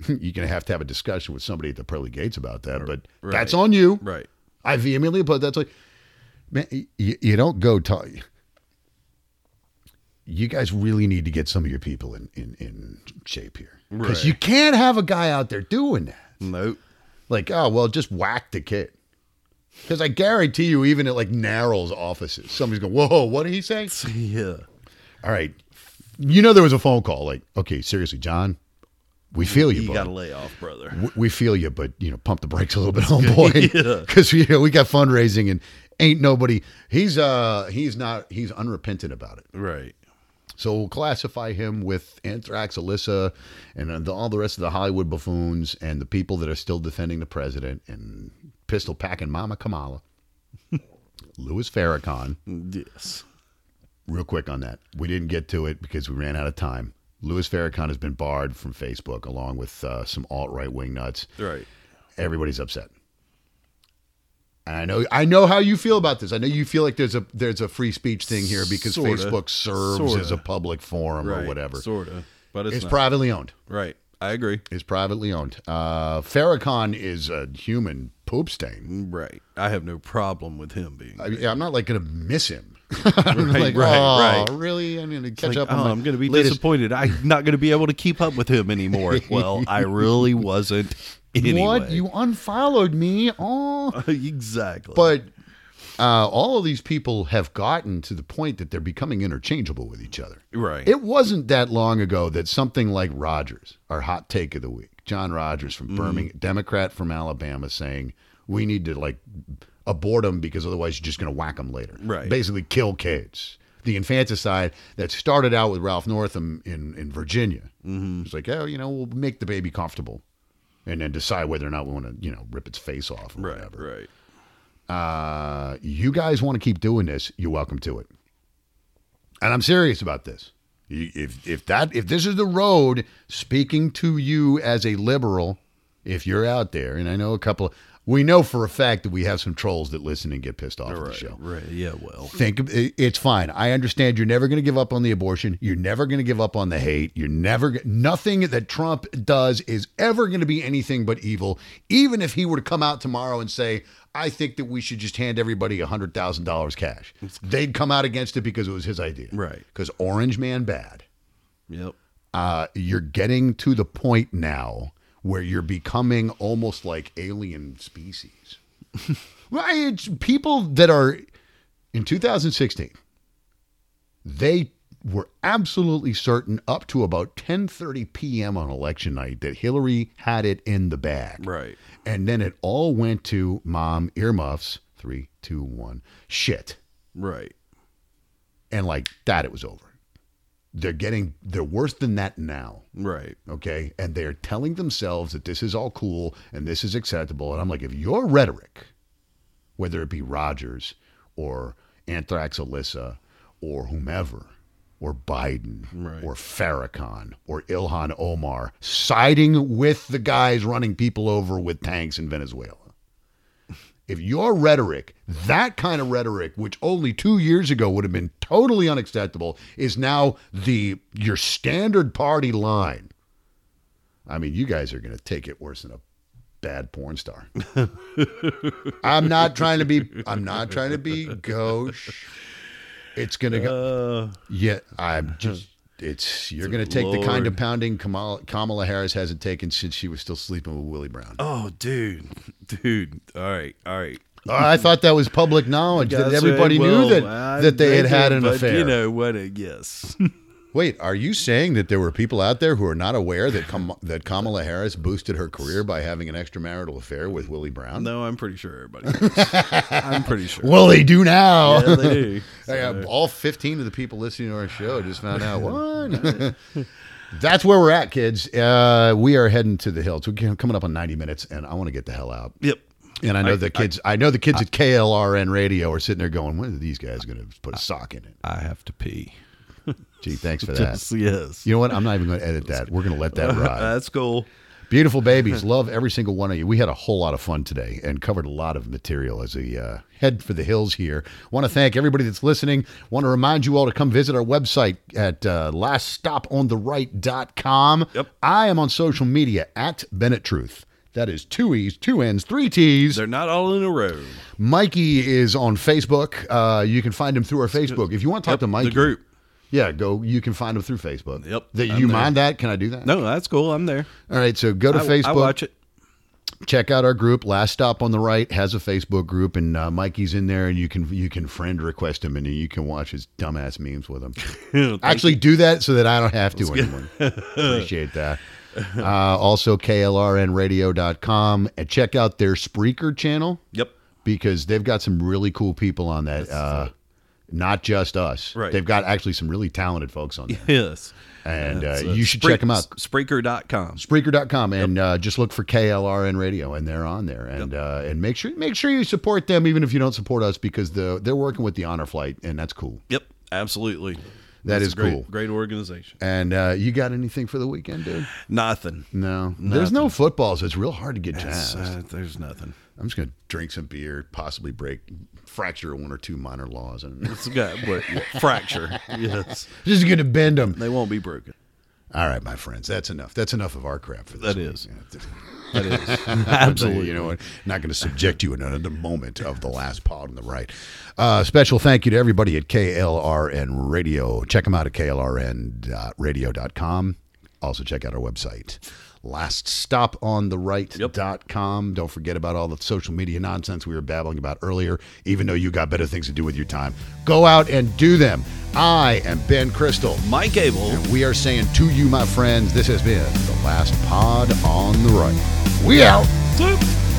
[SPEAKER 4] [LAUGHS] you're going to have to have a discussion with somebody at the pearly gates about that. But
[SPEAKER 5] Right.
[SPEAKER 4] that's on you.
[SPEAKER 5] right.
[SPEAKER 4] I vehemently put that's like, man, you, you don't go talk. You guys really need to get some of your people in in, in shape here because
[SPEAKER 5] Right.
[SPEAKER 4] you can't have a guy out there doing that.
[SPEAKER 5] Nope. [LAUGHS]
[SPEAKER 4] Like, oh well, just whack the kid. Because I guarantee you, even at like Narrow's offices, somebody's going, "Whoa, what did he say?"
[SPEAKER 5] Yeah.
[SPEAKER 4] All right, you know there was a phone call. Like, okay, seriously, John, we feel you.
[SPEAKER 5] You
[SPEAKER 4] bud."
[SPEAKER 5] got to lay off, brother.
[SPEAKER 4] we- we feel you, but you know, pump the brakes a little bit, homeboy, because you know we got fundraising and ain't nobody. He's uh he's not he's unrepentant about it.
[SPEAKER 5] Right.
[SPEAKER 4] So we'll classify him with Anthrax, Alyssa, and uh, the, all the rest of the Hollywood buffoons and the people that are still defending the president and pistol packing Mama Kamala. [LAUGHS] Louis Farrakhan.
[SPEAKER 5] Yes.
[SPEAKER 4] Real quick on that. We didn't get to it because we ran out of time. Louis Farrakhan has been barred from Facebook along with uh, some alt right wing nuts.
[SPEAKER 5] Right.
[SPEAKER 4] Everybody's upset. And I know I know how you feel about this. I know you feel like there's a there's a free speech thing here because
[SPEAKER 5] Sorta.
[SPEAKER 4] Facebook serves as
[SPEAKER 5] Sorta.
[SPEAKER 4] a public forum
[SPEAKER 5] Right.
[SPEAKER 4] or whatever.
[SPEAKER 5] Sort of. But it's,
[SPEAKER 4] it's
[SPEAKER 5] not.
[SPEAKER 4] privately owned.
[SPEAKER 5] right. I agree.
[SPEAKER 4] It's privately owned. Uh, Farrakhan is a human poop stain.
[SPEAKER 5] Right. I have no problem with him being.
[SPEAKER 4] I mean, I'm not like going to miss him. [LAUGHS] I'm
[SPEAKER 5] Right,
[SPEAKER 4] like,
[SPEAKER 5] right,
[SPEAKER 4] oh,
[SPEAKER 5] right.
[SPEAKER 4] really? I'm going to
[SPEAKER 5] Like,
[SPEAKER 4] catch up.
[SPEAKER 5] oh,
[SPEAKER 4] on my
[SPEAKER 5] I'm going to be
[SPEAKER 4] latest
[SPEAKER 5] disappointed. I'm not going to be able to keep up with
[SPEAKER 4] [LAUGHS]
[SPEAKER 5] him anymore. well, I really wasn't anyway.
[SPEAKER 4] What? You unfollowed me? Oh.
[SPEAKER 5] [LAUGHS] exactly.
[SPEAKER 4] But uh, all of these people have gotten to the point that they're becoming interchangeable with each other.
[SPEAKER 5] right.
[SPEAKER 4] It wasn't that long ago that something like Rogers, our hot take of the week, John Rogers from
[SPEAKER 5] Mm-hmm.
[SPEAKER 4] Birmingham, Democrat from Alabama, saying we need to like abort them because otherwise you're just going to whack them later.
[SPEAKER 5] Right.
[SPEAKER 4] Basically, kill kids. The infanticide that started out with Ralph Northam in in Virginia. Mm-hmm. It's like, oh, you know, we'll make the baby comfortable, and then decide whether or not we want to, you know, rip its face off or
[SPEAKER 5] right.
[SPEAKER 4] whatever
[SPEAKER 5] Right.
[SPEAKER 4] uh, you guys want to keep doing this, you're welcome to it. And I'm serious about this. You- If if that if this is the road, speaking to you as a liberal, if you're out there, and I know a couple, we know for a fact that we have some trolls that listen and get pissed off at the
[SPEAKER 5] Right.
[SPEAKER 4] show.
[SPEAKER 5] Right. Yeah. Well.
[SPEAKER 4] Think of- it- it's fine. I understand you're never going to give up on the abortion. You're never going to give up on the hate. You're never g- nothing that Trump does is ever going to be anything but evil. Even if he were to come out tomorrow and say, "I think that we should just hand everybody hundred thousand dollars cash," they'd come out against it because it was his idea.
[SPEAKER 5] Right.
[SPEAKER 4] Because Orange Man bad
[SPEAKER 5] Yep.
[SPEAKER 4] uh, you're getting to the point now where you're becoming almost like alien species. [LAUGHS] right? It's people that are in 2016, they were absolutely certain up to about 10:30 p.m. on election night that Hillary had it in the bag.
[SPEAKER 5] Right.
[SPEAKER 4] And then it all went to mom earmuffs. Three, two, one. Shit
[SPEAKER 5] Right.
[SPEAKER 4] and like that it was over they're getting they're worse than that now
[SPEAKER 5] Right.
[SPEAKER 4] okay and they're telling themselves that this is all cool and this is acceptable and i'm like if your rhetoric whether it be rogers or anthrax alyssa or whomever or biden
[SPEAKER 5] Right.
[SPEAKER 4] or farrakhan or ilhan omar siding with the guys running people over with tanks in venezuela if your rhetoric, that kind of rhetoric, which only two years ago would have been totally unacceptable, is now the your standard party line. I mean, you guys are going to take it worse than a bad porn star. [LAUGHS] I'm not trying to be. I'm not trying to be gauche. It's going to go.
[SPEAKER 5] Uh.
[SPEAKER 4] Yeah, I'm just. It's you're going to take the kind of pounding Kamala, Kamala Harris hasn't taken since she was still sleeping with Willie Brown.
[SPEAKER 5] Oh, dude. [LAUGHS] Dude. All right. All right.
[SPEAKER 4] Uh, I thought that was public knowledge that
[SPEAKER 5] Guys,
[SPEAKER 4] everybody
[SPEAKER 5] well,
[SPEAKER 4] knew that
[SPEAKER 5] I'm
[SPEAKER 4] that they had had an
[SPEAKER 5] thinking, but
[SPEAKER 4] affair.
[SPEAKER 5] You know what? A,
[SPEAKER 4] [LAUGHS]
[SPEAKER 5] yes.
[SPEAKER 4] Wait, are you saying that there were people out there who are not aware that Kam- that Kamala Harris boosted her career by having an extramarital affair with Willie Brown?
[SPEAKER 5] no, I'm pretty
[SPEAKER 4] [LAUGHS]
[SPEAKER 5] sure everybody. knows. I'm pretty sure.
[SPEAKER 4] Well, they do now.
[SPEAKER 5] Yeah, they do.
[SPEAKER 4] [LAUGHS] Hey, uh, all 15 of the people listening to our show just found [LAUGHS] out what. That's where we're at, kids. Uh, we are heading to the hills. We're coming up on 90 minutes, and I want to get the hell out.
[SPEAKER 5] Yep.
[SPEAKER 4] And I know the kids. I, know the kids at KLRN Radio are sitting there going, "When are these guys going to put a sock in it?"
[SPEAKER 5] I have to pee.
[SPEAKER 4] Gee, thanks [LAUGHS] for that.
[SPEAKER 5] [LAUGHS] Yes. Yes.
[SPEAKER 4] You know what? I'm not even going to edit that. We're going to let
[SPEAKER 5] [LAUGHS]
[SPEAKER 4] [LAUGHS] that ride.
[SPEAKER 5] That's cool.
[SPEAKER 4] Beautiful babies. Love every single one of you. We had a whole lot of fun today and covered a lot of material as we uh, head for the hills here. Want to thank everybody that's listening. Want to remind you all to come visit our website at uh, laststopontheright.com.
[SPEAKER 5] Yep.
[SPEAKER 4] I am on social media at Bennett Truth. That is two E's, two N's, three T's.
[SPEAKER 5] They're not all in a row.
[SPEAKER 4] Mikey is on Facebook. Uh, you can find him through our Facebook. If you want to talk to Mikey,
[SPEAKER 5] The group.
[SPEAKER 4] yeah, go. You can find him through Facebook.
[SPEAKER 5] Yep,
[SPEAKER 4] That
[SPEAKER 5] I'm
[SPEAKER 4] you
[SPEAKER 5] there.
[SPEAKER 4] mind that? Can I do that?
[SPEAKER 5] No, that's cool. I'm there.
[SPEAKER 4] All right, so go to
[SPEAKER 5] I,
[SPEAKER 4] Facebook.
[SPEAKER 5] I watch it. [LAUGHS]
[SPEAKER 4] Check out our group. Last stop on the right has a Facebook group, and uh, Mikey's in there, and you can you can friend request him, and you can watch his dumbass memes with
[SPEAKER 5] [LAUGHS]
[SPEAKER 4] him. Actually, do that so that I don't have to anymore. Appreciate that. Uh, also, klrnradio.com, and Uh, check out their Spreaker channel
[SPEAKER 5] Yep.
[SPEAKER 4] because they've got some really cool people on that. Uh, not just us.
[SPEAKER 5] Right.
[SPEAKER 4] They've got actually some really talented folks on there.
[SPEAKER 5] Yes.
[SPEAKER 4] And uh,
[SPEAKER 5] That's,
[SPEAKER 4] you should check 'em out.
[SPEAKER 5] Spreaker.com.
[SPEAKER 4] Spreaker.com and uh, just look for KLRN Radio and they're on there and uh, and make sure make sure you support them even if you don't support us because the they're working with the Honor Flight and that's cool
[SPEAKER 5] Yep. Absolutely.
[SPEAKER 4] That's
[SPEAKER 5] a great,
[SPEAKER 4] cool.
[SPEAKER 5] Great organization.
[SPEAKER 4] and uh, you got anything for the weekend dude
[SPEAKER 5] Nothing.
[SPEAKER 4] no there's no football so it's real hard to get jazzed
[SPEAKER 5] Uh, there's nothing.
[SPEAKER 4] I'm just gonna drink some beer possibly break fracture one or two minor laws and [LAUGHS]
[SPEAKER 5] [LAUGHS] It's got what, fracture. Yes.
[SPEAKER 4] just gonna bend them
[SPEAKER 5] They won't be broken.
[SPEAKER 4] all right my friends that's enough that's enough of our crap for this
[SPEAKER 5] That is.
[SPEAKER 4] week.
[SPEAKER 5] [LAUGHS]
[SPEAKER 4] [LAUGHS]
[SPEAKER 5] That is.
[SPEAKER 4] Absolutely. You know, what? not going to subject you in another moment of the last pod on the right. Uh, special thank you to everybody at KLRN Radio. Check them out at klrnradio.com. Also, check out our website, laststopontherright.com. Don't forget about all the social media nonsense we were babbling about earlier, even though you got better things to do with your time. Go out and do them. I am Ben Crystal.
[SPEAKER 5] Mike Abel.
[SPEAKER 4] And we are saying to you, my friends, this has been the last pod on the right. We out.
[SPEAKER 5] Bloop.